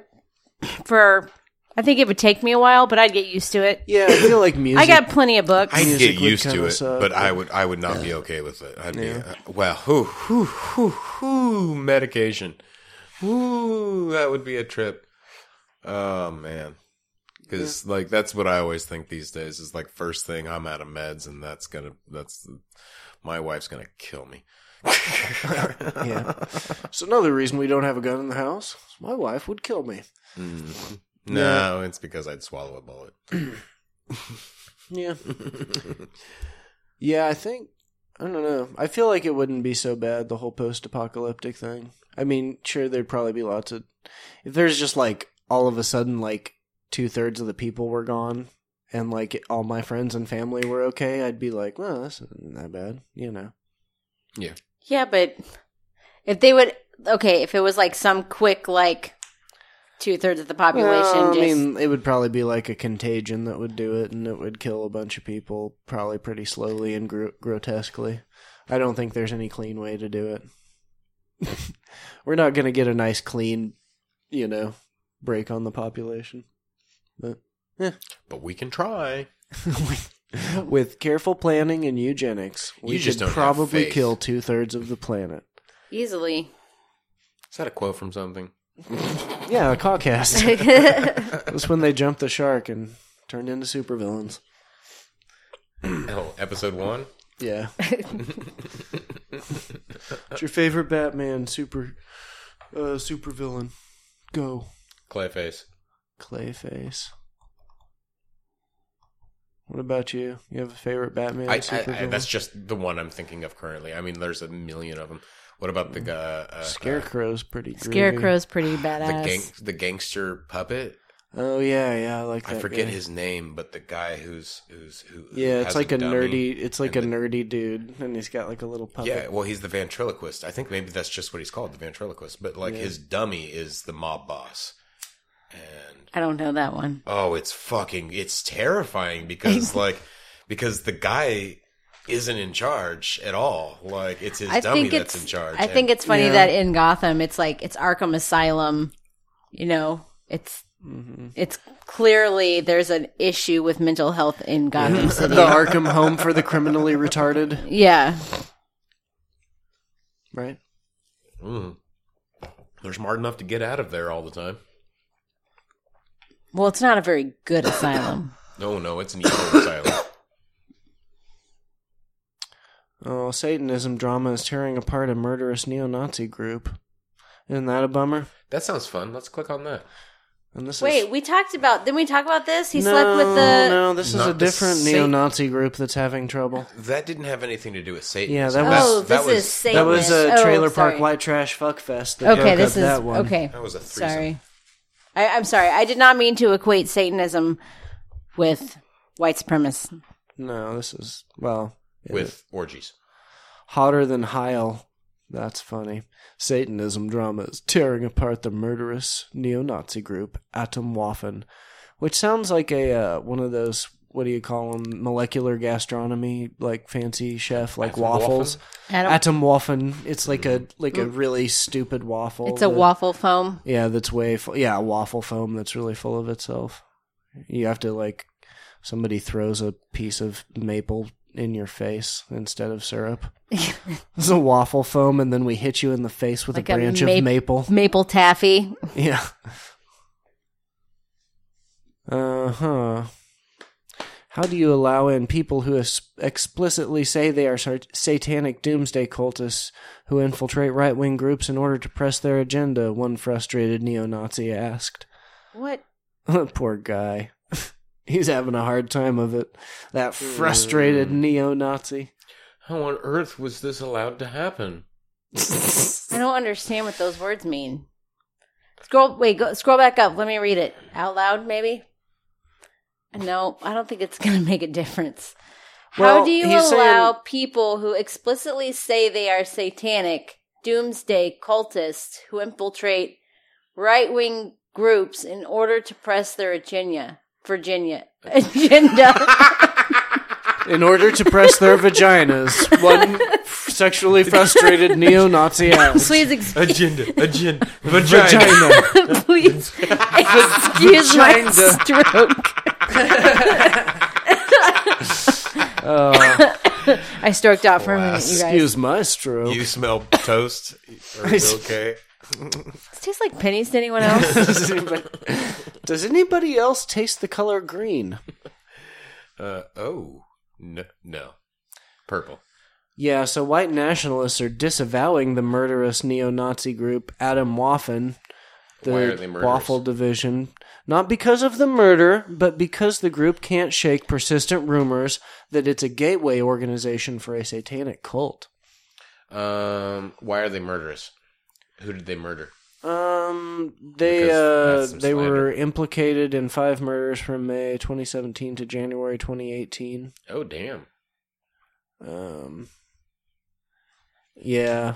Speaker 3: for
Speaker 6: I think it would take me a while, but I'd get used to it.
Speaker 1: Yeah, I feel like music.
Speaker 6: I got plenty of books.
Speaker 2: I can
Speaker 1: Music
Speaker 2: get
Speaker 1: would
Speaker 2: used to
Speaker 1: kinda
Speaker 2: it,
Speaker 1: suck,
Speaker 2: but I
Speaker 1: but-
Speaker 2: would I would not be okay with it. I'd be uh, well, whoo, whoo, whoo, whoo, medication. Ooh, that would be a trip. Oh man, because like that's what I always think these days is like first thing I'm out of meds, and that's gonna that's my wife's gonna kill me.
Speaker 1: yeah. It's another reason we don't have a gun in the house. My wife would kill me.
Speaker 2: No, it's because I'd swallow a bullet.
Speaker 1: Yeah. yeah, I think I don't know. I feel like it wouldn't be so bad the whole post-apocalyptic thing. I mean, sure, there'd probably be lots of. If there's just like all of a sudden like two thirds of the people were gone, and like all my friends and family were okay, I'd be like, well, that's not that bad, you know.
Speaker 6: yeah, but
Speaker 3: If they would, okay, if it was like some quick, like two thirds of the population,
Speaker 1: Well, I
Speaker 3: just
Speaker 1: mean, it would probably be like a contagion that would do it, and it would kill a bunch of people probably pretty slowly and gro- grotesquely. I don't think there's any clean way to do it. We're not going to get a nice, clean, you know, break on the population. But
Speaker 2: But we can try.
Speaker 1: with careful planning and eugenics, we
Speaker 2: You just
Speaker 1: could
Speaker 2: don't have
Speaker 1: probably
Speaker 2: faith.
Speaker 1: kill two thirds of the planet.
Speaker 3: easily.
Speaker 2: Is that a quote from something?
Speaker 1: Yeah, a caucast. That's when they jumped the shark and turned into supervillains.
Speaker 2: Oh, episode one.
Speaker 1: Yeah. What's your favorite Batman super uh super villain? Go.
Speaker 2: Clayface.
Speaker 1: Clayface. What about you? You have a favorite Batman
Speaker 2: I,
Speaker 1: super
Speaker 2: I, I,
Speaker 1: villain?
Speaker 2: that's just the one I'm thinking of currently. I mean, there's a million of them. What about the
Speaker 1: Mm.
Speaker 2: guy? Uh,
Speaker 1: Scarecrow's pretty groovy.
Speaker 6: Scarecrow's pretty
Speaker 2: uh,
Speaker 6: badass.
Speaker 2: the gang, the gangster puppet.
Speaker 1: Oh yeah, yeah, I like that.
Speaker 2: I forget
Speaker 1: guy.
Speaker 2: his name, but the guy who's who's who. who
Speaker 1: Yeah,
Speaker 2: has
Speaker 1: it's like a
Speaker 2: dummy.
Speaker 1: nerdy it's like a
Speaker 2: and
Speaker 1: nerdy dude and he's got like a little puppet.
Speaker 2: Yeah, well, he's the ventriloquist. I think maybe that's just what he's called, the ventriloquist. But like his dummy is the mob boss, and
Speaker 3: I don't know that one.
Speaker 2: oh, it's fucking, it's terrifying because like because the guy isn't in charge at all. Like it's his
Speaker 3: I
Speaker 2: dummy
Speaker 3: think
Speaker 2: that's
Speaker 3: it's.
Speaker 2: in charge.
Speaker 3: I think it's funny
Speaker 1: Yeah.
Speaker 3: that in Gotham, it's like it's Arkham Asylum. You know, it's
Speaker 1: Mm-hmm.
Speaker 3: it's clearly there's an issue with mental health in Gotham
Speaker 1: the
Speaker 3: City.
Speaker 1: Arkham home for the criminally retarded,
Speaker 3: Yeah,
Speaker 1: right?
Speaker 2: Mm. They're smart enough to get out of there all the time.
Speaker 3: well, it's not a very good asylum.
Speaker 2: No, Oh, no, it's an evil asylum.
Speaker 1: Oh, Satanism drama is tearing apart a murderous neo-Nazi group. Isn't that a bummer?
Speaker 2: That sounds fun. Let's click on that.
Speaker 1: And this
Speaker 3: Wait,
Speaker 1: is,
Speaker 3: we talked about. Didn't we talk about this? He
Speaker 1: no,
Speaker 3: slept with the.
Speaker 1: no. This is
Speaker 2: Not
Speaker 1: a
Speaker 2: the
Speaker 1: different
Speaker 2: Sat-
Speaker 1: neo-Nazi group that's having trouble.
Speaker 2: That didn't have anything to do with Satan.
Speaker 1: Yeah, that
Speaker 3: Oh,
Speaker 2: that
Speaker 3: this is
Speaker 2: was
Speaker 3: Satan.
Speaker 1: That was a
Speaker 3: Oh,
Speaker 1: trailer park
Speaker 3: sorry.
Speaker 1: white trash fuck fest. That
Speaker 3: Okay,
Speaker 1: broke
Speaker 3: this
Speaker 1: up
Speaker 3: is
Speaker 1: that one.
Speaker 3: okay.
Speaker 2: that was a threesome.
Speaker 3: Sorry, I, I'm sorry. I did not mean to equate Satanism with white supremacy.
Speaker 1: No, this is well it is
Speaker 2: with orgies.
Speaker 1: hotter than Heil. That's funny. Satanism drama is tearing apart the murderous neo-Nazi group Atomwaffen, which sounds like a uh, one of those what do you call them molecular gastronomy like fancy chef like
Speaker 2: Atomwaffen?
Speaker 1: waffles.
Speaker 3: I don't-
Speaker 1: Atomwaffen. It's like a like a really stupid waffle.
Speaker 3: Mm. It's a
Speaker 1: that-
Speaker 3: waffle foam.
Speaker 1: Yeah, that's way full. Yeah, a waffle foam that's really full of itself. You have to like somebody throws a piece of maple in your face instead of syrup. it's a waffle foam, and then we hit you in the face with
Speaker 3: Like
Speaker 1: a
Speaker 3: a
Speaker 1: branch
Speaker 3: ma-
Speaker 1: of maple.
Speaker 3: Maple taffy.
Speaker 1: Yeah. Uh huh. How do you allow in people who es- explicitly say they are sar- satanic doomsday cultists who infiltrate right wing groups in order to press their agenda? One frustrated neo Nazi asked.
Speaker 3: What?
Speaker 1: Poor guy. He's having a hard time of it. That frustrated neo Nazi.
Speaker 2: How on earth was this allowed to happen?
Speaker 3: I don't understand what those words mean. Scroll. Wait. Go, scroll back up. Let me read it out loud. Maybe. No, I don't think it's going to make a difference. How
Speaker 1: Well,
Speaker 3: do you
Speaker 1: he's saying-
Speaker 3: allow people who explicitly say they are satanic, doomsday cultists who infiltrate right wing groups in order to press their agenda? Virginia agenda.
Speaker 1: in order to press their vaginas, one sexually frustrated neo-Nazi ass.
Speaker 6: Please ex-
Speaker 2: Agenda, agenda, vagina.
Speaker 1: Vagina.
Speaker 6: please excuse my
Speaker 1: Vagina.
Speaker 6: stroke.
Speaker 1: Oh.
Speaker 6: I stroked out for a minute, you guys.
Speaker 1: Excuse my stroke.
Speaker 2: You smell toast? Are you okay?
Speaker 6: This tastes like pennies to anyone else.
Speaker 1: Does anybody, does anybody else taste the color green?
Speaker 2: Uh, oh, no, no. Purple.
Speaker 1: Yeah, so white nationalists are disavowing the murderous neo-Nazi group Adam Waffen,
Speaker 2: Why are
Speaker 1: the
Speaker 2: they murderous?
Speaker 1: Waffle Division, not because of the murder, but because the group can't shake persistent rumors that it's a gateway organization for a satanic cult.
Speaker 2: Um, why are they murderous? Who did they murder?
Speaker 1: Um, they
Speaker 2: Because
Speaker 1: uh,
Speaker 2: that's some
Speaker 1: they were
Speaker 2: slander.
Speaker 1: implicated in five murders from May 2017 to January 2018.
Speaker 2: Oh, damn.
Speaker 1: Um,
Speaker 2: Hmm.
Speaker 1: yeah,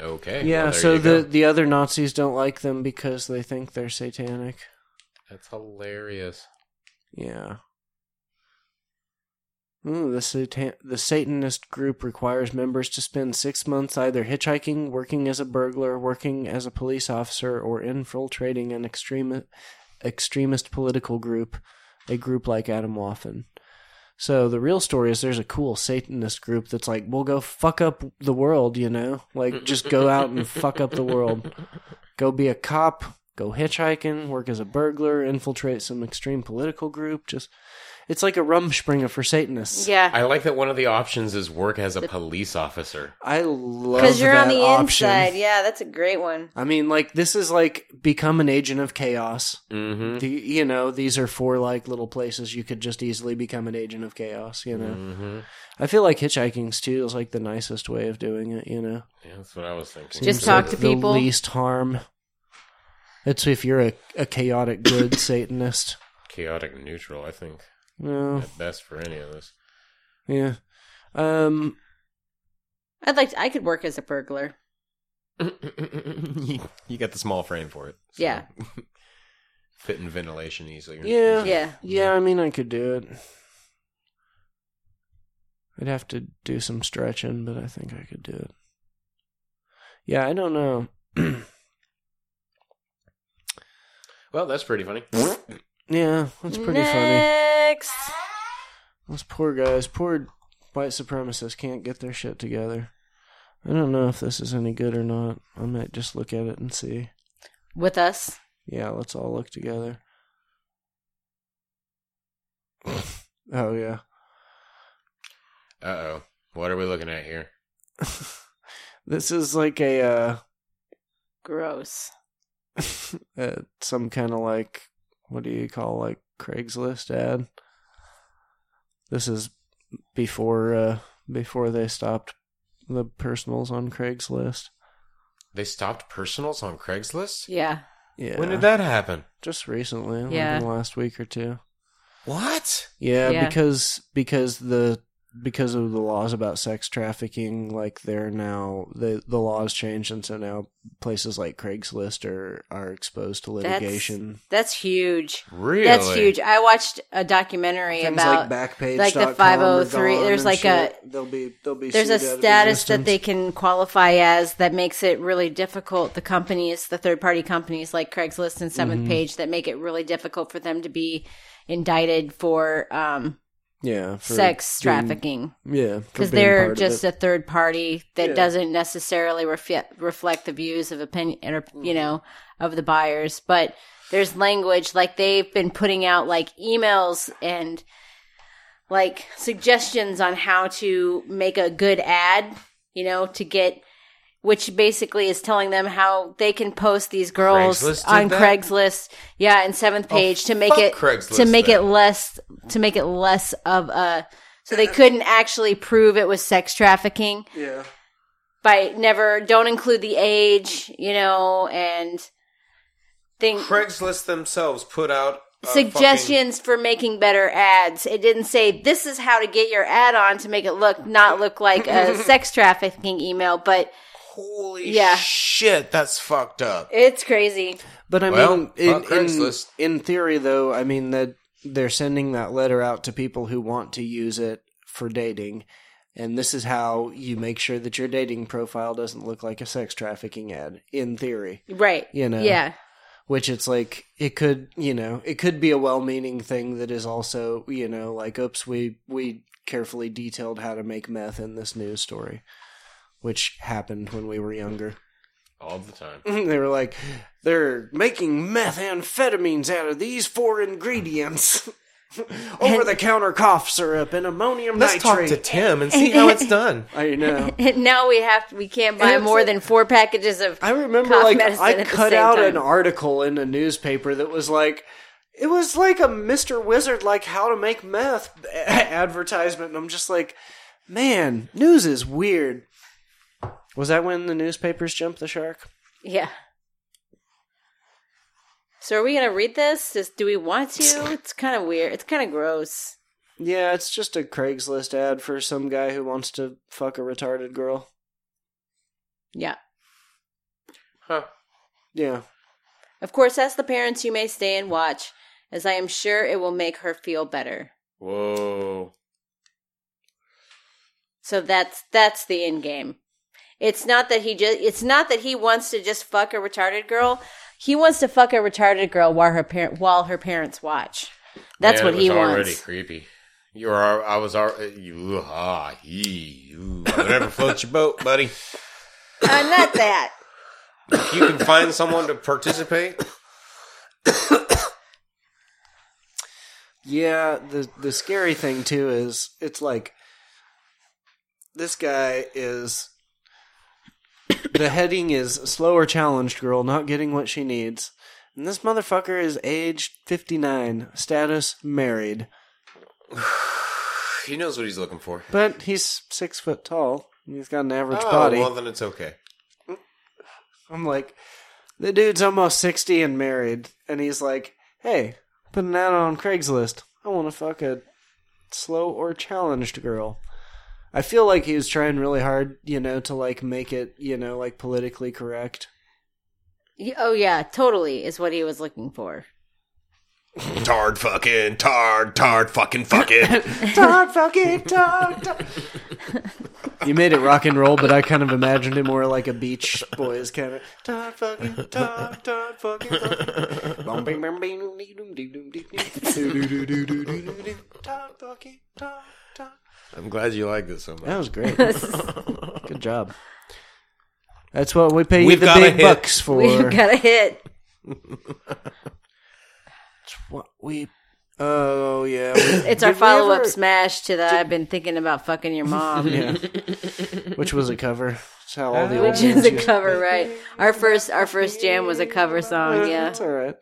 Speaker 2: Okay.
Speaker 1: yeah.
Speaker 2: well, there
Speaker 1: so
Speaker 2: you
Speaker 1: the
Speaker 2: go.
Speaker 1: the other Nazis don't like them because they think they're satanic.
Speaker 2: That's hilarious.
Speaker 1: Yeah. Ooh, the satan- the Satanist group requires members to spend six months either hitchhiking, working as a burglar, working as a police officer, or infiltrating an extremi- extremist political group, a group like Adam Waffen. So the real story is there's a cool Satanist group that's like, we'll go fuck up the world, you know? Like, just go out and fuck up the world. Go be a cop, go hitchhiking, work as a burglar, infiltrate some extreme political group. Just, it's like a rumspringer for Satanists.
Speaker 6: yeah,
Speaker 2: I like that one of the options is work as a police officer.
Speaker 1: I love
Speaker 3: Because you're on
Speaker 1: that
Speaker 3: the
Speaker 1: option.
Speaker 3: inside. Yeah, that's a great one.
Speaker 1: I mean, like this is like become an agent of chaos.
Speaker 2: Mm-hmm.
Speaker 1: The, you know, these are four like little places you could just easily become an agent of chaos. You know,
Speaker 2: Mm-hmm.
Speaker 1: I feel like hitchhiking's too is like the nicest way of doing it. You know,
Speaker 2: Yeah, that's what I was thinking.
Speaker 6: Just
Speaker 1: Seems
Speaker 6: talk to
Speaker 1: like the
Speaker 6: people.
Speaker 1: least harm. That's if you're a, a chaotic good Satanist.
Speaker 2: chaotic neutral. I think
Speaker 1: No,
Speaker 2: at best for any of us.
Speaker 1: yeah. Um,
Speaker 3: I'd like. To, I could work as a burglar.
Speaker 2: you, you got the small frame for it. so.
Speaker 3: Yeah.
Speaker 2: Fit in ventilation easier.
Speaker 1: Yeah.
Speaker 3: Yeah.
Speaker 1: Yeah, I mean, I could do it. I'd have to do some stretching, but I think I could do it. Yeah, I don't know.
Speaker 2: Well, that's pretty funny.
Speaker 1: Yeah, that's pretty funny.
Speaker 3: Next.
Speaker 1: Those poor guys, poor white supremacists can't get their shit together. I don't know if this is any good or not. I might just look at it and see.
Speaker 6: with us.
Speaker 1: Yeah, let's all look together. oh, yeah.
Speaker 2: Uh oh. What are we looking at here?
Speaker 1: This is like a, uh,
Speaker 6: Gross.
Speaker 1: uh, some kind of like what do you call like Craigslist ad. This is before uh, before they stopped the personals on Craigslist.
Speaker 2: They stopped personals on Craigslist.
Speaker 6: Yeah.
Speaker 1: Yeah,
Speaker 2: When did that happen?
Speaker 1: Just recently, like
Speaker 6: Yeah.
Speaker 1: in the last week or two.
Speaker 2: What?
Speaker 1: Yeah,
Speaker 6: Yeah.
Speaker 1: because because the because of the laws about sex trafficking, like they're now the the laws changed, and so now places like Craigslist are are exposed to
Speaker 3: That's-
Speaker 1: litigation.
Speaker 3: That's huge.
Speaker 2: Really?
Speaker 3: That's huge. I watched a documentary
Speaker 1: Things
Speaker 3: about.
Speaker 1: like backpage,
Speaker 3: like the 503 there's like a-
Speaker 1: they'll be they'll be
Speaker 3: there's a
Speaker 1: sued out of
Speaker 3: status that they
Speaker 1: existence.
Speaker 3: can qualify as that makes it really difficult. The companies, the third party companies like Craigslist and 7th Page, that make it really difficult for them to be indicted for um,
Speaker 1: yeah for
Speaker 3: sex
Speaker 1: being-
Speaker 3: trafficking
Speaker 1: yeah for
Speaker 3: because
Speaker 1: being
Speaker 3: they're
Speaker 1: part of
Speaker 3: just
Speaker 1: it.
Speaker 3: a third party that
Speaker 1: Yeah.
Speaker 3: doesn't necessarily reflect reflect the views of opinion or
Speaker 1: Mm-hmm.
Speaker 3: you know of the buyers but there's language like they've been putting out like emails and like suggestions on how to make a good ad you know to get which basically is telling them how they can post these girls
Speaker 2: Craigslist did
Speaker 3: on
Speaker 2: that?
Speaker 3: Craigslist, yeah, and seventh page to make
Speaker 2: Oh, fuck
Speaker 3: it
Speaker 2: Craigslist
Speaker 3: to make
Speaker 2: then.
Speaker 3: it less to make it less of a so they couldn't actually prove it was sex trafficking
Speaker 1: yeah
Speaker 3: by never don't include the age, you know, and think
Speaker 2: Craigslist uh, themselves put out a
Speaker 3: suggestions for making better ads. It didn't say this is how to get your ad on to make it look not look like a sex trafficking email, but
Speaker 2: fucking- Holy
Speaker 3: Yeah.
Speaker 2: shit! That's fucked up.
Speaker 3: it's crazy.
Speaker 1: but I
Speaker 2: Well,
Speaker 1: mean
Speaker 2: fuck
Speaker 1: in, in,
Speaker 2: Craigslist.
Speaker 1: in theory though I mean that they're sending that letter out to people who want to use it for dating. And this is how you make sure that your dating profile doesn't look like a sex trafficking ad, in theory.
Speaker 3: Right.
Speaker 1: You know?
Speaker 3: Yeah.
Speaker 1: Which it's like, it could, you know, it could be a well meaning thing that is also, you know, like, oops, we, we carefully detailed how to make meth in this news story, which happened when we were younger.
Speaker 2: all the time.
Speaker 1: they were like, they're making methamphetamines out of these four ingredients. Over the counter cough syrup and ammonium
Speaker 2: Let's talk
Speaker 1: nitrate.
Speaker 2: to Tim and see how it's done.
Speaker 1: I know.
Speaker 3: And now we have we can't buy
Speaker 1: it's
Speaker 3: more
Speaker 1: like-
Speaker 3: than four packages of
Speaker 1: I remember
Speaker 3: cough
Speaker 1: like
Speaker 3: medicine
Speaker 1: I
Speaker 3: at the
Speaker 1: cut
Speaker 3: same
Speaker 1: out
Speaker 3: time.
Speaker 1: an article in a newspaper that was like it was like a Mr. Wizard like how to make meth advertisement and I'm just like man, news is weird. Was that when the newspapers jumped the shark?
Speaker 3: Yeah. So are we gonna read this? Just, do we want to? It's kind of weird. It's kind of gross.
Speaker 1: Yeah, it's just a Craigslist ad for some guy who wants to fuck a retarded girl.
Speaker 3: Yeah.
Speaker 2: Huh.
Speaker 1: Yeah.
Speaker 3: Of course, as the parents, you may stay and watch, as I am sure it will make her feel better.
Speaker 2: Whoa.
Speaker 3: So that's that's the end game. It's not that he just. It's not that he wants to just fuck a retarded girl. He wants to fuck a retarded girl while her parent while her parents watch. That's
Speaker 2: Man,
Speaker 3: what
Speaker 2: it
Speaker 3: he
Speaker 2: was
Speaker 3: wants.
Speaker 2: Already creepy. You are. I was already. You, ah, he, ooh, whatever floats your boat, buddy.
Speaker 3: Uh, not that.
Speaker 2: If you can find someone to participate,
Speaker 1: Yeah, the the scary thing too is it's like this guy is the heading is slower challenged girl not getting what she needs. And this motherfucker is aged 59, status married.
Speaker 2: he knows what he's looking for.
Speaker 1: But he's 6 foot tall. and He's got an average
Speaker 2: oh,
Speaker 1: body.
Speaker 2: well, then it's okay.
Speaker 1: I'm like the dude's almost 60 and married and he's like, "Hey, put an ad on Craigslist. I want to fuck a slow or challenged girl." I feel like he was trying really hard, you know, to like make it, you know, like politically correct.
Speaker 3: Y- Oh yeah, totally is what he was looking for.
Speaker 2: Tard fucking, tard, tard fucking, fucking.
Speaker 1: Todd fucking Todd. Todd. You made it rock and roll, but I kind of imagined it more like a Beach Boys kind of Todd fucking Todd Todd fucking. fucking. Bum, bing, bing, bing, dee, dum, dee, dum, dee, dee. Doo, doo, doo, doo, doo, doo, doo, doo. Todd fucking Todd Todd.
Speaker 2: I'm glad you like this so much.
Speaker 1: That was great. Good job. That's what we pay
Speaker 2: We've
Speaker 1: you the
Speaker 2: got a
Speaker 1: big
Speaker 2: hit.
Speaker 1: bucks for.
Speaker 3: We've got a hit.
Speaker 1: what we. Oh yeah, we-
Speaker 3: It's our
Speaker 1: Did we ever-
Speaker 3: follow up smash to the I've been thinking about fucking your mom.
Speaker 1: Yeah, which was a cover. That's how all the old
Speaker 3: Uh, Which is
Speaker 1: bands
Speaker 3: a
Speaker 1: used-
Speaker 3: cover, right? Our first our first jam was a cover song, yeah.
Speaker 1: That's Uh, all right.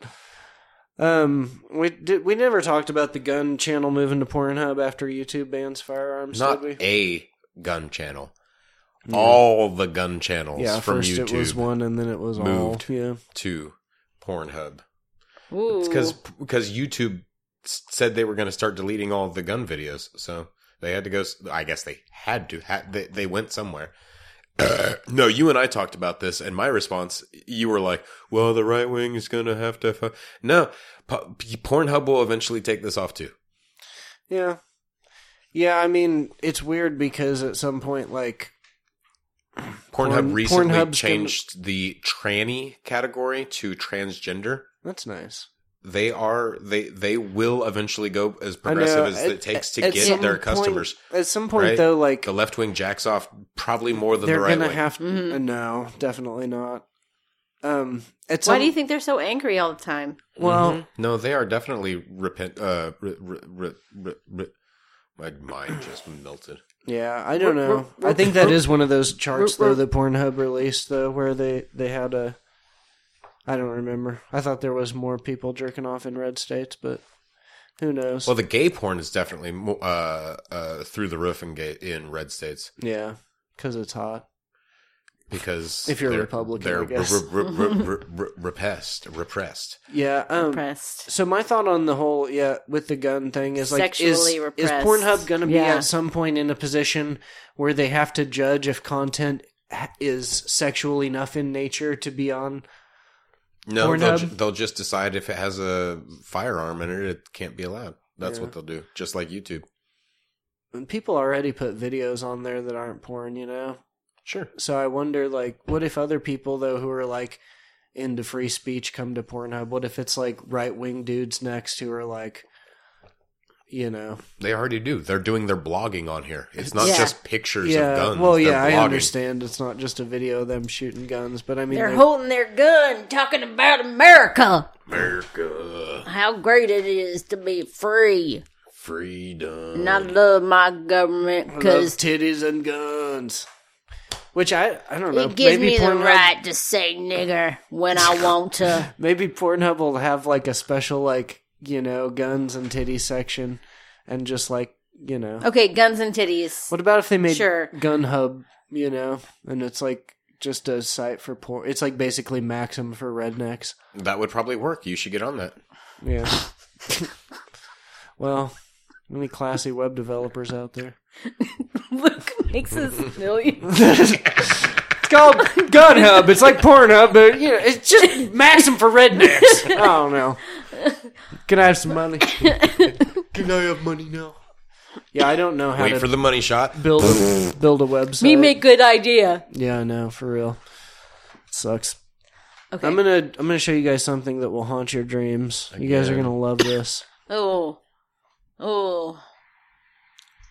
Speaker 1: Um, we did. We never talked about the gun channel moving to Pornhub after YouTube bans firearms,
Speaker 2: Not
Speaker 1: did we?
Speaker 2: a gun channel. All the gun channels
Speaker 1: Yeah,
Speaker 2: from
Speaker 1: first
Speaker 2: YouTube
Speaker 1: it was one, and then it was
Speaker 2: moved.
Speaker 1: all. Yeah,
Speaker 2: to Pornhub
Speaker 3: Ooh.
Speaker 2: because because YouTube s- said they were going to start deleting all the gun videos, so they had to go. s- I guess they had to. Had, they they went somewhere. no, you and I talked about this, and my response, you were like, "Well, the right wing is going to have to." Fu-. No, po- Pornhub will eventually take this off too.
Speaker 1: yeah, yeah. I mean, it's weird because at some point, like,
Speaker 2: Pornhub
Speaker 1: Porn-
Speaker 2: recently
Speaker 1: Pornhub's gonna-
Speaker 2: changed the tranny category to transgender.
Speaker 1: that's nice.
Speaker 2: They are they they will eventually go as
Speaker 1: I know,
Speaker 2: progressive as
Speaker 1: at-
Speaker 2: it takes to
Speaker 1: at
Speaker 2: get
Speaker 1: some
Speaker 2: their
Speaker 1: point-
Speaker 2: customers.
Speaker 1: At some point,
Speaker 2: right?
Speaker 1: though, like
Speaker 2: The left wing jacks off probably more than
Speaker 1: they're
Speaker 2: the right
Speaker 1: gonna
Speaker 2: wing.
Speaker 1: have to. No, definitely not. Um, at some,
Speaker 3: Mm-hmm. Why do you think they're so angry all the time?
Speaker 1: Well,
Speaker 2: no, they are definitely repent. Uh, re, re, re, re, re- my mind just melted.
Speaker 1: Yeah, I don't know. I think that is one of those charts though that Pornhub released though, where they they had a. I don't remember. I thought there was more people jerking off in red states, but who knows?
Speaker 2: Well, the gay porn is definitely mo- uh, uh, through the roof in gay in red states
Speaker 1: yeah, because it's hot.
Speaker 2: because
Speaker 1: If you're a
Speaker 2: they're-
Speaker 1: Republican,
Speaker 2: they're
Speaker 1: I guess.
Speaker 2: re- re- re- re- re- repressed, repressed.
Speaker 1: Yeah. Um,
Speaker 3: Pressed.
Speaker 1: So my thought on the whole, yeah, with the gun thing is like,
Speaker 3: Sexually
Speaker 1: is, is
Speaker 3: repressed.
Speaker 1: Pornhub going to be
Speaker 3: Yeah.
Speaker 1: at some point in a position where they have to judge if content ha- is sexual enough in nature to be on
Speaker 2: No, they'll,
Speaker 1: Pornhub?
Speaker 2: ju- they'll just decide if it has a firearm in it, it can't be allowed. That's what they'll do, just like YouTube.
Speaker 1: People already put videos on there that aren't porn, you know?
Speaker 2: Sure.
Speaker 1: So I wonder, like, what if other people, though, who are like into free speech come to Pornhub? What if it's like right wing dudes next who are like, you know?
Speaker 2: They already do. They're doing their blogging on here. It's not
Speaker 3: Yeah.
Speaker 2: just pictures of
Speaker 1: yeah.
Speaker 2: guns.
Speaker 1: Well,
Speaker 2: They're
Speaker 1: yeah, I
Speaker 2: blogging.
Speaker 1: understand. It's not just a video of them shooting guns, but I mean,
Speaker 3: They're
Speaker 1: they-
Speaker 3: holding their gun, talking about America,
Speaker 2: America,
Speaker 3: how great it is to be free.
Speaker 2: freedom.
Speaker 3: And I love my government
Speaker 1: I love
Speaker 3: because
Speaker 1: titties and guns. Which I I don't know.
Speaker 3: it gives
Speaker 1: maybe
Speaker 3: me the
Speaker 1: Pornhub,
Speaker 3: right to say nigger when I want to.
Speaker 1: Maybe Pornhub will have like a special like you know guns and titty section, and just like you know.
Speaker 3: Okay, guns and titties.
Speaker 1: What about if they made
Speaker 3: Sure.
Speaker 1: Gun Hub? You know, and it's like just a site for porn. It's like basically Maxim for rednecks.
Speaker 2: That would probably work. You should get on that.
Speaker 1: Yeah. well, any classy web developers out there?
Speaker 3: Look, makes us million.
Speaker 1: It's called Gun Hub. It's like Pornhub, but you know, it's just Maxim for rednecks. I don't know. Can I have some money?
Speaker 2: Can I have money now?
Speaker 1: Yeah, I don't know how
Speaker 2: Wait
Speaker 1: to
Speaker 2: for the money shot.
Speaker 1: build a, build a website.
Speaker 3: Me make good idea.
Speaker 1: yeah, I know for real. sucks. Okay. I'm gonna I'm gonna show you guys something that will haunt your dreams. You guys are
Speaker 2: Again.
Speaker 1: gonna love this.
Speaker 3: Oh, oh,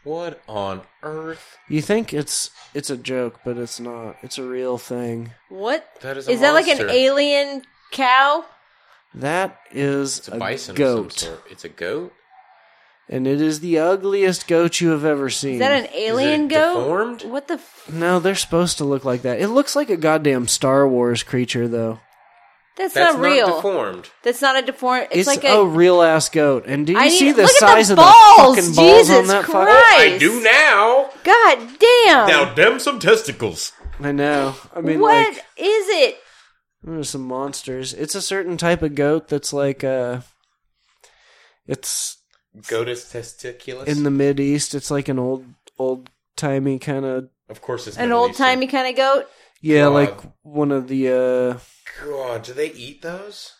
Speaker 2: What on earth?
Speaker 1: You think it's it's a joke, but it's not. It's a real thing.
Speaker 3: what
Speaker 2: That is. A
Speaker 3: is that? Like an
Speaker 2: monster.
Speaker 3: alien cow?
Speaker 1: That is
Speaker 2: It's a bison
Speaker 1: goat,
Speaker 2: of some sort. It's a goat.
Speaker 1: and it is the ugliest goat you have ever seen.
Speaker 3: Is that an alien goat?
Speaker 2: deformed?
Speaker 3: What the? F-
Speaker 1: No, they're supposed to look like that. It looks like a goddamn Star Wars creature, though.
Speaker 3: that's,
Speaker 2: That's
Speaker 3: not real.
Speaker 2: deformed.
Speaker 3: that's not a deformed.
Speaker 1: It's,
Speaker 3: It's, like
Speaker 1: a,
Speaker 3: a.
Speaker 1: real ass goat. And do you
Speaker 3: I
Speaker 1: see
Speaker 3: need-
Speaker 1: the
Speaker 3: look at the
Speaker 1: size of
Speaker 3: balls!
Speaker 1: the fucking balls on
Speaker 3: Jesus
Speaker 1: that fucker?
Speaker 3: Christ!
Speaker 2: I do now.
Speaker 3: God damn!
Speaker 2: Now, damn some testicles.
Speaker 1: I know. I mean,
Speaker 3: What is
Speaker 1: like,
Speaker 3: it?
Speaker 1: there's some monsters. It's a certain type of goat that's like, uh, it's
Speaker 2: Goat is testiculous.
Speaker 1: in the mid east. It's like an old, old timey kind of,
Speaker 2: of course, it's
Speaker 3: An
Speaker 2: Middle
Speaker 3: old
Speaker 2: Eastern.
Speaker 3: timey kind of goat?
Speaker 1: yeah,
Speaker 2: God.
Speaker 1: like one of the, uh,
Speaker 2: God, do they eat those?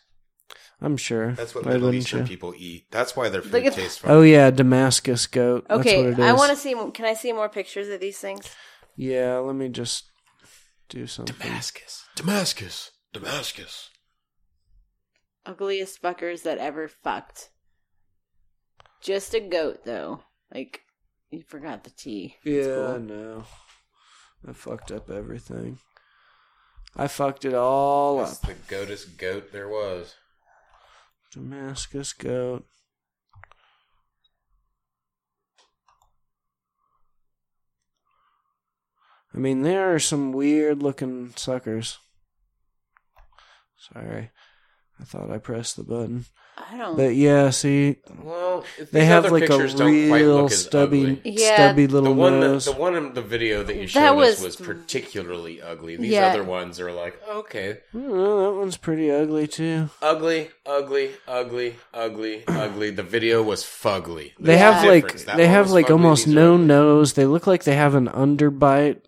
Speaker 1: I'm sure.
Speaker 2: That's what
Speaker 1: I
Speaker 2: Middle
Speaker 1: wouldn't
Speaker 2: Eastern
Speaker 1: sure.
Speaker 2: people eat. That's why their
Speaker 3: Look
Speaker 2: food
Speaker 3: at-
Speaker 2: tastes fine.
Speaker 1: Oh yeah, Damascus goat. That's
Speaker 3: Okay,
Speaker 1: what it is.
Speaker 3: I want to see. Can I see more pictures of these things?
Speaker 1: Yeah, let me just do something.
Speaker 2: Damascus. Damascus. Damascus.
Speaker 3: Ugliest fuckers that ever fucked. Just a goat, though. Like, you forgot the T.
Speaker 1: Yeah, I know. I fucked up everything. I fucked it all
Speaker 2: That's
Speaker 1: up.
Speaker 2: the goatest goat there was.
Speaker 1: Damascus goat. I mean, there are some weird looking suckers. Sorry. I thought I pressed the button.
Speaker 3: I don't.
Speaker 1: But yeah, see,
Speaker 2: Well, if
Speaker 1: they
Speaker 2: these
Speaker 1: have
Speaker 2: other
Speaker 1: like a
Speaker 2: pictures don't quite
Speaker 1: real
Speaker 2: look as
Speaker 1: stubby,
Speaker 2: ugly.
Speaker 3: Yeah,
Speaker 1: stubby little
Speaker 2: The one, that,
Speaker 1: nose.
Speaker 2: the one in the video that you
Speaker 3: That
Speaker 2: showed us
Speaker 3: was-
Speaker 2: was particularly ugly. These
Speaker 3: Yeah.
Speaker 2: other ones are like, okay,
Speaker 1: I don't know, Oh, that one's pretty ugly too.
Speaker 2: ugly, ugly, ugly, ugly, ugly. The video was fugly.
Speaker 1: They have like
Speaker 2: difference. That
Speaker 1: they
Speaker 2: one
Speaker 1: have
Speaker 2: was
Speaker 1: like
Speaker 2: ugly,
Speaker 1: almost
Speaker 2: these are
Speaker 1: no
Speaker 2: ugly.
Speaker 1: nose. They look like they have an underbite.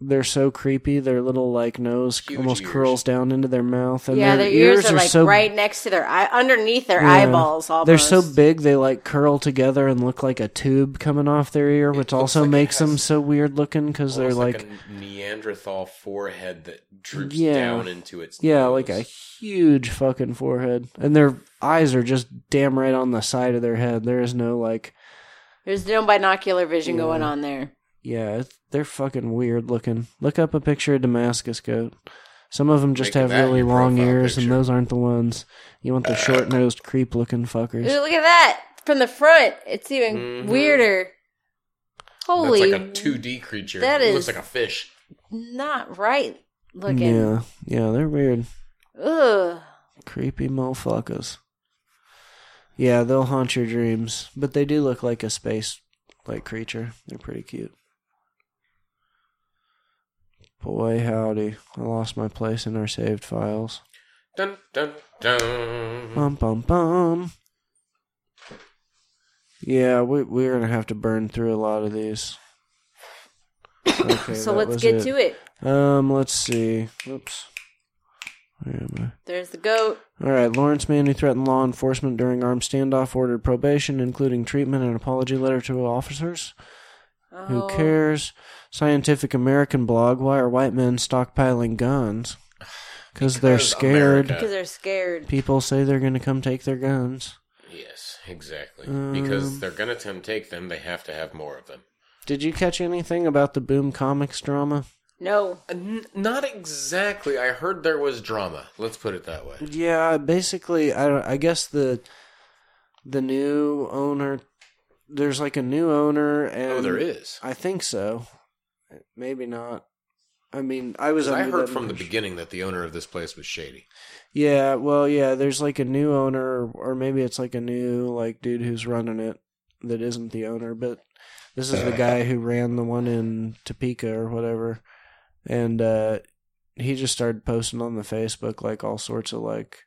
Speaker 1: They're so creepy. Their little like nose
Speaker 2: Huge
Speaker 1: almost
Speaker 2: ears.
Speaker 1: curls down into their mouth, and
Speaker 3: yeah,
Speaker 1: their, ears, are,
Speaker 3: like
Speaker 1: so
Speaker 3: right next to their eye, underneath their
Speaker 1: yeah.
Speaker 3: eyeballs. Almost.
Speaker 1: They're so big they like curl together and look like a tube coming off their ear, which
Speaker 2: looks
Speaker 1: also
Speaker 2: like it
Speaker 1: makes them
Speaker 2: has-
Speaker 1: so weird looking because they're
Speaker 2: Almost
Speaker 1: like,
Speaker 2: a Neanderthal forehead that droops
Speaker 1: Yeah.
Speaker 2: down into its
Speaker 1: yeah,
Speaker 2: nose.
Speaker 1: like a huge fucking forehead, and their eyes are just damn right on the side of their head. There is no like
Speaker 3: There's no binocular vision going on there.
Speaker 1: Yeah, it's- they're fucking weird looking. Look up a picture of Damascus goat. Some of them just
Speaker 2: Making
Speaker 1: have
Speaker 2: that
Speaker 1: really
Speaker 2: your
Speaker 1: long
Speaker 2: profile
Speaker 1: ears,
Speaker 2: picture. Uh.
Speaker 1: and those aren't the ones. You want the short nosed, creep looking
Speaker 3: Ooh,
Speaker 1: fuckers.
Speaker 3: look at that from the front. It's even
Speaker 2: Mhm.
Speaker 3: weirder.
Speaker 2: That's
Speaker 3: Holy,
Speaker 2: like a two D creature.
Speaker 3: That
Speaker 2: That is
Speaker 3: is-
Speaker 2: looks like a fish.
Speaker 3: not right looking.
Speaker 1: Yeah, yeah, they're weird,
Speaker 3: Ugh.
Speaker 1: creepy motherfuckers. Yeah, they'll haunt your dreams, but they do look like a space like creature. They're pretty cute. Boy, howdy. I lost my place in our saved files.
Speaker 2: Dun dun dun.
Speaker 1: Bum bum bum. Yeah, we we're gonna have to burn through a lot of these. Okay,
Speaker 3: So let's get to it.
Speaker 1: Um, let's see. Oops. Where am I?
Speaker 6: There's the goat.
Speaker 1: All right, Lawrence man who threatened law enforcement during armed standoff ordered probation, including treatment and apology letter to officers. Who
Speaker 3: Oh.
Speaker 1: cares? Scientific American blog. Why are white men stockpiling guns? Cause they're
Speaker 2: Because
Speaker 1: scared.
Speaker 2: America.
Speaker 6: Because they're scared.
Speaker 1: People say they're going to come take their guns.
Speaker 2: Yes, exactly.
Speaker 1: Um.
Speaker 2: because they're gonna come take them. They have to have more of them.
Speaker 1: Did you catch anything about the Boom Comics drama?
Speaker 6: No.
Speaker 2: N- not exactly. I heard there was drama. Let's put it that way.
Speaker 1: Yeah, basically, I, I guess the the new owner. There's like a new owner, and
Speaker 2: Oh, there is.
Speaker 1: Um, I think so. Maybe not. I mean, I was.
Speaker 2: I
Speaker 1: under
Speaker 2: heard
Speaker 1: that
Speaker 2: from the
Speaker 1: impression.
Speaker 2: beginning that the owner of this place was shady.
Speaker 1: Yeah, well, yeah. There's like a new owner, or maybe it's like a new like dude who's running it that isn't the owner, but this is the guy who ran the one in Topeka or whatever, and uh, he just started posting on the Facebook like all sorts of like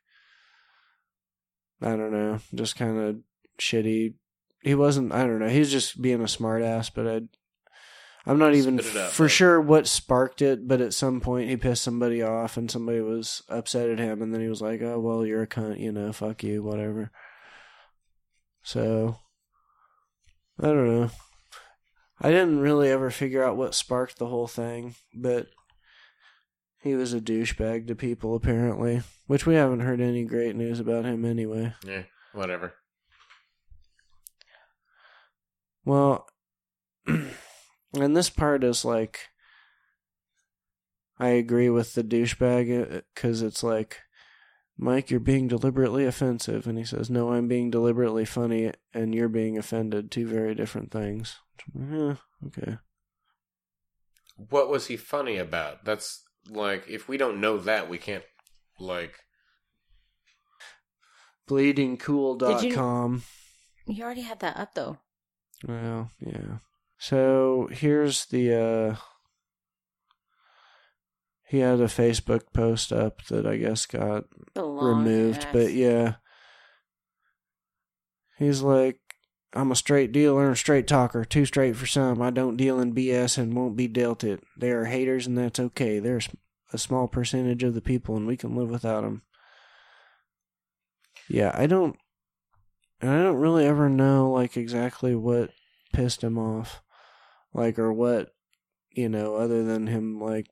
Speaker 1: I don't know, just kind of shitty. He wasn't. I don't know. He was just being a smartass, but I. I'm not even
Speaker 2: Spit it out,
Speaker 1: for
Speaker 2: bud.
Speaker 1: sure what sparked it, but at some point he pissed somebody off and somebody was upset at him, and then he was like, "Oh well, you're a cunt, you know, fuck you, whatever." So I don't know. I didn't really ever figure out what sparked the whole thing, but he was a douchebag to people apparently, which we haven't heard any great news about him anyway.
Speaker 2: Yeah, whatever.
Speaker 1: Well, and this part is like, I agree with the douchebag because it's like, Mike, you're being deliberately offensive. And he says, No, I'm being deliberately funny and you're being offended. Two very different things. Yeah, okay.
Speaker 2: What was he funny about? That's like if we don't know that, we can't like.
Speaker 1: Bleedingcool.com.
Speaker 6: You already had that up though.
Speaker 1: Well, yeah. So here's the uh he had a Facebook post up that I guess got
Speaker 6: The long
Speaker 1: removed, but yeah. He's like I'm a straight dealer and straight talker, too straight for some. I don't deal in BS and won't be dealt it. They are haters and that's okay. There's a small percentage of the people and we can live without them. Yeah, I don't and I don't really ever know like exactly what pissed him off, like or what you know, other than him like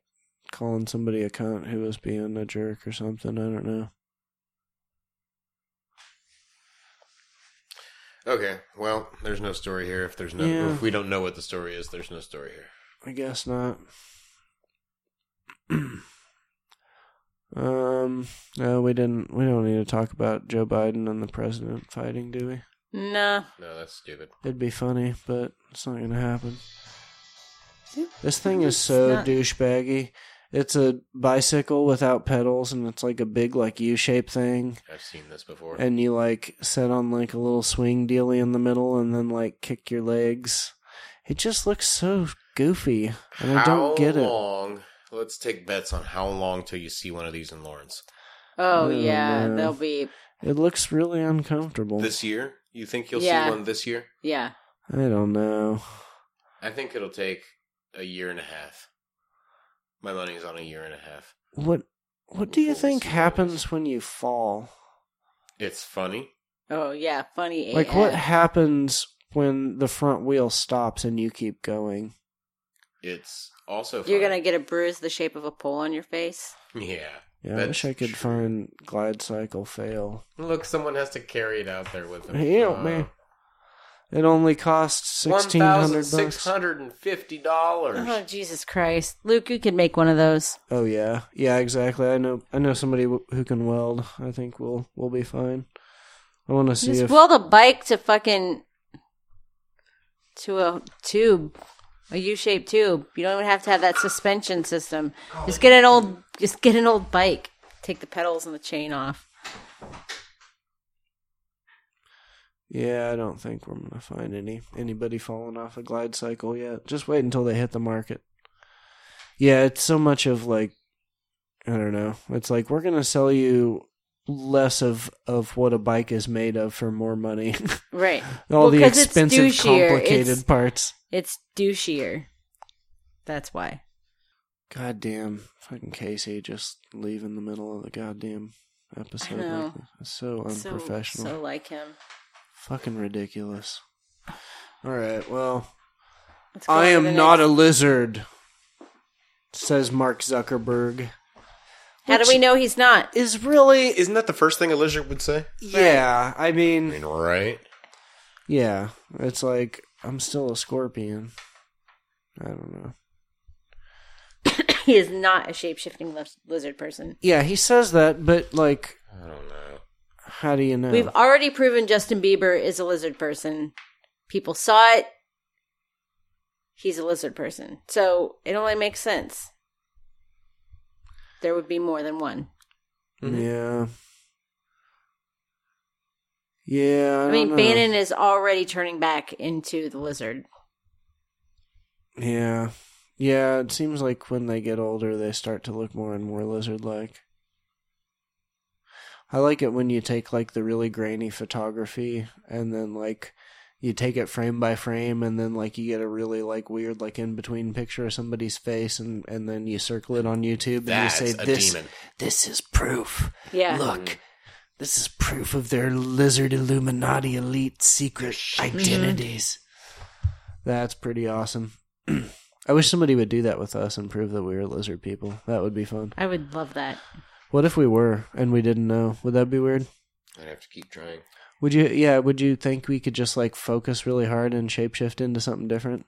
Speaker 1: calling somebody a cunt who was being a jerk or something. I don't know.
Speaker 2: Okay, well, there's no story here. If there's no,
Speaker 1: Yeah.
Speaker 2: if we don't know what the story is, there's no story here.
Speaker 1: I guess not. um, no, we didn't. We don't need to talk about Joe Biden and the president fighting, do we?
Speaker 6: Nah.
Speaker 2: No, that's stupid.
Speaker 1: It'd be funny, but it's not gonna happen.
Speaker 6: Yeah,
Speaker 1: This thing is
Speaker 6: it's
Speaker 1: so
Speaker 6: not-
Speaker 1: douchebaggy. It's a bicycle without pedals, and it's like a big like U shaped thing.
Speaker 2: I've seen this before.
Speaker 1: and you like sit on like a little swing dealy in the middle and then like kick your legs. It just looks so goofy, and I don't get
Speaker 2: how
Speaker 1: it.
Speaker 2: long? Let's take bets on how long till you see one of these in Lawrence
Speaker 6: Oh,
Speaker 1: Oh,
Speaker 6: yeah.
Speaker 1: no.
Speaker 6: They'll be
Speaker 1: It looks really uncomfortable.
Speaker 2: this year. You think you'll
Speaker 6: Yeah.
Speaker 2: see one this year?
Speaker 6: yeah.
Speaker 1: I don't know.
Speaker 2: I think it'll take a year and a half. My money's on a year and a half.
Speaker 1: What what do you
Speaker 2: Fools,
Speaker 1: think
Speaker 2: fools.
Speaker 1: happens when you fall?
Speaker 2: It's funny.
Speaker 6: Oh yeah. Funny.
Speaker 1: Like what
Speaker 6: AF.
Speaker 1: happens when the front wheel stops and you keep going?
Speaker 2: It's also funny.
Speaker 6: You're gonna get a bruise the shape of a pole on your face.
Speaker 2: yeah.
Speaker 1: Yeah, I
Speaker 2: That's
Speaker 1: wish I could
Speaker 2: true.
Speaker 1: find glide cycle fail.
Speaker 2: Look, someone has to carry it out there with them.
Speaker 1: Help
Speaker 2: Uh,
Speaker 1: me. It only costs sixteen hundred bucks. Uh-huh.
Speaker 2: $1,650.
Speaker 6: Oh Jesus Christ, Luke, you could make one of those.
Speaker 1: Oh yeah, yeah, exactly. I know, I know somebody w- who can weld. I think we'll we'll be fine. I want to see
Speaker 6: Just
Speaker 1: if
Speaker 6: weld a bike to fucking to a tube, a U-shaped tube. You don't even have to have that suspension system. Just get an old, just get an old bike. Take the pedals and the chain off.
Speaker 1: yeah. I don't think we're gonna find any anybody falling off a glide cycle yet. Just wait until they hit the market. Yeah, it's so much of like, I don't know. It's like we're gonna sell you less of of what a bike is made of for more money.
Speaker 6: Right.
Speaker 1: All
Speaker 6: Well,
Speaker 1: the
Speaker 6: 'cause it's
Speaker 1: expensive,
Speaker 6: douchier.
Speaker 1: complicated
Speaker 6: It's-
Speaker 1: parts.
Speaker 6: It's douchier. That's why.
Speaker 1: Goddamn fucking Casey just leave in the middle of the goddamn episode.
Speaker 6: I know.
Speaker 1: Like that. It's so
Speaker 6: So,
Speaker 1: unprofessional.
Speaker 6: so like him.
Speaker 1: Fucking ridiculous. All right, well,
Speaker 6: Let's go
Speaker 1: I
Speaker 6: on to the
Speaker 1: am not
Speaker 6: next-
Speaker 1: a lizard, says Mark Zuckerberg.
Speaker 6: How do we know he's not?
Speaker 1: Is really,
Speaker 2: Isn't that the first thing a lizard would say?
Speaker 1: yeah. I
Speaker 2: I
Speaker 1: mean,
Speaker 2: mean, right?
Speaker 1: yeah. It's like I'm still a scorpion. I don't know.
Speaker 6: He is not a shape shifting lizard person.
Speaker 1: Yeah, he says that, but like,
Speaker 2: I don't know.
Speaker 1: how do you
Speaker 2: Oh.
Speaker 1: know?
Speaker 6: We've already proven Justin Bieber is a lizard person. People saw it. He's a lizard person. So it only makes sense. There would be more than one.
Speaker 1: Yeah. Yeah. I,
Speaker 6: I,
Speaker 1: don't
Speaker 6: mean,
Speaker 2: Oh.
Speaker 1: know.
Speaker 6: Bannon is already turning back into the lizard.
Speaker 1: Yeah. Yeah, it seems like when they get older, they start to look more and more lizard like. I like it when you take, like, the really grainy photography and then, like, you take it frame by frame and then, like, you get a really, like, weird, like, in between picture of somebody's face and, and then you circle it on YouTube
Speaker 2: That's
Speaker 1: and you say,
Speaker 2: a
Speaker 1: this,
Speaker 2: demon.
Speaker 1: this is proof.
Speaker 6: Yeah.
Speaker 1: Look, this is proof of their lizard Illuminati elite secret identities.
Speaker 6: Mm-hmm.
Speaker 1: That's pretty awesome. I wish somebody would do that with us and prove that we were lizard people. That would be fun.
Speaker 6: I would love that.
Speaker 1: What if we were and we didn't know? Would that be weird?
Speaker 2: I'd have to keep trying.
Speaker 1: Would you, yeah, would you think we could just like focus really hard and shapeshift into something different?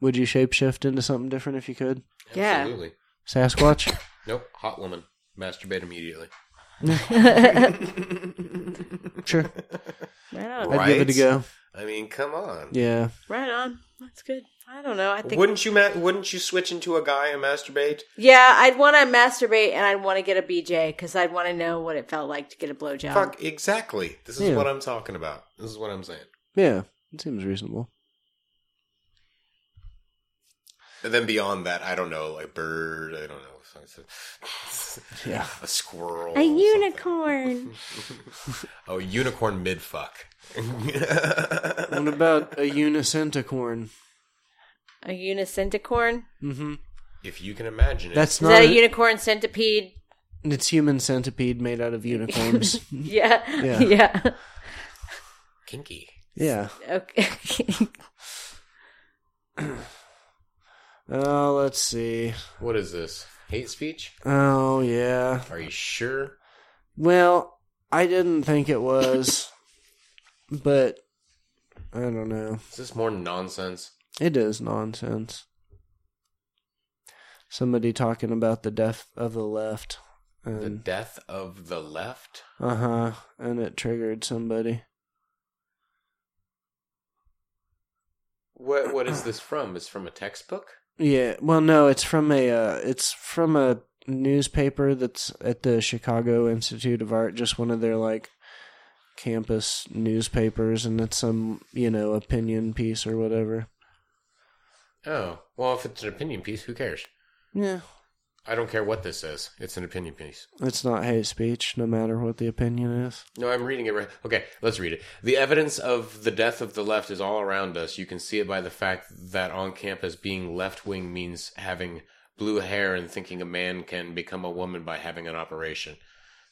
Speaker 1: Would you shapeshift into something different if you could?
Speaker 6: Yeah.
Speaker 2: Absolutely.
Speaker 1: Sasquatch?
Speaker 2: Nope. Hot woman. Masturbate immediately.
Speaker 1: Sure.
Speaker 6: Right on.
Speaker 1: I'd give it a go.
Speaker 2: I mean, come on.
Speaker 1: Yeah.
Speaker 6: Right on. That's good. I don't know. I think.
Speaker 2: Wouldn't you? Ma- wouldn't you switch into a guy and masturbate?
Speaker 6: yeah, I'd want to masturbate and I'd want to get a BJ because I'd want to know what it felt like to get a blowjob.
Speaker 2: Fuck. Exactly. This is
Speaker 1: Yeah.
Speaker 2: what I'm talking about. This is what I'm saying.
Speaker 1: Yeah. It seems reasonable.
Speaker 2: And then beyond that, I don't know. Like bird. I don't know.
Speaker 1: Yeah.
Speaker 2: a squirrel.
Speaker 6: A
Speaker 2: or something.
Speaker 6: unicorn.
Speaker 2: Oh, a unicorn mid fuck.
Speaker 1: What about a unicenticorn?
Speaker 6: a unicenticorn.
Speaker 1: Mm-hmm.
Speaker 2: if you can imagine it.
Speaker 1: That's
Speaker 6: Is
Speaker 1: not.
Speaker 6: that a
Speaker 1: a-
Speaker 6: unicorn centipede?
Speaker 1: it's human centipede made out of unicorns.
Speaker 6: Yeah.
Speaker 1: Yeah.
Speaker 6: Yeah.
Speaker 2: kinky.
Speaker 1: yeah.
Speaker 6: Okay.
Speaker 1: Oh, let's see.
Speaker 2: What is this? Hate speech?
Speaker 1: Oh, yeah.
Speaker 2: Are you sure?
Speaker 1: Well, I didn't think it was, but I don't know.
Speaker 2: Is this more nonsense?
Speaker 1: It is nonsense. Somebody talking about the death of the left,
Speaker 2: The
Speaker 1: and
Speaker 2: death of the left?
Speaker 1: uh huh, and it triggered somebody.
Speaker 2: What What is this from? It's from a textbook?
Speaker 1: Yeah, well, no, it's from a uh, it's from a newspaper that's at the Chicago Institute of Art, just one of their like campus newspapers, and it's some you know opinion piece or whatever.
Speaker 2: Oh, well, if it's an opinion piece, who cares?
Speaker 1: Yeah,
Speaker 2: I don't care what this is. It's an opinion piece.
Speaker 1: it's not hate speech, no matter what the opinion is.
Speaker 2: No, I'm reading it right. Okay, let's read it. The evidence of the death of the left is all around us. You can see it by the fact that on campus being left wing means having blue hair and thinking a man can become a woman by having an operation.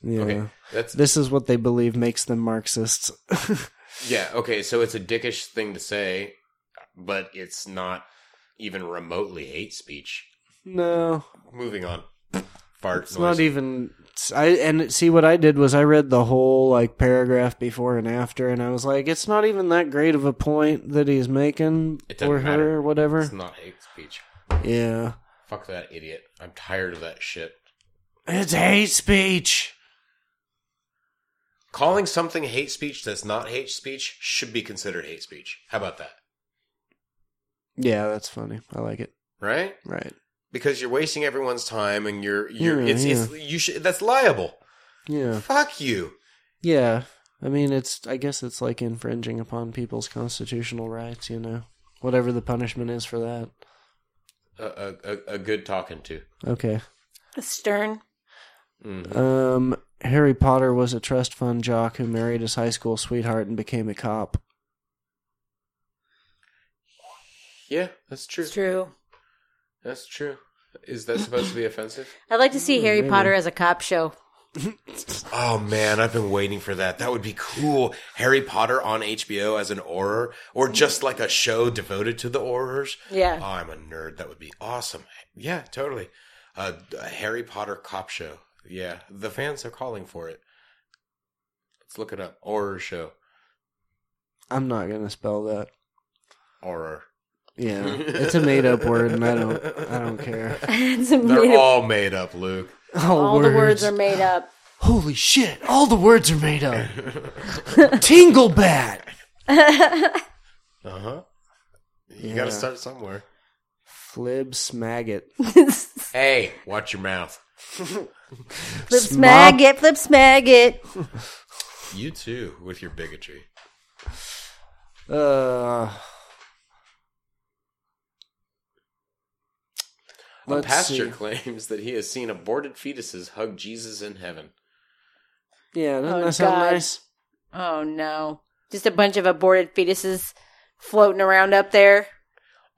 Speaker 1: Yeah,
Speaker 2: Okay, that's
Speaker 1: this is what they believe makes them Marxists.
Speaker 2: Yeah, okay, so it's a dickish thing to say, but it's not even remotely hate speech.
Speaker 1: no,
Speaker 2: Moving on. Fart
Speaker 1: It's
Speaker 2: noise.
Speaker 1: not even. I and see what I did was I read the whole like paragraph before and after, and I was like, it's not even that great of a point that he's making
Speaker 2: It doesn't
Speaker 1: or her
Speaker 2: matter.
Speaker 1: or whatever.
Speaker 2: it's not hate speech.
Speaker 1: yeah,
Speaker 2: Fuck that idiot. I'm tired of that shit.
Speaker 1: it's hate speech.
Speaker 2: Calling something hate speech that's not hate speech should be considered hate speech. How about that?
Speaker 1: Yeah, that's funny. I like it.
Speaker 2: Right?
Speaker 1: Right.
Speaker 2: Because you're wasting everyone's time and you're you're
Speaker 1: Yeah,
Speaker 2: it's, it's you should that's liable.
Speaker 1: Yeah.
Speaker 2: Fuck you.
Speaker 1: Yeah. I mean, it's. I guess it's like infringing upon people's constitutional rights. You know, whatever the punishment is for that.
Speaker 2: A, a, a, a good talking to.
Speaker 1: Okay.
Speaker 6: Stern.
Speaker 2: Mm-hmm.
Speaker 1: Um, Harry Potter was a trust fund jock who married his high school sweetheart and became a cop.
Speaker 2: Yeah, that's true.
Speaker 6: It's true.
Speaker 2: That's true. Is that supposed to be offensive?
Speaker 3: I'd like to see Harry Potter as a cop show.
Speaker 2: Oh man, I've been waiting for that. That would be cool. Harry Potter on HBO as an horror, or just like a show devoted to the horrors.
Speaker 3: Yeah.
Speaker 2: Oh, I'm a nerd. That would be awesome. Yeah, totally. Uh, a Harry Potter cop show. Yeah, the fans are calling for it. Let's look it up. Horror show.
Speaker 1: I'm not gonna spell that.
Speaker 2: Horror.
Speaker 1: Yeah, it's a made up word, and I don't, I don't care.
Speaker 3: It's a
Speaker 2: They're
Speaker 3: made up-
Speaker 2: all made up, Luke.
Speaker 1: All,
Speaker 3: all the words are made up.
Speaker 1: Holy shit! All the words are made up. Tingle bat.
Speaker 2: Uh huh. You
Speaker 1: Yeah.
Speaker 2: got to start somewhere.
Speaker 1: Flib smaggot.
Speaker 2: Hey, watch your mouth.
Speaker 3: Flip smag it, flip smag it.
Speaker 2: You too, with your bigotry.
Speaker 1: Uh.
Speaker 2: A
Speaker 1: Let's
Speaker 2: pastor
Speaker 1: see.
Speaker 2: claims that he has seen aborted fetuses hug Jesus in heaven.
Speaker 1: Yeah, doesn't
Speaker 3: Oh,
Speaker 1: that sound
Speaker 3: God.
Speaker 1: nice?
Speaker 3: Oh no. Just a bunch of aborted fetuses floating around up there.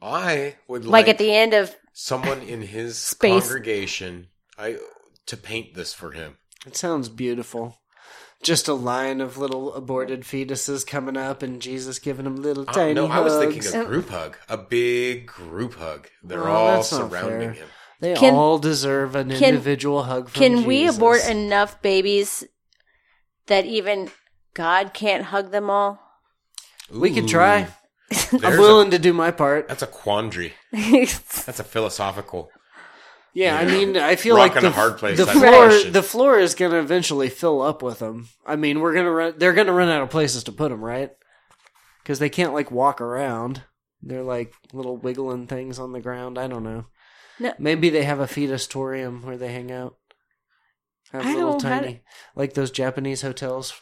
Speaker 2: I would like,
Speaker 3: Like, at the end of
Speaker 2: someone in his
Speaker 3: Space.
Speaker 2: congregation I to paint this for him.
Speaker 1: It sounds beautiful. Just a line of little aborted fetuses coming up, and Jesus giving them little
Speaker 2: I-
Speaker 1: tiny
Speaker 2: no, I was
Speaker 1: hugs.
Speaker 2: thinking a group hug, a big group hug. They're
Speaker 1: Oh,
Speaker 2: all
Speaker 1: that's not
Speaker 2: surrounding
Speaker 1: fair.
Speaker 2: him.
Speaker 1: they
Speaker 3: Can-
Speaker 1: all deserve an
Speaker 3: can-
Speaker 1: individual hug. From
Speaker 3: Can we
Speaker 1: Jesus.
Speaker 3: abort enough babies that even God can't hug them all?
Speaker 1: We could try.
Speaker 2: Ooh,
Speaker 1: I'm
Speaker 2: there's
Speaker 1: willing
Speaker 2: a-
Speaker 1: to do my part.
Speaker 2: that's a quandary. That's a philosophical.
Speaker 1: Yeah, I
Speaker 2: Yeah.
Speaker 1: mean, I feel
Speaker 2: Rock
Speaker 1: like
Speaker 2: and
Speaker 1: the,
Speaker 2: a hard place
Speaker 1: the
Speaker 2: type of
Speaker 1: floor
Speaker 2: question.
Speaker 1: the floor is going to eventually fill up with them. I mean, we're going to run they're going to run out of places to put them, right? Cuz they can't like walk around. They're like little wiggling things on the ground. I don't know.
Speaker 3: No.
Speaker 1: Maybe they have a fetustorium where they hang out. Have
Speaker 3: I
Speaker 1: little
Speaker 3: don't- how
Speaker 1: tiny like those Japanese hotels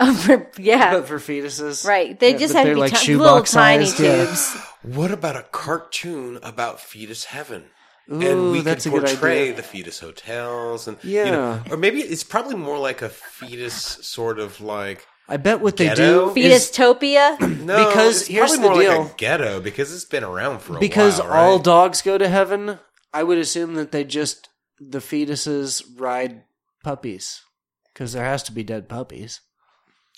Speaker 3: Um, yeah.
Speaker 1: but for fetuses.
Speaker 3: Right. They
Speaker 1: Yeah,
Speaker 3: just
Speaker 1: but
Speaker 3: have to
Speaker 1: they're
Speaker 3: be
Speaker 1: like
Speaker 3: ti- little
Speaker 1: shoebox
Speaker 3: tiny
Speaker 1: sized, yeah.
Speaker 3: tubes.
Speaker 2: What about a cartoon about fetus heaven?
Speaker 1: Ooh,
Speaker 2: and we
Speaker 1: that's a
Speaker 2: could
Speaker 1: good
Speaker 2: portray
Speaker 1: idea.
Speaker 2: the fetus hotels and you know,
Speaker 1: Yeah.
Speaker 2: or maybe it's probably more like a fetus sort of like
Speaker 1: I bet what they
Speaker 2: Ghetto?
Speaker 1: do is
Speaker 3: Fetustopia.
Speaker 2: no
Speaker 1: Because
Speaker 2: it's
Speaker 1: here's
Speaker 2: probably
Speaker 1: the
Speaker 2: more
Speaker 1: deal.
Speaker 2: like a ghetto because it's been around for a
Speaker 1: because
Speaker 2: while,
Speaker 1: all
Speaker 2: Oh, right?
Speaker 1: dogs go to heaven i would assume that they just the fetuses ride puppies because there has to be dead puppies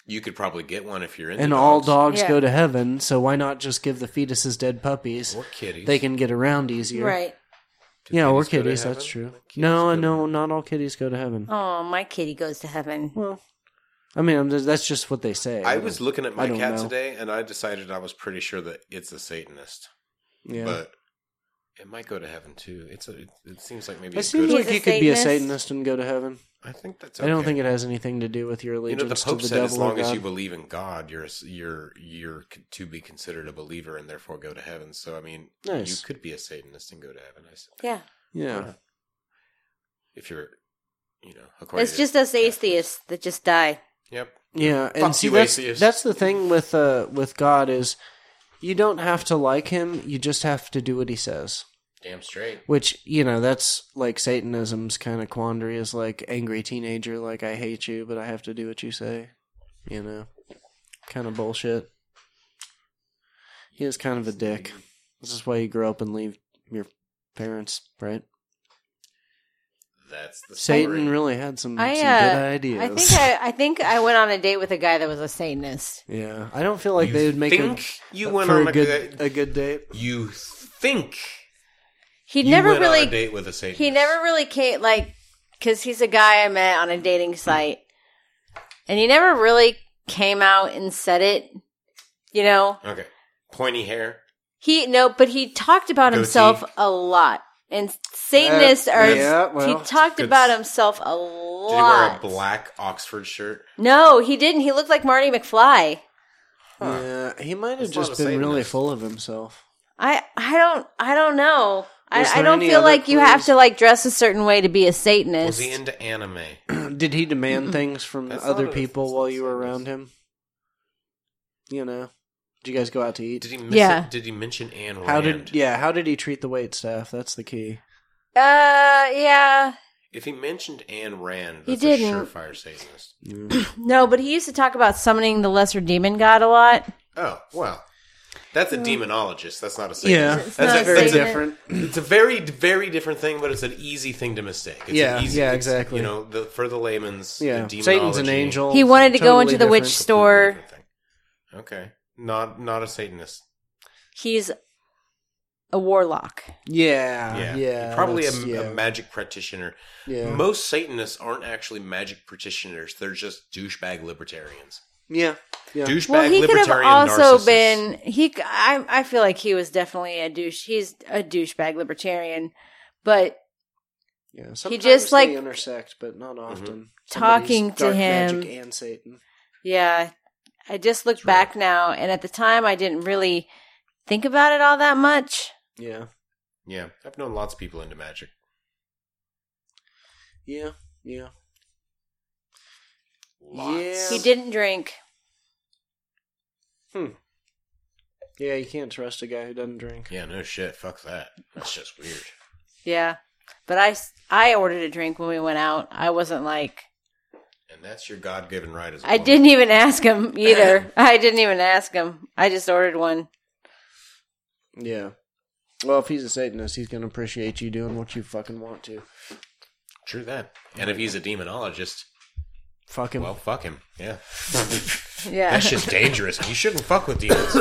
Speaker 2: you could probably get one if you're in
Speaker 1: and all
Speaker 2: dogs
Speaker 1: dogs
Speaker 3: Yeah.
Speaker 1: go to heaven so why not just give the fetuses dead puppies
Speaker 2: or kitties
Speaker 1: they can get around easier
Speaker 3: Right.
Speaker 2: Do
Speaker 1: yeah or
Speaker 2: kitties go to
Speaker 1: kitties
Speaker 2: heaven?
Speaker 1: that's true
Speaker 2: Kitties
Speaker 1: no
Speaker 2: go to
Speaker 1: no not all kitties go to heaven
Speaker 3: Oh, my kitty goes to heaven.
Speaker 1: well i mean I'm just, that's just what they say
Speaker 2: I was looking at my
Speaker 1: I don't
Speaker 2: cat
Speaker 1: know.
Speaker 2: today and I decided I was pretty sure that it's a Satanist,
Speaker 1: yeah
Speaker 2: but it might go to heaven too. It's a, it, it seems like maybe
Speaker 1: it
Speaker 2: a
Speaker 1: seems
Speaker 2: good.
Speaker 1: like
Speaker 3: He's a
Speaker 1: you could be a
Speaker 3: Satanist?
Speaker 1: satanist and go to heaven
Speaker 2: I think that's.
Speaker 1: i don't
Speaker 2: okay.
Speaker 1: think it has anything to do with your
Speaker 2: You
Speaker 1: allegiance
Speaker 2: know, the Pope
Speaker 1: to the
Speaker 2: said
Speaker 1: devil
Speaker 2: as
Speaker 1: or
Speaker 2: long as
Speaker 1: God.
Speaker 2: you believe in God, you're you're you're c- to be considered a believer and therefore go to heaven. So I mean,
Speaker 1: Nice.
Speaker 2: you could be a Satanist and go to heaven. I s-
Speaker 3: Yeah.
Speaker 1: yeah
Speaker 2: if you're, you know, according
Speaker 3: It's
Speaker 2: to-
Speaker 3: just us atheists that just die.
Speaker 2: Yep.
Speaker 1: Yeah, and
Speaker 2: Fuck
Speaker 1: see
Speaker 2: you,
Speaker 1: that's,
Speaker 2: atheist.
Speaker 1: that's the thing with uh with God is you don't have to like him, you just have to do what he says.
Speaker 2: Damn straight.
Speaker 1: Which, you know, that's like Satanism's kind of quandary is like angry teenager like I hate you, but I have to do what you say. You know. Kind of bullshit. He is kind of a dick. This is why you grow up and leave your parents, right?
Speaker 2: That's the
Speaker 1: Satan
Speaker 2: story.
Speaker 1: really had some,
Speaker 3: I,
Speaker 1: some
Speaker 3: uh,
Speaker 1: good ideas.
Speaker 3: I think I, I think I went on a date with a guy that was a Satanist.
Speaker 1: yeah, I don't feel like
Speaker 2: You
Speaker 1: they would make
Speaker 2: think
Speaker 1: a,
Speaker 2: you went
Speaker 1: for
Speaker 2: on
Speaker 1: a
Speaker 2: a
Speaker 1: good
Speaker 2: date-
Speaker 1: a good date.
Speaker 2: You think
Speaker 3: He
Speaker 2: you
Speaker 3: never
Speaker 2: went on a
Speaker 3: really
Speaker 2: date with a Satanist?
Speaker 3: he never really came like because he's a guy I met on a dating site, and he never really came out and said it. You know,
Speaker 2: Okay. Pointy hair.
Speaker 3: he no, but he talked about
Speaker 2: Goatee.
Speaker 3: himself a lot. And Satanists
Speaker 1: Uh,
Speaker 3: are
Speaker 1: yeah, well,
Speaker 3: he talked
Speaker 2: good.
Speaker 3: about himself a
Speaker 2: Did he wear a
Speaker 3: lot.
Speaker 2: black Oxford shirt?
Speaker 3: no, he didn't. He looked like Marty McFly.
Speaker 1: Yeah, he might have
Speaker 2: That's not
Speaker 1: just
Speaker 2: a
Speaker 1: been really
Speaker 2: Satanist.
Speaker 1: full of himself.
Speaker 3: I I don't I don't
Speaker 1: Was
Speaker 3: know. I, I
Speaker 1: there
Speaker 3: don't
Speaker 1: any
Speaker 3: feel
Speaker 1: other
Speaker 3: like you have
Speaker 1: clues?
Speaker 3: to like dress a certain way to be a
Speaker 2: Was
Speaker 3: Satanist.
Speaker 2: he into anime?
Speaker 1: Did he demand things from
Speaker 2: That's
Speaker 1: other
Speaker 2: not a-
Speaker 1: people
Speaker 2: that's
Speaker 1: while
Speaker 2: not
Speaker 1: you were
Speaker 2: Satanist.
Speaker 1: around him? You know, did you guys go out to eat?
Speaker 2: Did he miss
Speaker 3: Yeah.
Speaker 2: it? Did he mention Anne
Speaker 1: how
Speaker 2: Rand?
Speaker 1: did yeah? How did he treat the wait staff? That's the key.
Speaker 3: uh yeah.
Speaker 2: If he mentioned Anne Rand,
Speaker 3: He
Speaker 2: that's a
Speaker 3: didn't.
Speaker 2: surefire Satanist.
Speaker 3: No, but he used to talk about summoning the lesser demon god a lot.
Speaker 2: Oh well, That's a
Speaker 3: Mm.
Speaker 2: demonologist. That's not a Satanist.
Speaker 1: Yeah.
Speaker 2: that's
Speaker 1: It's
Speaker 7: not
Speaker 2: a,
Speaker 7: a
Speaker 2: that's a-
Speaker 7: Satanist.
Speaker 1: different.
Speaker 2: it's a very, very different thing, but it's an easy thing to mistake. It's an
Speaker 1: Yeah,
Speaker 2: easy-
Speaker 1: yeah,
Speaker 2: it's,
Speaker 1: exactly.
Speaker 2: You know, the, for the layman's,
Speaker 1: Yeah,
Speaker 2: the
Speaker 1: Satan's an
Speaker 2: demonology-
Speaker 1: angel.
Speaker 3: He wanted to go
Speaker 1: Totally
Speaker 3: into the witch
Speaker 1: different.
Speaker 3: store.
Speaker 2: Different thing. Okay, not not a Satanist.
Speaker 3: He's a warlock.
Speaker 1: Yeah,
Speaker 2: Yeah,
Speaker 1: Uh, yeah,
Speaker 2: probably a,
Speaker 1: that's-
Speaker 2: a
Speaker 1: yeah,
Speaker 2: magic practitioner.
Speaker 1: yeah.
Speaker 2: Most Satanists aren't actually magic practitioners; they're just douchebag libertarians.
Speaker 1: yeah, yeah.
Speaker 2: Douchebag
Speaker 3: Well, he could
Speaker 2: libertarian
Speaker 3: have also
Speaker 2: narcissists.
Speaker 3: been he. c- I I feel like he was definitely a douche. He's a douchebag libertarian, but
Speaker 1: yeah.
Speaker 3: He
Speaker 1: Sometimes
Speaker 3: just, like-
Speaker 1: they intersect, but not often. Somebody's
Speaker 3: Talking to
Speaker 1: dark
Speaker 3: him.
Speaker 1: magic and Satan.
Speaker 3: yeah, I just look back now, and at the time I didn't really think about it all that much.
Speaker 1: Yeah,
Speaker 2: Yeah, I've known lots of people into magic.
Speaker 1: yeah, yeah.
Speaker 2: Lots.
Speaker 3: He
Speaker 1: Yeah.
Speaker 3: didn't drink.
Speaker 1: Yeah, you can't trust a guy who doesn't drink.
Speaker 2: Yeah, no shit. Fuck that. That's just weird.
Speaker 3: Yeah, but I s- I ordered a drink when we went out. I wasn't like
Speaker 2: And that's your God-given right as a
Speaker 3: I
Speaker 1: Oh.
Speaker 2: woman.
Speaker 3: didn't even ask him either. I didn't even ask him. I just ordered one.
Speaker 1: Yeah. Well, if he's a Satanist, he's gonna appreciate you doing what you fucking want to.
Speaker 2: True that. And if he's a demonologist,
Speaker 1: Fuck him.
Speaker 2: well, fuck him. Yeah,
Speaker 3: Yeah,
Speaker 2: that shit's dangerous. You shouldn't fuck with demons.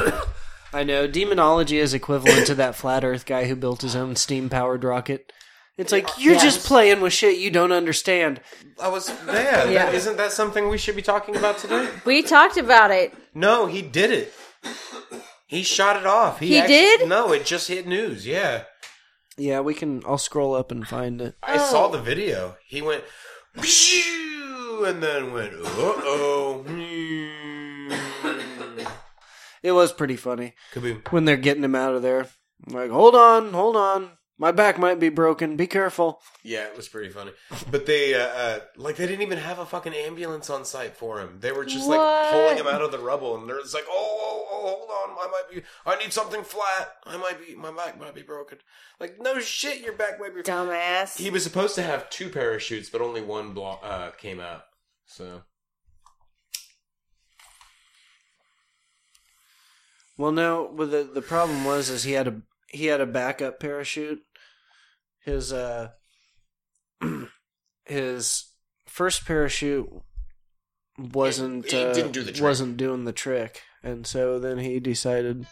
Speaker 1: I know demonology is equivalent to that flat Earth guy who built his own steam-powered rocket. It's like you're just playing with shit you don't understand.
Speaker 2: I was there.
Speaker 3: Yeah.
Speaker 2: Isn't that something we should be talking about today?
Speaker 3: we talked about it.
Speaker 2: No, he did it. He shot it off.
Speaker 3: He did?
Speaker 2: No, it just hit news. Yeah,
Speaker 1: Yeah, we can. I'll scroll up and find it.
Speaker 2: I saw the video. He went, "Pshoo," and then went, uh oh.
Speaker 1: It was pretty funny
Speaker 2: Kaboom.
Speaker 1: when they're getting him out of there. I'm like, hold on, hold on. My back might be broken. Be careful.
Speaker 2: Yeah, it was pretty funny. But they, uh, uh, like, they didn't even have a fucking ambulance on site for him. They were just, like,
Speaker 3: What?
Speaker 2: pulling him out of the rubble, and they're just like, oh, oh, oh, hold on, I might be, I need something flat. I might be, my back might be broken. Like, no shit, your back might be
Speaker 3: Dumbass.
Speaker 2: He was supposed to have two parachutes, but only one blo- uh, came out. So
Speaker 1: Well, no. Well, the the problem was is he had a he had a backup parachute. His uh, his first parachute wasn't
Speaker 2: It- it
Speaker 1: uh,
Speaker 2: didn't do the trick.
Speaker 1: wasn't doing the trick, and so then he decided.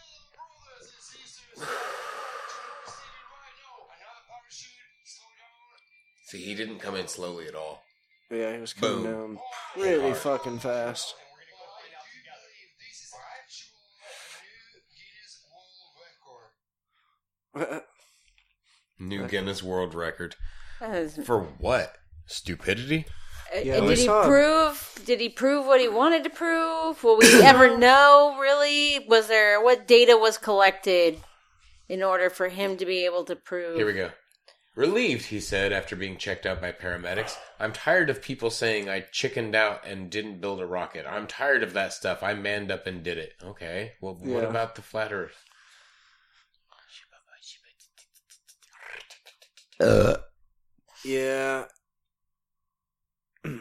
Speaker 2: see, he didn't come in slowly at all.
Speaker 1: Yeah, he was coming
Speaker 2: Boom.
Speaker 1: down really fucking fast.
Speaker 2: New Guinness World Record
Speaker 3: That is-
Speaker 2: for what? Stupidity.
Speaker 1: Yeah,
Speaker 3: And
Speaker 1: we
Speaker 3: did he
Speaker 1: saw him.
Speaker 3: prove? Did he prove what he wanted to prove? Will we ever know? Really? Was there what data was collected in order for him to be able to prove?
Speaker 2: Here we go. Relieved, he said after being checked out by paramedics. I'm tired of people saying I chickened out and didn't build a rocket. I'm tired of that stuff. I manned up and did it. Okay. Well, what
Speaker 1: Yeah.
Speaker 2: about the flat Earth?
Speaker 1: Yeah.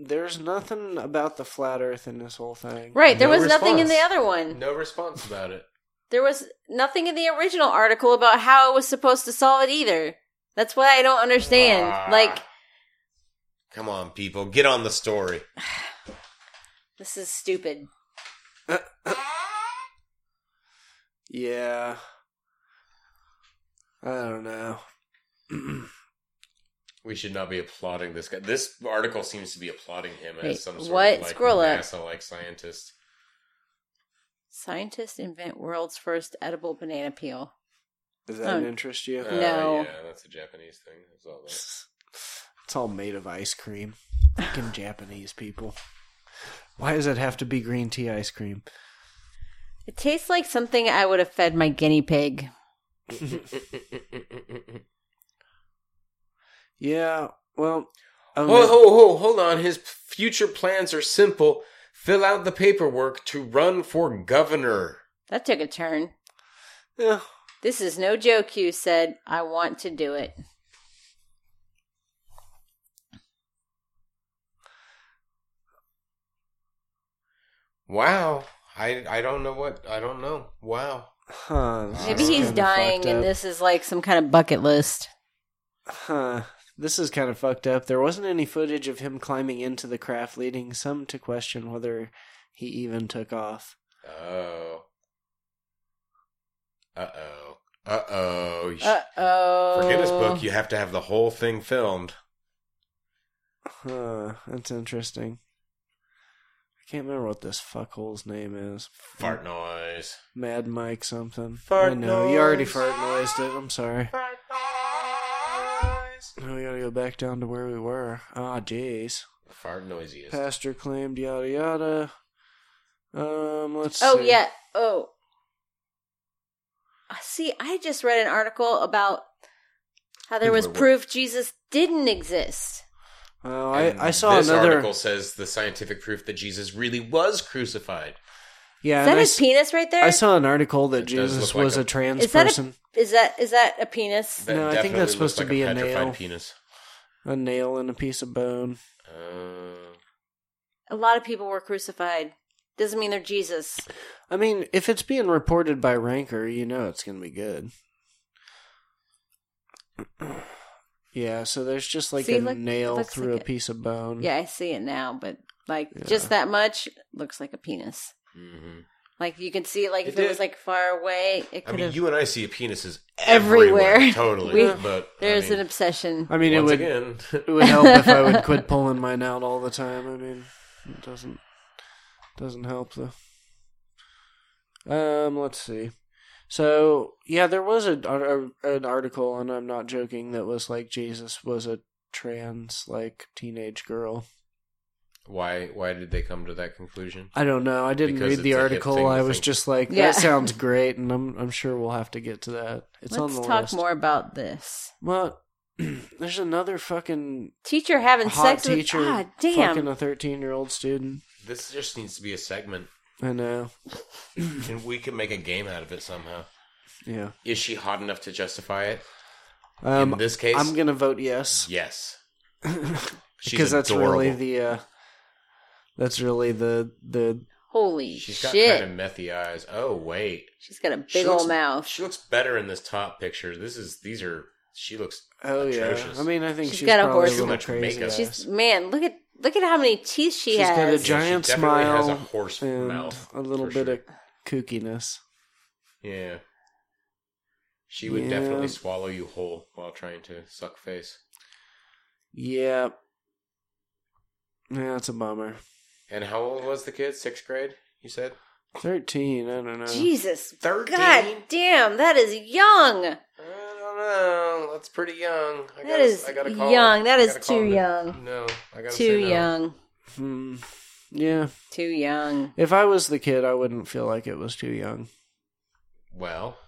Speaker 1: There's nothing about the flat Earth in this whole thing.
Speaker 3: Right. There
Speaker 2: No
Speaker 3: was nothing in the
Speaker 2: response.
Speaker 3: other one.
Speaker 2: No response about it.
Speaker 3: There was nothing in the original article about how it was supposed to solve it either. That's what I don't understand.
Speaker 2: Ah.
Speaker 3: Like
Speaker 2: Come on, people, get on the story.
Speaker 3: this is stupid.
Speaker 1: Yeah. I don't know.
Speaker 2: We should not be applauding this guy. This article seems to be applauding him as
Speaker 3: Wait,
Speaker 2: some sort
Speaker 3: what?
Speaker 2: of like
Speaker 3: Scroll up.
Speaker 2: NASA-like scientist.
Speaker 3: Scientists invent world's first edible banana peel.
Speaker 1: Does that
Speaker 3: Oh.
Speaker 1: interest you?
Speaker 2: Uh,
Speaker 3: No.
Speaker 2: yeah, that's a Japanese thing. That's all that.
Speaker 1: It's all made of ice cream. Fucking Japanese people. Why does it have to be green tea ice cream?
Speaker 3: It tastes like something I would have fed my guinea pig.
Speaker 1: Yeah, well. Oh,
Speaker 2: Whoa, whoa, whoa, hold on. His future plans are simple. Fill out the paperwork to run for governor.
Speaker 3: That took a turn.
Speaker 1: no. Yeah.
Speaker 3: This is no joke, you said. I want to do it.
Speaker 2: Wow. I I don't know what I don't know. Wow.
Speaker 1: Huh. this
Speaker 6: Maybe
Speaker 1: is
Speaker 6: he's
Speaker 1: kinda
Speaker 6: dying,
Speaker 1: fucked
Speaker 6: and
Speaker 1: up.
Speaker 6: this is like some kind of bucket list.
Speaker 1: Huh. This is kind of fucked up. There wasn't any footage of him climbing into the craft, leading some to question whether he even took off.
Speaker 2: Oh. Uh oh. Uh oh.
Speaker 6: Uh oh.
Speaker 2: For Guinness Book, you have to have the whole thing filmed.
Speaker 1: Huh. That's interesting. I can't remember what this fuckhole's name is.
Speaker 2: Fart noise.
Speaker 1: Mad Mike something.
Speaker 2: Fart
Speaker 1: I know. You already
Speaker 2: noise.
Speaker 1: fart noised it. I'm sorry. Now we gotta go back down to where we were. Ah, jeez.
Speaker 2: Fart noisiest.
Speaker 1: Pastor claimed yada yada. Um, let's
Speaker 3: Oh
Speaker 1: see.
Speaker 3: yeah. Oh. Uh, See, I just read an article about how there
Speaker 2: People
Speaker 3: was
Speaker 2: are wo-
Speaker 3: proof Jesus didn't exist.
Speaker 1: Oh, I, I
Speaker 2: And
Speaker 1: saw
Speaker 2: this
Speaker 1: another.
Speaker 2: article says the scientific proof that Jesus really was crucified.
Speaker 1: Yeah,
Speaker 3: Is
Speaker 1: and
Speaker 3: that
Speaker 1: I
Speaker 3: his
Speaker 1: s-
Speaker 3: penis right there?
Speaker 1: I saw an article that
Speaker 2: It does
Speaker 1: Jesus
Speaker 2: look like
Speaker 1: was
Speaker 2: a-
Speaker 1: a trans
Speaker 3: Is that a-
Speaker 1: person.
Speaker 3: Is that is that a penis?
Speaker 2: That
Speaker 1: No, I think
Speaker 2: definitely
Speaker 1: that's supposed
Speaker 2: looks
Speaker 1: to be a
Speaker 2: petrified
Speaker 1: nail.
Speaker 2: penis.
Speaker 1: A, nail and a piece of bone.
Speaker 2: Uh,
Speaker 3: A lot of people were crucified. Doesn't mean they're Jesus.
Speaker 1: I mean, if it's being reported by Ranker, you know it's going to be good. yeah, so there's just like
Speaker 6: See,
Speaker 1: a
Speaker 6: look- it
Speaker 1: nail
Speaker 6: looks
Speaker 1: through
Speaker 6: like
Speaker 1: a
Speaker 6: it.
Speaker 1: piece of bone.
Speaker 6: Yeah, I see it now, but like
Speaker 1: Yeah.
Speaker 6: just that much looks like a penis.
Speaker 1: mm-hmm.
Speaker 2: mhm.
Speaker 6: Like you can see, like
Speaker 2: It
Speaker 6: if it was
Speaker 2: did.
Speaker 6: like far away, it
Speaker 2: I
Speaker 6: could
Speaker 2: mean,
Speaker 6: have.
Speaker 2: you and I see penises everywhere.
Speaker 6: Everywhere.
Speaker 2: Totally.
Speaker 6: We-
Speaker 2: but I
Speaker 6: There's
Speaker 2: mean,
Speaker 6: an obsession.
Speaker 1: I mean, it
Speaker 2: once
Speaker 1: would
Speaker 2: again,
Speaker 1: it would help if I would quit pulling mine out all the time. I mean, it doesn't doesn't help though. Um, let's see. So yeah, there was a, a an article, and I'm not joking, that was like Jesus was a trans like teenage girl.
Speaker 2: why why did they come to that conclusion?
Speaker 1: I don't know. I didn't
Speaker 2: Because
Speaker 1: read the
Speaker 2: it's a hip thing
Speaker 1: article.
Speaker 2: to
Speaker 1: I was
Speaker 2: think.
Speaker 1: just like,
Speaker 6: Yeah.
Speaker 1: that sounds great, and I'm I'm sure we'll have to get to that. It's on
Speaker 6: Let's
Speaker 1: the
Speaker 6: talk
Speaker 1: list.
Speaker 6: more about this.
Speaker 1: Well, there's another fucking
Speaker 6: Teacher having sex
Speaker 1: hot teacher
Speaker 6: with God damn.
Speaker 1: fucking a 13 year old student.
Speaker 2: This just needs to be a segment,
Speaker 1: I know.
Speaker 2: and we can make a game out of it somehow.
Speaker 1: Yeah.
Speaker 2: Is she hot enough to justify it?
Speaker 1: Um,
Speaker 2: In this case,
Speaker 1: I'm gonna vote yes
Speaker 2: yes, She's
Speaker 1: because that's
Speaker 2: adorable.
Speaker 1: really the uh, that's really the the
Speaker 6: Holy
Speaker 2: She's got
Speaker 6: shit!
Speaker 2: kind of methy eyes. Oh wait,
Speaker 6: She's got a big
Speaker 2: She
Speaker 6: old
Speaker 2: looks-
Speaker 6: mouth.
Speaker 2: She looks better in this top picture. This is these are. She looks.
Speaker 1: oh
Speaker 2: Atrocious.
Speaker 1: yeah. I mean, I think she's,
Speaker 6: She's got a
Speaker 1: probably
Speaker 6: horse-
Speaker 1: a
Speaker 6: Too
Speaker 1: little
Speaker 2: much
Speaker 1: crazy.
Speaker 2: makeup.
Speaker 1: She's,
Speaker 6: She's man, look at look at how many teeth she
Speaker 1: She's
Speaker 6: has.
Speaker 1: got a
Speaker 2: Yeah,
Speaker 1: giant
Speaker 2: she definitely
Speaker 1: smile
Speaker 2: has a horse
Speaker 1: and
Speaker 2: mouth.
Speaker 1: a little
Speaker 2: for
Speaker 1: bit
Speaker 2: sure.
Speaker 1: of kookiness.
Speaker 2: Yeah. She would
Speaker 1: Yeah.
Speaker 2: definitely swallow you whole while trying to suck face.
Speaker 1: Yeah. Yeah, it's a bummer.
Speaker 2: And how old was the kid? Sixth grade, you said?
Speaker 1: Thirteen. I don't know.
Speaker 6: Jesus,
Speaker 2: 13?
Speaker 6: god damn, that is young.
Speaker 2: I don't know. That's pretty young. I
Speaker 6: That is young. That is too young.
Speaker 2: No, I gotta
Speaker 6: Too
Speaker 2: say no.
Speaker 6: young.
Speaker 1: Hmm. Yeah.
Speaker 6: Too young.
Speaker 1: If I was the kid, I wouldn't feel like it was too young.
Speaker 2: Well,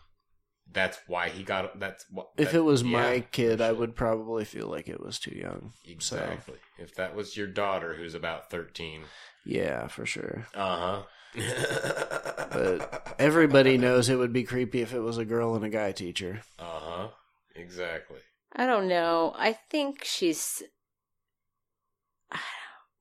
Speaker 2: that's why he got. That's what.
Speaker 1: If
Speaker 2: that-
Speaker 1: it was
Speaker 2: yeah,
Speaker 1: my kid, I
Speaker 2: sure.
Speaker 1: would probably feel like it was too young. So
Speaker 2: Exactly. If that was your daughter, who's about thirteen.
Speaker 1: yeah, for sure.
Speaker 2: Uh huh.
Speaker 1: But everybody knows it would be creepy if it was a girl and a guy teacher.
Speaker 2: Uh huh. Exactly.
Speaker 6: I don't know. I think she's. I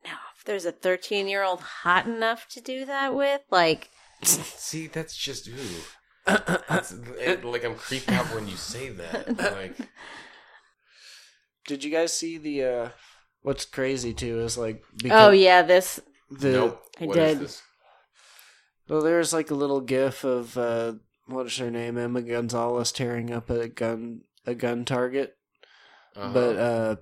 Speaker 6: don't know if there's a 13 year old hot enough to do that with. Like,
Speaker 2: See, that's just ooh. That's, it- like I'm creeped out when you say that. Like
Speaker 1: Did you guys see the? uh What's crazy too is like.
Speaker 6: oh yeah, this
Speaker 1: The,
Speaker 2: nope.
Speaker 6: I
Speaker 2: What is
Speaker 6: did.
Speaker 2: this?
Speaker 1: Well, there's like a little gif of uh, what is her name, Emma Gonzalez, tearing up a gun a gun target,
Speaker 2: Uh-huh.
Speaker 1: but uh,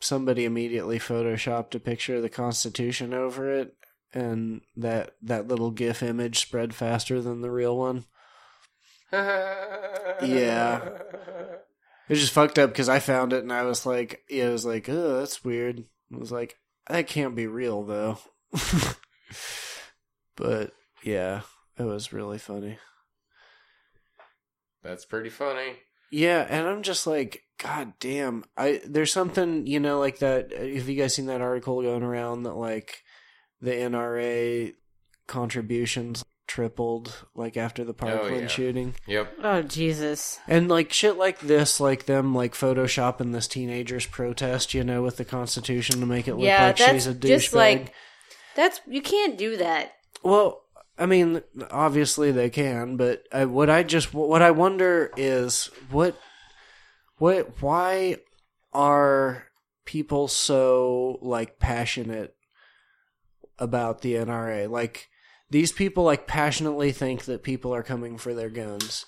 Speaker 1: somebody immediately photoshopped a picture of the Constitution over it, and that that little gif image spread faster than the real one. yeah, it was just fucked up because I found it and I was like, yeah, I was like, oh, that's weird. I was like, that can't be real though. but yeah, it was really funny.
Speaker 2: that's pretty funny.
Speaker 1: Yeah, and I'm just like, God damn! I there's something you know like that. uh, Have you guys seen that article going around that like the NRA contributions tripled like after the Parkland
Speaker 2: yeah.
Speaker 1: shooting
Speaker 2: Yep.
Speaker 6: oh Jesus,
Speaker 1: and like shit like this like them like photoshopping this teenager's protest you know with the Constitution to make it look
Speaker 6: Yeah,
Speaker 1: like
Speaker 6: that's
Speaker 1: she's a douchebag.
Speaker 6: just, like- that's you can't do that.
Speaker 1: well, I mean, obviously they can, but I, what I just what I wonder is what what why are people so like passionate about the NRA? Like these people like passionately think that people are coming for their guns.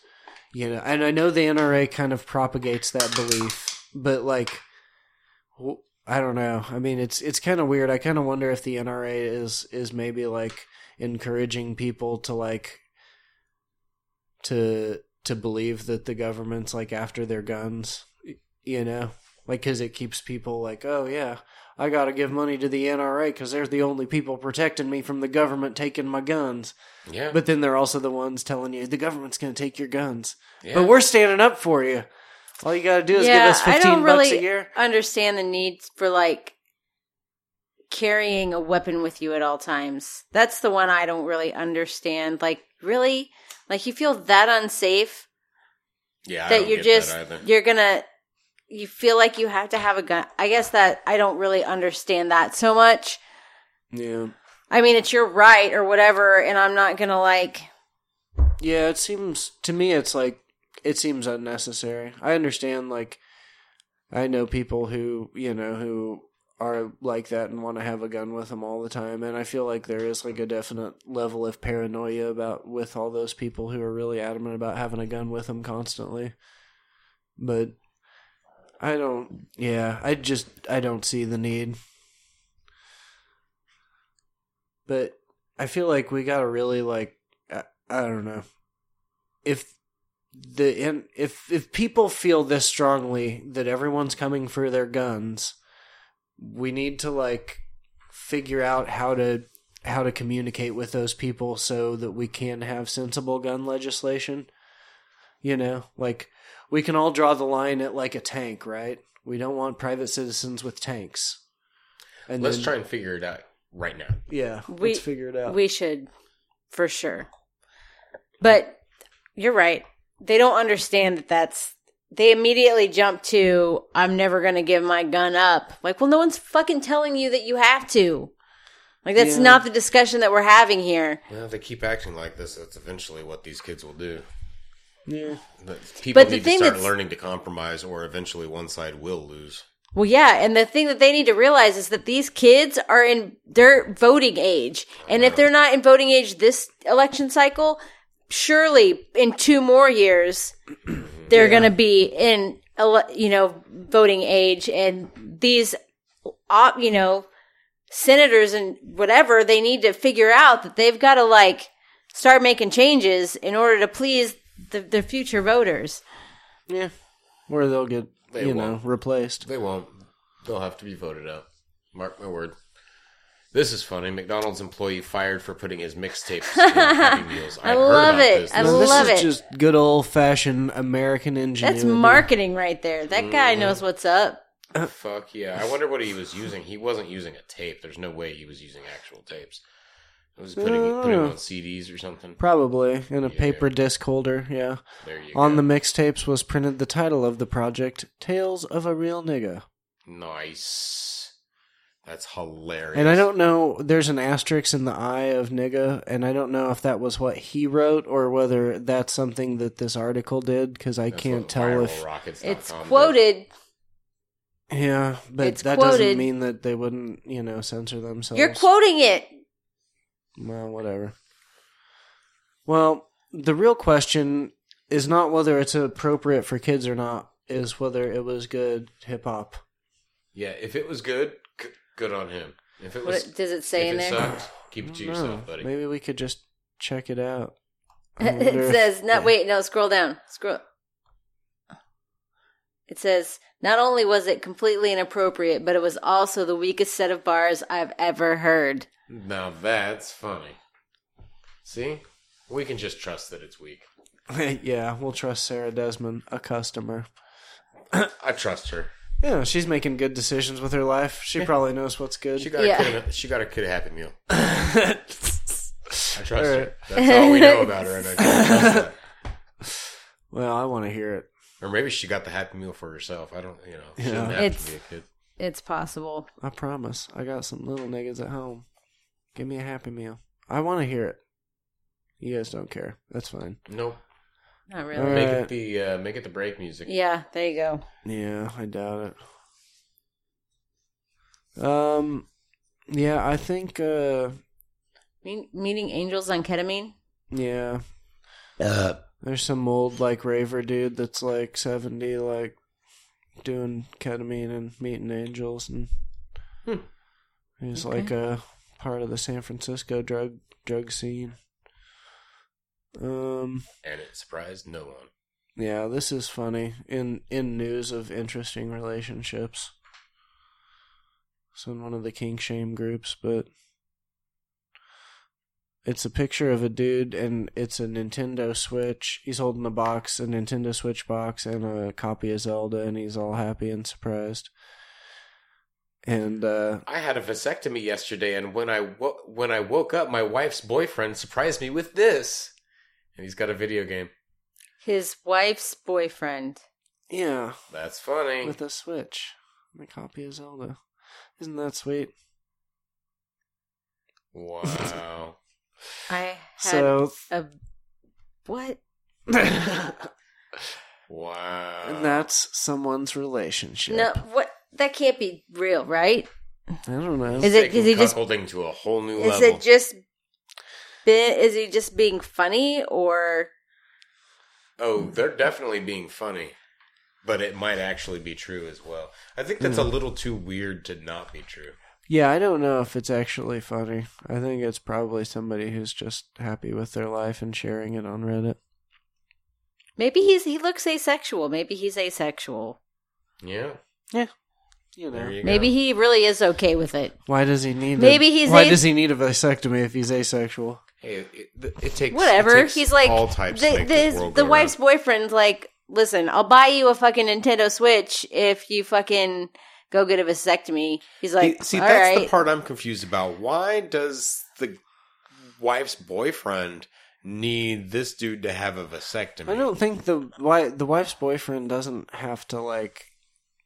Speaker 1: You know, and I know the NRA kind of propagates that belief, but like w- I don't know. I mean, it's it's kind of weird. I kind of wonder if the NRA is is maybe like encouraging people to like to to believe that the government's like after their guns, y- you know, like because it keeps people like, oh yeah, I gotta give money to the NRA because they're the only people protecting me from the government taking my guns.
Speaker 2: Yeah.
Speaker 1: But then they're also the ones telling you the government's gonna take your guns,
Speaker 2: yeah.
Speaker 1: but we're standing up for you. All you gotta do is give us
Speaker 3: I
Speaker 1: fifteen
Speaker 3: don't
Speaker 1: bucks
Speaker 3: really
Speaker 1: a year.
Speaker 3: understand the need for like carrying a weapon with you at all times. That's the one I don't really understand. Like, really, like you feel that unsafe
Speaker 2: yeah, I
Speaker 3: that
Speaker 2: don't
Speaker 3: you're
Speaker 2: get
Speaker 3: just
Speaker 2: that either.
Speaker 3: you're gonna you feel like you have to have a gun. I guess that I don't really understand that so much.
Speaker 1: Yeah.
Speaker 3: I mean, it's your right or whatever, and I'm not gonna like.
Speaker 1: Yeah, it seems to me it's like it seems unnecessary. I understand like I know people who, you know, who are like that and want to have a gun with them all the time and I feel like there is like a definite level of paranoia about with all those people who are really adamant about having a gun with them constantly. But I don't yeah, I just I don't see the need. But I feel like we got to really like I don't know if the and if if people feel this strongly that everyone's coming for their guns, we need to like figure out how to how to communicate with those people so that we can have sensible gun legislation. You know, like we can all draw the line at like a tank, right? We don't want private citizens with tanks. And
Speaker 2: Let's
Speaker 1: then-
Speaker 2: try and figure it out right now.
Speaker 1: Yeah,
Speaker 3: We-
Speaker 1: let's figure it out.
Speaker 3: We should, for sure. But you're right. They don't understand that that's. They immediately jump to, I'm never going to give my gun up. Like, well, no one's fucking telling you that you have to. Like, that's
Speaker 1: Yeah.
Speaker 3: not the discussion that we're having here.
Speaker 2: Well, if they keep acting like this, that's eventually what these kids will do.
Speaker 1: yeah.
Speaker 2: But people
Speaker 3: But the
Speaker 2: need to
Speaker 3: thing
Speaker 2: start
Speaker 3: that's-
Speaker 2: learning to compromise, or eventually one side will lose.
Speaker 3: Well, yeah. And the thing that they need to realize is that these kids are in their voting age. And if they're not in voting age this election cycle, surely in two more years, they're going to be in, ele- you know, voting age. And these, op- you know, senators and whatever, they need to figure out that they've got to like start making changes in order to please the, the future voters.
Speaker 1: Yeah. Where they'll get
Speaker 2: They
Speaker 1: you
Speaker 2: won't.
Speaker 1: know, replaced.
Speaker 2: They won't. They'll have to be voted out. Mark my word. This is funny. McDonald's employee fired for putting his mixtapes in Happy Meals. I, heard
Speaker 3: love
Speaker 2: about
Speaker 3: it.
Speaker 2: This.
Speaker 3: I
Speaker 2: This
Speaker 1: No,
Speaker 2: is-
Speaker 1: this
Speaker 3: love
Speaker 1: is
Speaker 3: it.
Speaker 1: just good old fashioned American ingenuity.
Speaker 3: That's marketing right there. That guy knows what's up.
Speaker 2: Fuck yeah. I wonder what he was using. He wasn't using a tape. There's no way he was using actual tapes. He was putting,
Speaker 1: Uh,
Speaker 2: putting them on CDs or something.
Speaker 1: Probably in a paper disc holder, yeah.
Speaker 2: There you
Speaker 1: On
Speaker 2: go.
Speaker 1: the mixtapes was printed the title of the project, Tales of a Real Nigga.
Speaker 2: nice. That's hilarious.
Speaker 1: And I don't know, there's an asterisk in the eye of nigga, and I don't know if that was what he wrote or whether that's something that this article did, because I
Speaker 2: That's
Speaker 1: can't
Speaker 2: what
Speaker 1: tell if.
Speaker 2: viralrockets.com
Speaker 3: It's
Speaker 2: did.
Speaker 3: quoted.
Speaker 1: Yeah, but
Speaker 3: It's
Speaker 1: that
Speaker 3: quoted.
Speaker 1: doesn't mean that they wouldn't, you know, censor themselves.
Speaker 3: You're quoting it.
Speaker 1: Well, whatever. Well, the real question is not whether it's appropriate for kids or not, is whether it was good hip hop.
Speaker 2: Yeah, if it was good, g- good on him. If it was
Speaker 3: What does it say
Speaker 2: if
Speaker 3: in
Speaker 2: it
Speaker 3: there?
Speaker 2: sucked, keep it to
Speaker 1: I don't know.
Speaker 2: yourself, buddy.
Speaker 1: Maybe we could just check it out. I wonder
Speaker 3: it
Speaker 1: if-
Speaker 3: says no. Wait, no. Scroll down. Scroll. It says not only was it completely inappropriate, but it was also the weakest set of bars I've ever heard.
Speaker 2: Now that's funny. See, we can just trust that it's weak.
Speaker 1: yeah, we'll trust Sarah Desmond, a customer.
Speaker 2: I trust her.
Speaker 1: Yeah, she's making good decisions with her life. She probably knows what's good.
Speaker 2: She got
Speaker 3: Yeah.
Speaker 2: a kid. a- She got a kid a happy meal. I trust
Speaker 1: Alright.
Speaker 2: her. That's all we know about her. And I don't trust that.
Speaker 1: well, I want to hear it.
Speaker 2: Or maybe she got the happy meal for herself. I don't. You know, she
Speaker 1: Yeah.
Speaker 2: doesn't have
Speaker 3: It's-
Speaker 2: to be a kid.
Speaker 3: It's possible.
Speaker 1: I promise. I got some little niggas at home. Give me a happy meal. I want to hear it. You guys don't care. That's fine.
Speaker 2: Nope.
Speaker 3: Not
Speaker 1: All
Speaker 3: really.
Speaker 1: right.
Speaker 2: Make it the uh, make it the break music.
Speaker 3: Yeah, there you go.
Speaker 1: Yeah, I doubt it. Um, yeah, I think. Uh,
Speaker 3: Me- meeting angels on ketamine.
Speaker 1: yeah,
Speaker 2: Uh,
Speaker 1: there's some old like raver dude that's like seventy, like doing ketamine and meeting angels, and
Speaker 2: Hmm.
Speaker 1: he's like a part of the San Francisco drug drug scene. Um.
Speaker 2: and it surprised no one.
Speaker 1: Yeah, this is funny. In in news of interesting relationships. It's in one of the King Shame groups, but it's a picture of a dude and it's a Nintendo Switch. He's holding a box, a Nintendo Switch box and a copy of Zelda and he's all happy and surprised. And uh
Speaker 2: I had a vasectomy yesterday, and when I wo- when I woke up, my wife's boyfriend surprised me with this, and he's got a video game.
Speaker 3: His wife's boyfriend.
Speaker 1: yeah,
Speaker 2: That's funny.
Speaker 1: with a Switch and a copy of Zelda. Isn't that sweet?
Speaker 2: Wow.
Speaker 3: I had
Speaker 1: So
Speaker 3: a what?
Speaker 2: wow.
Speaker 1: And that's someone's relationship.
Speaker 3: No, what? That can't be real, right?
Speaker 1: I don't know.
Speaker 3: Is it?
Speaker 2: Taking
Speaker 3: Is he just?
Speaker 2: cuckolding to a whole new
Speaker 3: Is
Speaker 2: level?
Speaker 3: it just? Bit, is he just being funny, or
Speaker 2: oh, they're definitely being funny, but it might actually be true as well. I think that's a
Speaker 3: Hmm.
Speaker 2: little too weird to not be true.
Speaker 1: yeah, I don't know if it's actually funny. I think it's probably somebody who's just happy with their life and sharing it on Reddit.
Speaker 3: maybe he's he looks asexual? Maybe he's asexual.
Speaker 2: Yeah.
Speaker 1: You
Speaker 2: There
Speaker 1: know.
Speaker 2: you go.
Speaker 3: Maybe he really is okay with it.
Speaker 1: Why does he need
Speaker 3: Maybe
Speaker 1: a,
Speaker 3: he's
Speaker 1: Why
Speaker 3: a-
Speaker 1: does he need a vasectomy if he's asexual?
Speaker 2: Hey, it, it takes
Speaker 3: whatever.
Speaker 2: it takes
Speaker 3: He's like
Speaker 2: all types.
Speaker 3: the,
Speaker 2: to make
Speaker 3: the,
Speaker 2: this
Speaker 3: his-
Speaker 2: world
Speaker 3: the
Speaker 2: go
Speaker 3: wife's
Speaker 2: around.
Speaker 3: boyfriend's like, listen, I'll buy you a fucking Nintendo Switch if you fucking go get a vasectomy. He's like,
Speaker 2: The- see,
Speaker 3: all
Speaker 2: that's the
Speaker 3: right.
Speaker 2: part I'm confused about. Why does the wife's boyfriend need this dude to have a vasectomy?
Speaker 1: I don't think the why the wife's boyfriend doesn't have to like,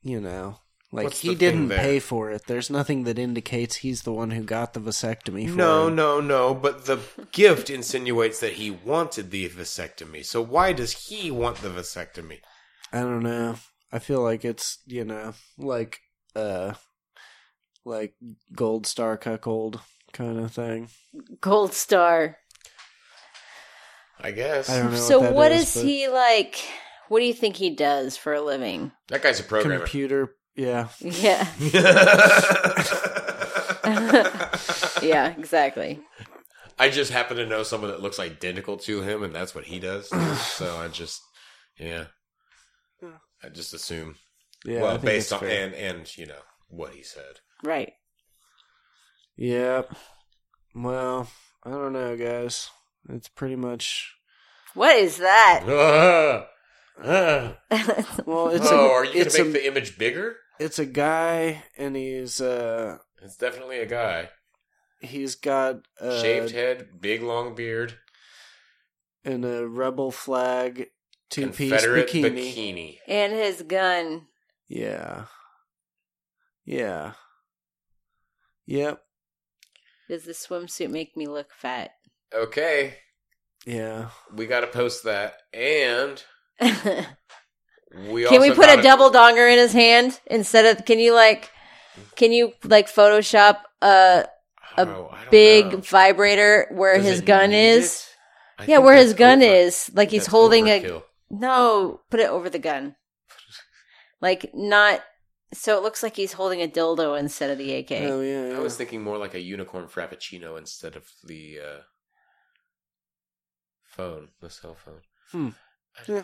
Speaker 1: you know, like
Speaker 2: What's
Speaker 1: he
Speaker 2: the thing
Speaker 1: didn't
Speaker 2: there?
Speaker 1: pay for it. There's nothing that indicates he's the one who got the vasectomy. For
Speaker 2: No,
Speaker 1: him.
Speaker 2: no, no. But the gift insinuates that he wanted the vasectomy. So why does he want the vasectomy?
Speaker 1: I don't know. I feel like it's you know like uh like gold star cuckold kind of thing.
Speaker 3: Gold star.
Speaker 2: I guess
Speaker 1: I don't know.
Speaker 3: So
Speaker 1: what,
Speaker 3: what
Speaker 1: that
Speaker 3: is,
Speaker 1: but
Speaker 3: he like? What do you think he does for a living?
Speaker 2: that guy's a programmer.
Speaker 1: Computer. Yeah.
Speaker 3: Yeah, yeah, exactly.
Speaker 2: I just happen to know someone that looks identical to him, and that's what he does. so I just, yeah, I just assume.
Speaker 1: Yeah. I
Speaker 2: well,
Speaker 1: think
Speaker 2: based
Speaker 1: that's
Speaker 2: on
Speaker 1: fair.
Speaker 2: and and you know what he said.
Speaker 3: Right.
Speaker 1: Yeah. Well, I don't know, guys. It's pretty much.
Speaker 3: What is that?
Speaker 2: Ah, ah.
Speaker 1: Well, it's
Speaker 2: oh,
Speaker 1: a
Speaker 2: are you
Speaker 1: it's
Speaker 2: gonna
Speaker 1: a
Speaker 2: make the image bigger?
Speaker 1: it's a guy, and he's uh
Speaker 2: It's definitely a guy,
Speaker 1: he's got uh,
Speaker 2: shaved head, big long beard,
Speaker 1: and a rebel flag two piece
Speaker 2: Confederate
Speaker 1: bikini.
Speaker 2: bikini.
Speaker 3: And his gun.
Speaker 1: Yeah. Yeah. Yep.
Speaker 3: Does the swimsuit make me look fat?
Speaker 2: Okay,
Speaker 1: Yeah.
Speaker 2: we got to post that, and
Speaker 3: can
Speaker 2: we
Speaker 3: we
Speaker 2: also
Speaker 3: put a
Speaker 2: gotta-
Speaker 3: double donger in his hand instead of? Can you like? Can you like Photoshop a a
Speaker 2: Oh, I don't
Speaker 3: big
Speaker 2: know.
Speaker 3: vibrator where
Speaker 2: Does
Speaker 3: his
Speaker 2: it
Speaker 3: gun
Speaker 2: need
Speaker 3: is?
Speaker 2: it? I
Speaker 3: Yeah,
Speaker 2: think
Speaker 3: where
Speaker 2: that's
Speaker 3: his gun
Speaker 2: over.
Speaker 3: is. Like he's
Speaker 2: That's
Speaker 3: holding a
Speaker 2: overkill.
Speaker 3: no. Put it over the gun. Like not. So it looks like he's holding a dildo instead of the AK.
Speaker 2: Uh,
Speaker 1: Oh yeah. yeah.
Speaker 2: I was thinking more like a unicorn frappuccino instead of the uh, phone, the cell phone.
Speaker 3: Hmm.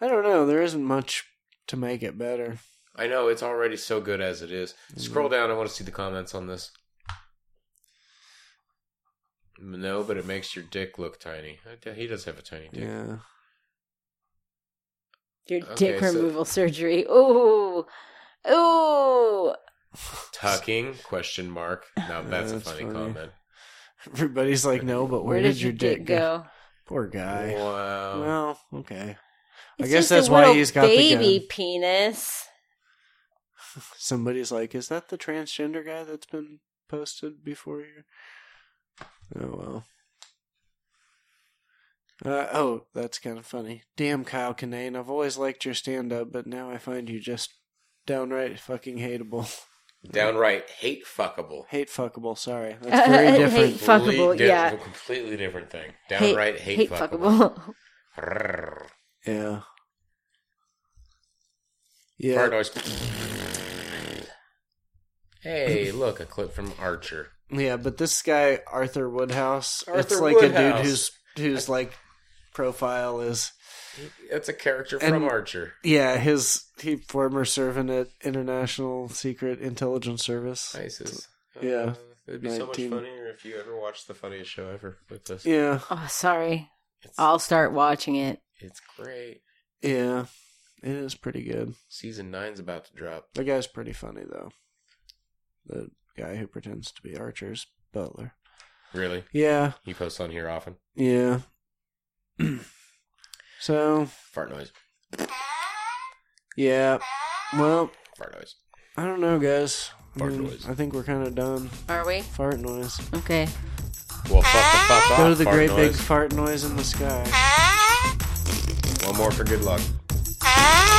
Speaker 1: I don't know. There isn't much to make it better.
Speaker 2: I know it's already so good as it is. Scroll down. I want to see the comments on this. No, but it makes your dick look tiny. Uh, He does have a tiny dick.
Speaker 1: Yeah.
Speaker 3: Your
Speaker 2: Okay,
Speaker 3: dick
Speaker 2: so-
Speaker 3: removal surgery. Ooh, ooh.
Speaker 2: Tucking? Question mark. Now that's,
Speaker 1: That's
Speaker 2: a funny,
Speaker 1: funny.
Speaker 2: comment.
Speaker 1: Everybody's like, no, but where, did, your dick go? Poor guy.
Speaker 2: Wow.
Speaker 1: Well, okay.
Speaker 3: It's
Speaker 1: I guess
Speaker 3: just a
Speaker 1: that's why
Speaker 3: little
Speaker 1: he's got the gun.
Speaker 3: baby penis.
Speaker 1: Somebody's like, is that the transgender guy that's been posted before here? Oh well. Uh, oh, that's kind of funny. Damn, Kyle Kinane, I've always liked your stand up, but now I find you just downright fucking hateable.
Speaker 2: Downright hate fuckable.
Speaker 1: Hate fuckable, sorry. That's very different.
Speaker 6: Hate fuckable,
Speaker 2: Complete di-
Speaker 6: yeah.
Speaker 2: Completely different thing. Downright hate, fuckable.
Speaker 6: fuckable.
Speaker 2: Brrr.
Speaker 1: Yeah. Yeah.
Speaker 2: Fart noise. Hey, look, a clip from Archer.
Speaker 1: Yeah, but this guy Arthur Woodhouse, it's
Speaker 2: Arthur
Speaker 1: like a
Speaker 2: Woodhouse.
Speaker 1: dude whose whose like profile is
Speaker 2: That's a character
Speaker 1: And-
Speaker 2: from Archer.
Speaker 1: yeah his he former servant at International Secret Intelligence Service.
Speaker 2: ISIS. Uh,
Speaker 1: Yeah.
Speaker 2: it'd be so
Speaker 1: 19.
Speaker 2: much funnier if you ever watched the funniest show ever with us.
Speaker 1: Yeah,
Speaker 6: Oh, sorry.
Speaker 2: It's,
Speaker 6: I'll start watching it.
Speaker 2: it's great.
Speaker 1: yeah, it is pretty good.
Speaker 2: Season nine's about to drop.
Speaker 1: The guy's pretty funny though. The guy who pretends to be Archer's butler.
Speaker 2: Really?
Speaker 1: Yeah,
Speaker 2: You post on here often?
Speaker 1: yeah. so
Speaker 2: Fart noise.
Speaker 1: yeah, well,
Speaker 2: Fart noise.
Speaker 1: I don't know, guys. I
Speaker 2: Fart
Speaker 1: mean,
Speaker 2: noise.
Speaker 1: I think we're kind of done.
Speaker 6: Are we?
Speaker 1: Fart noise.
Speaker 6: Okay.
Speaker 2: Well, fuck the fuck off.
Speaker 1: Go to the
Speaker 2: fart
Speaker 1: great
Speaker 2: noise.
Speaker 1: big fart noise in the sky.
Speaker 2: One more for good luck.
Speaker 8: Ah!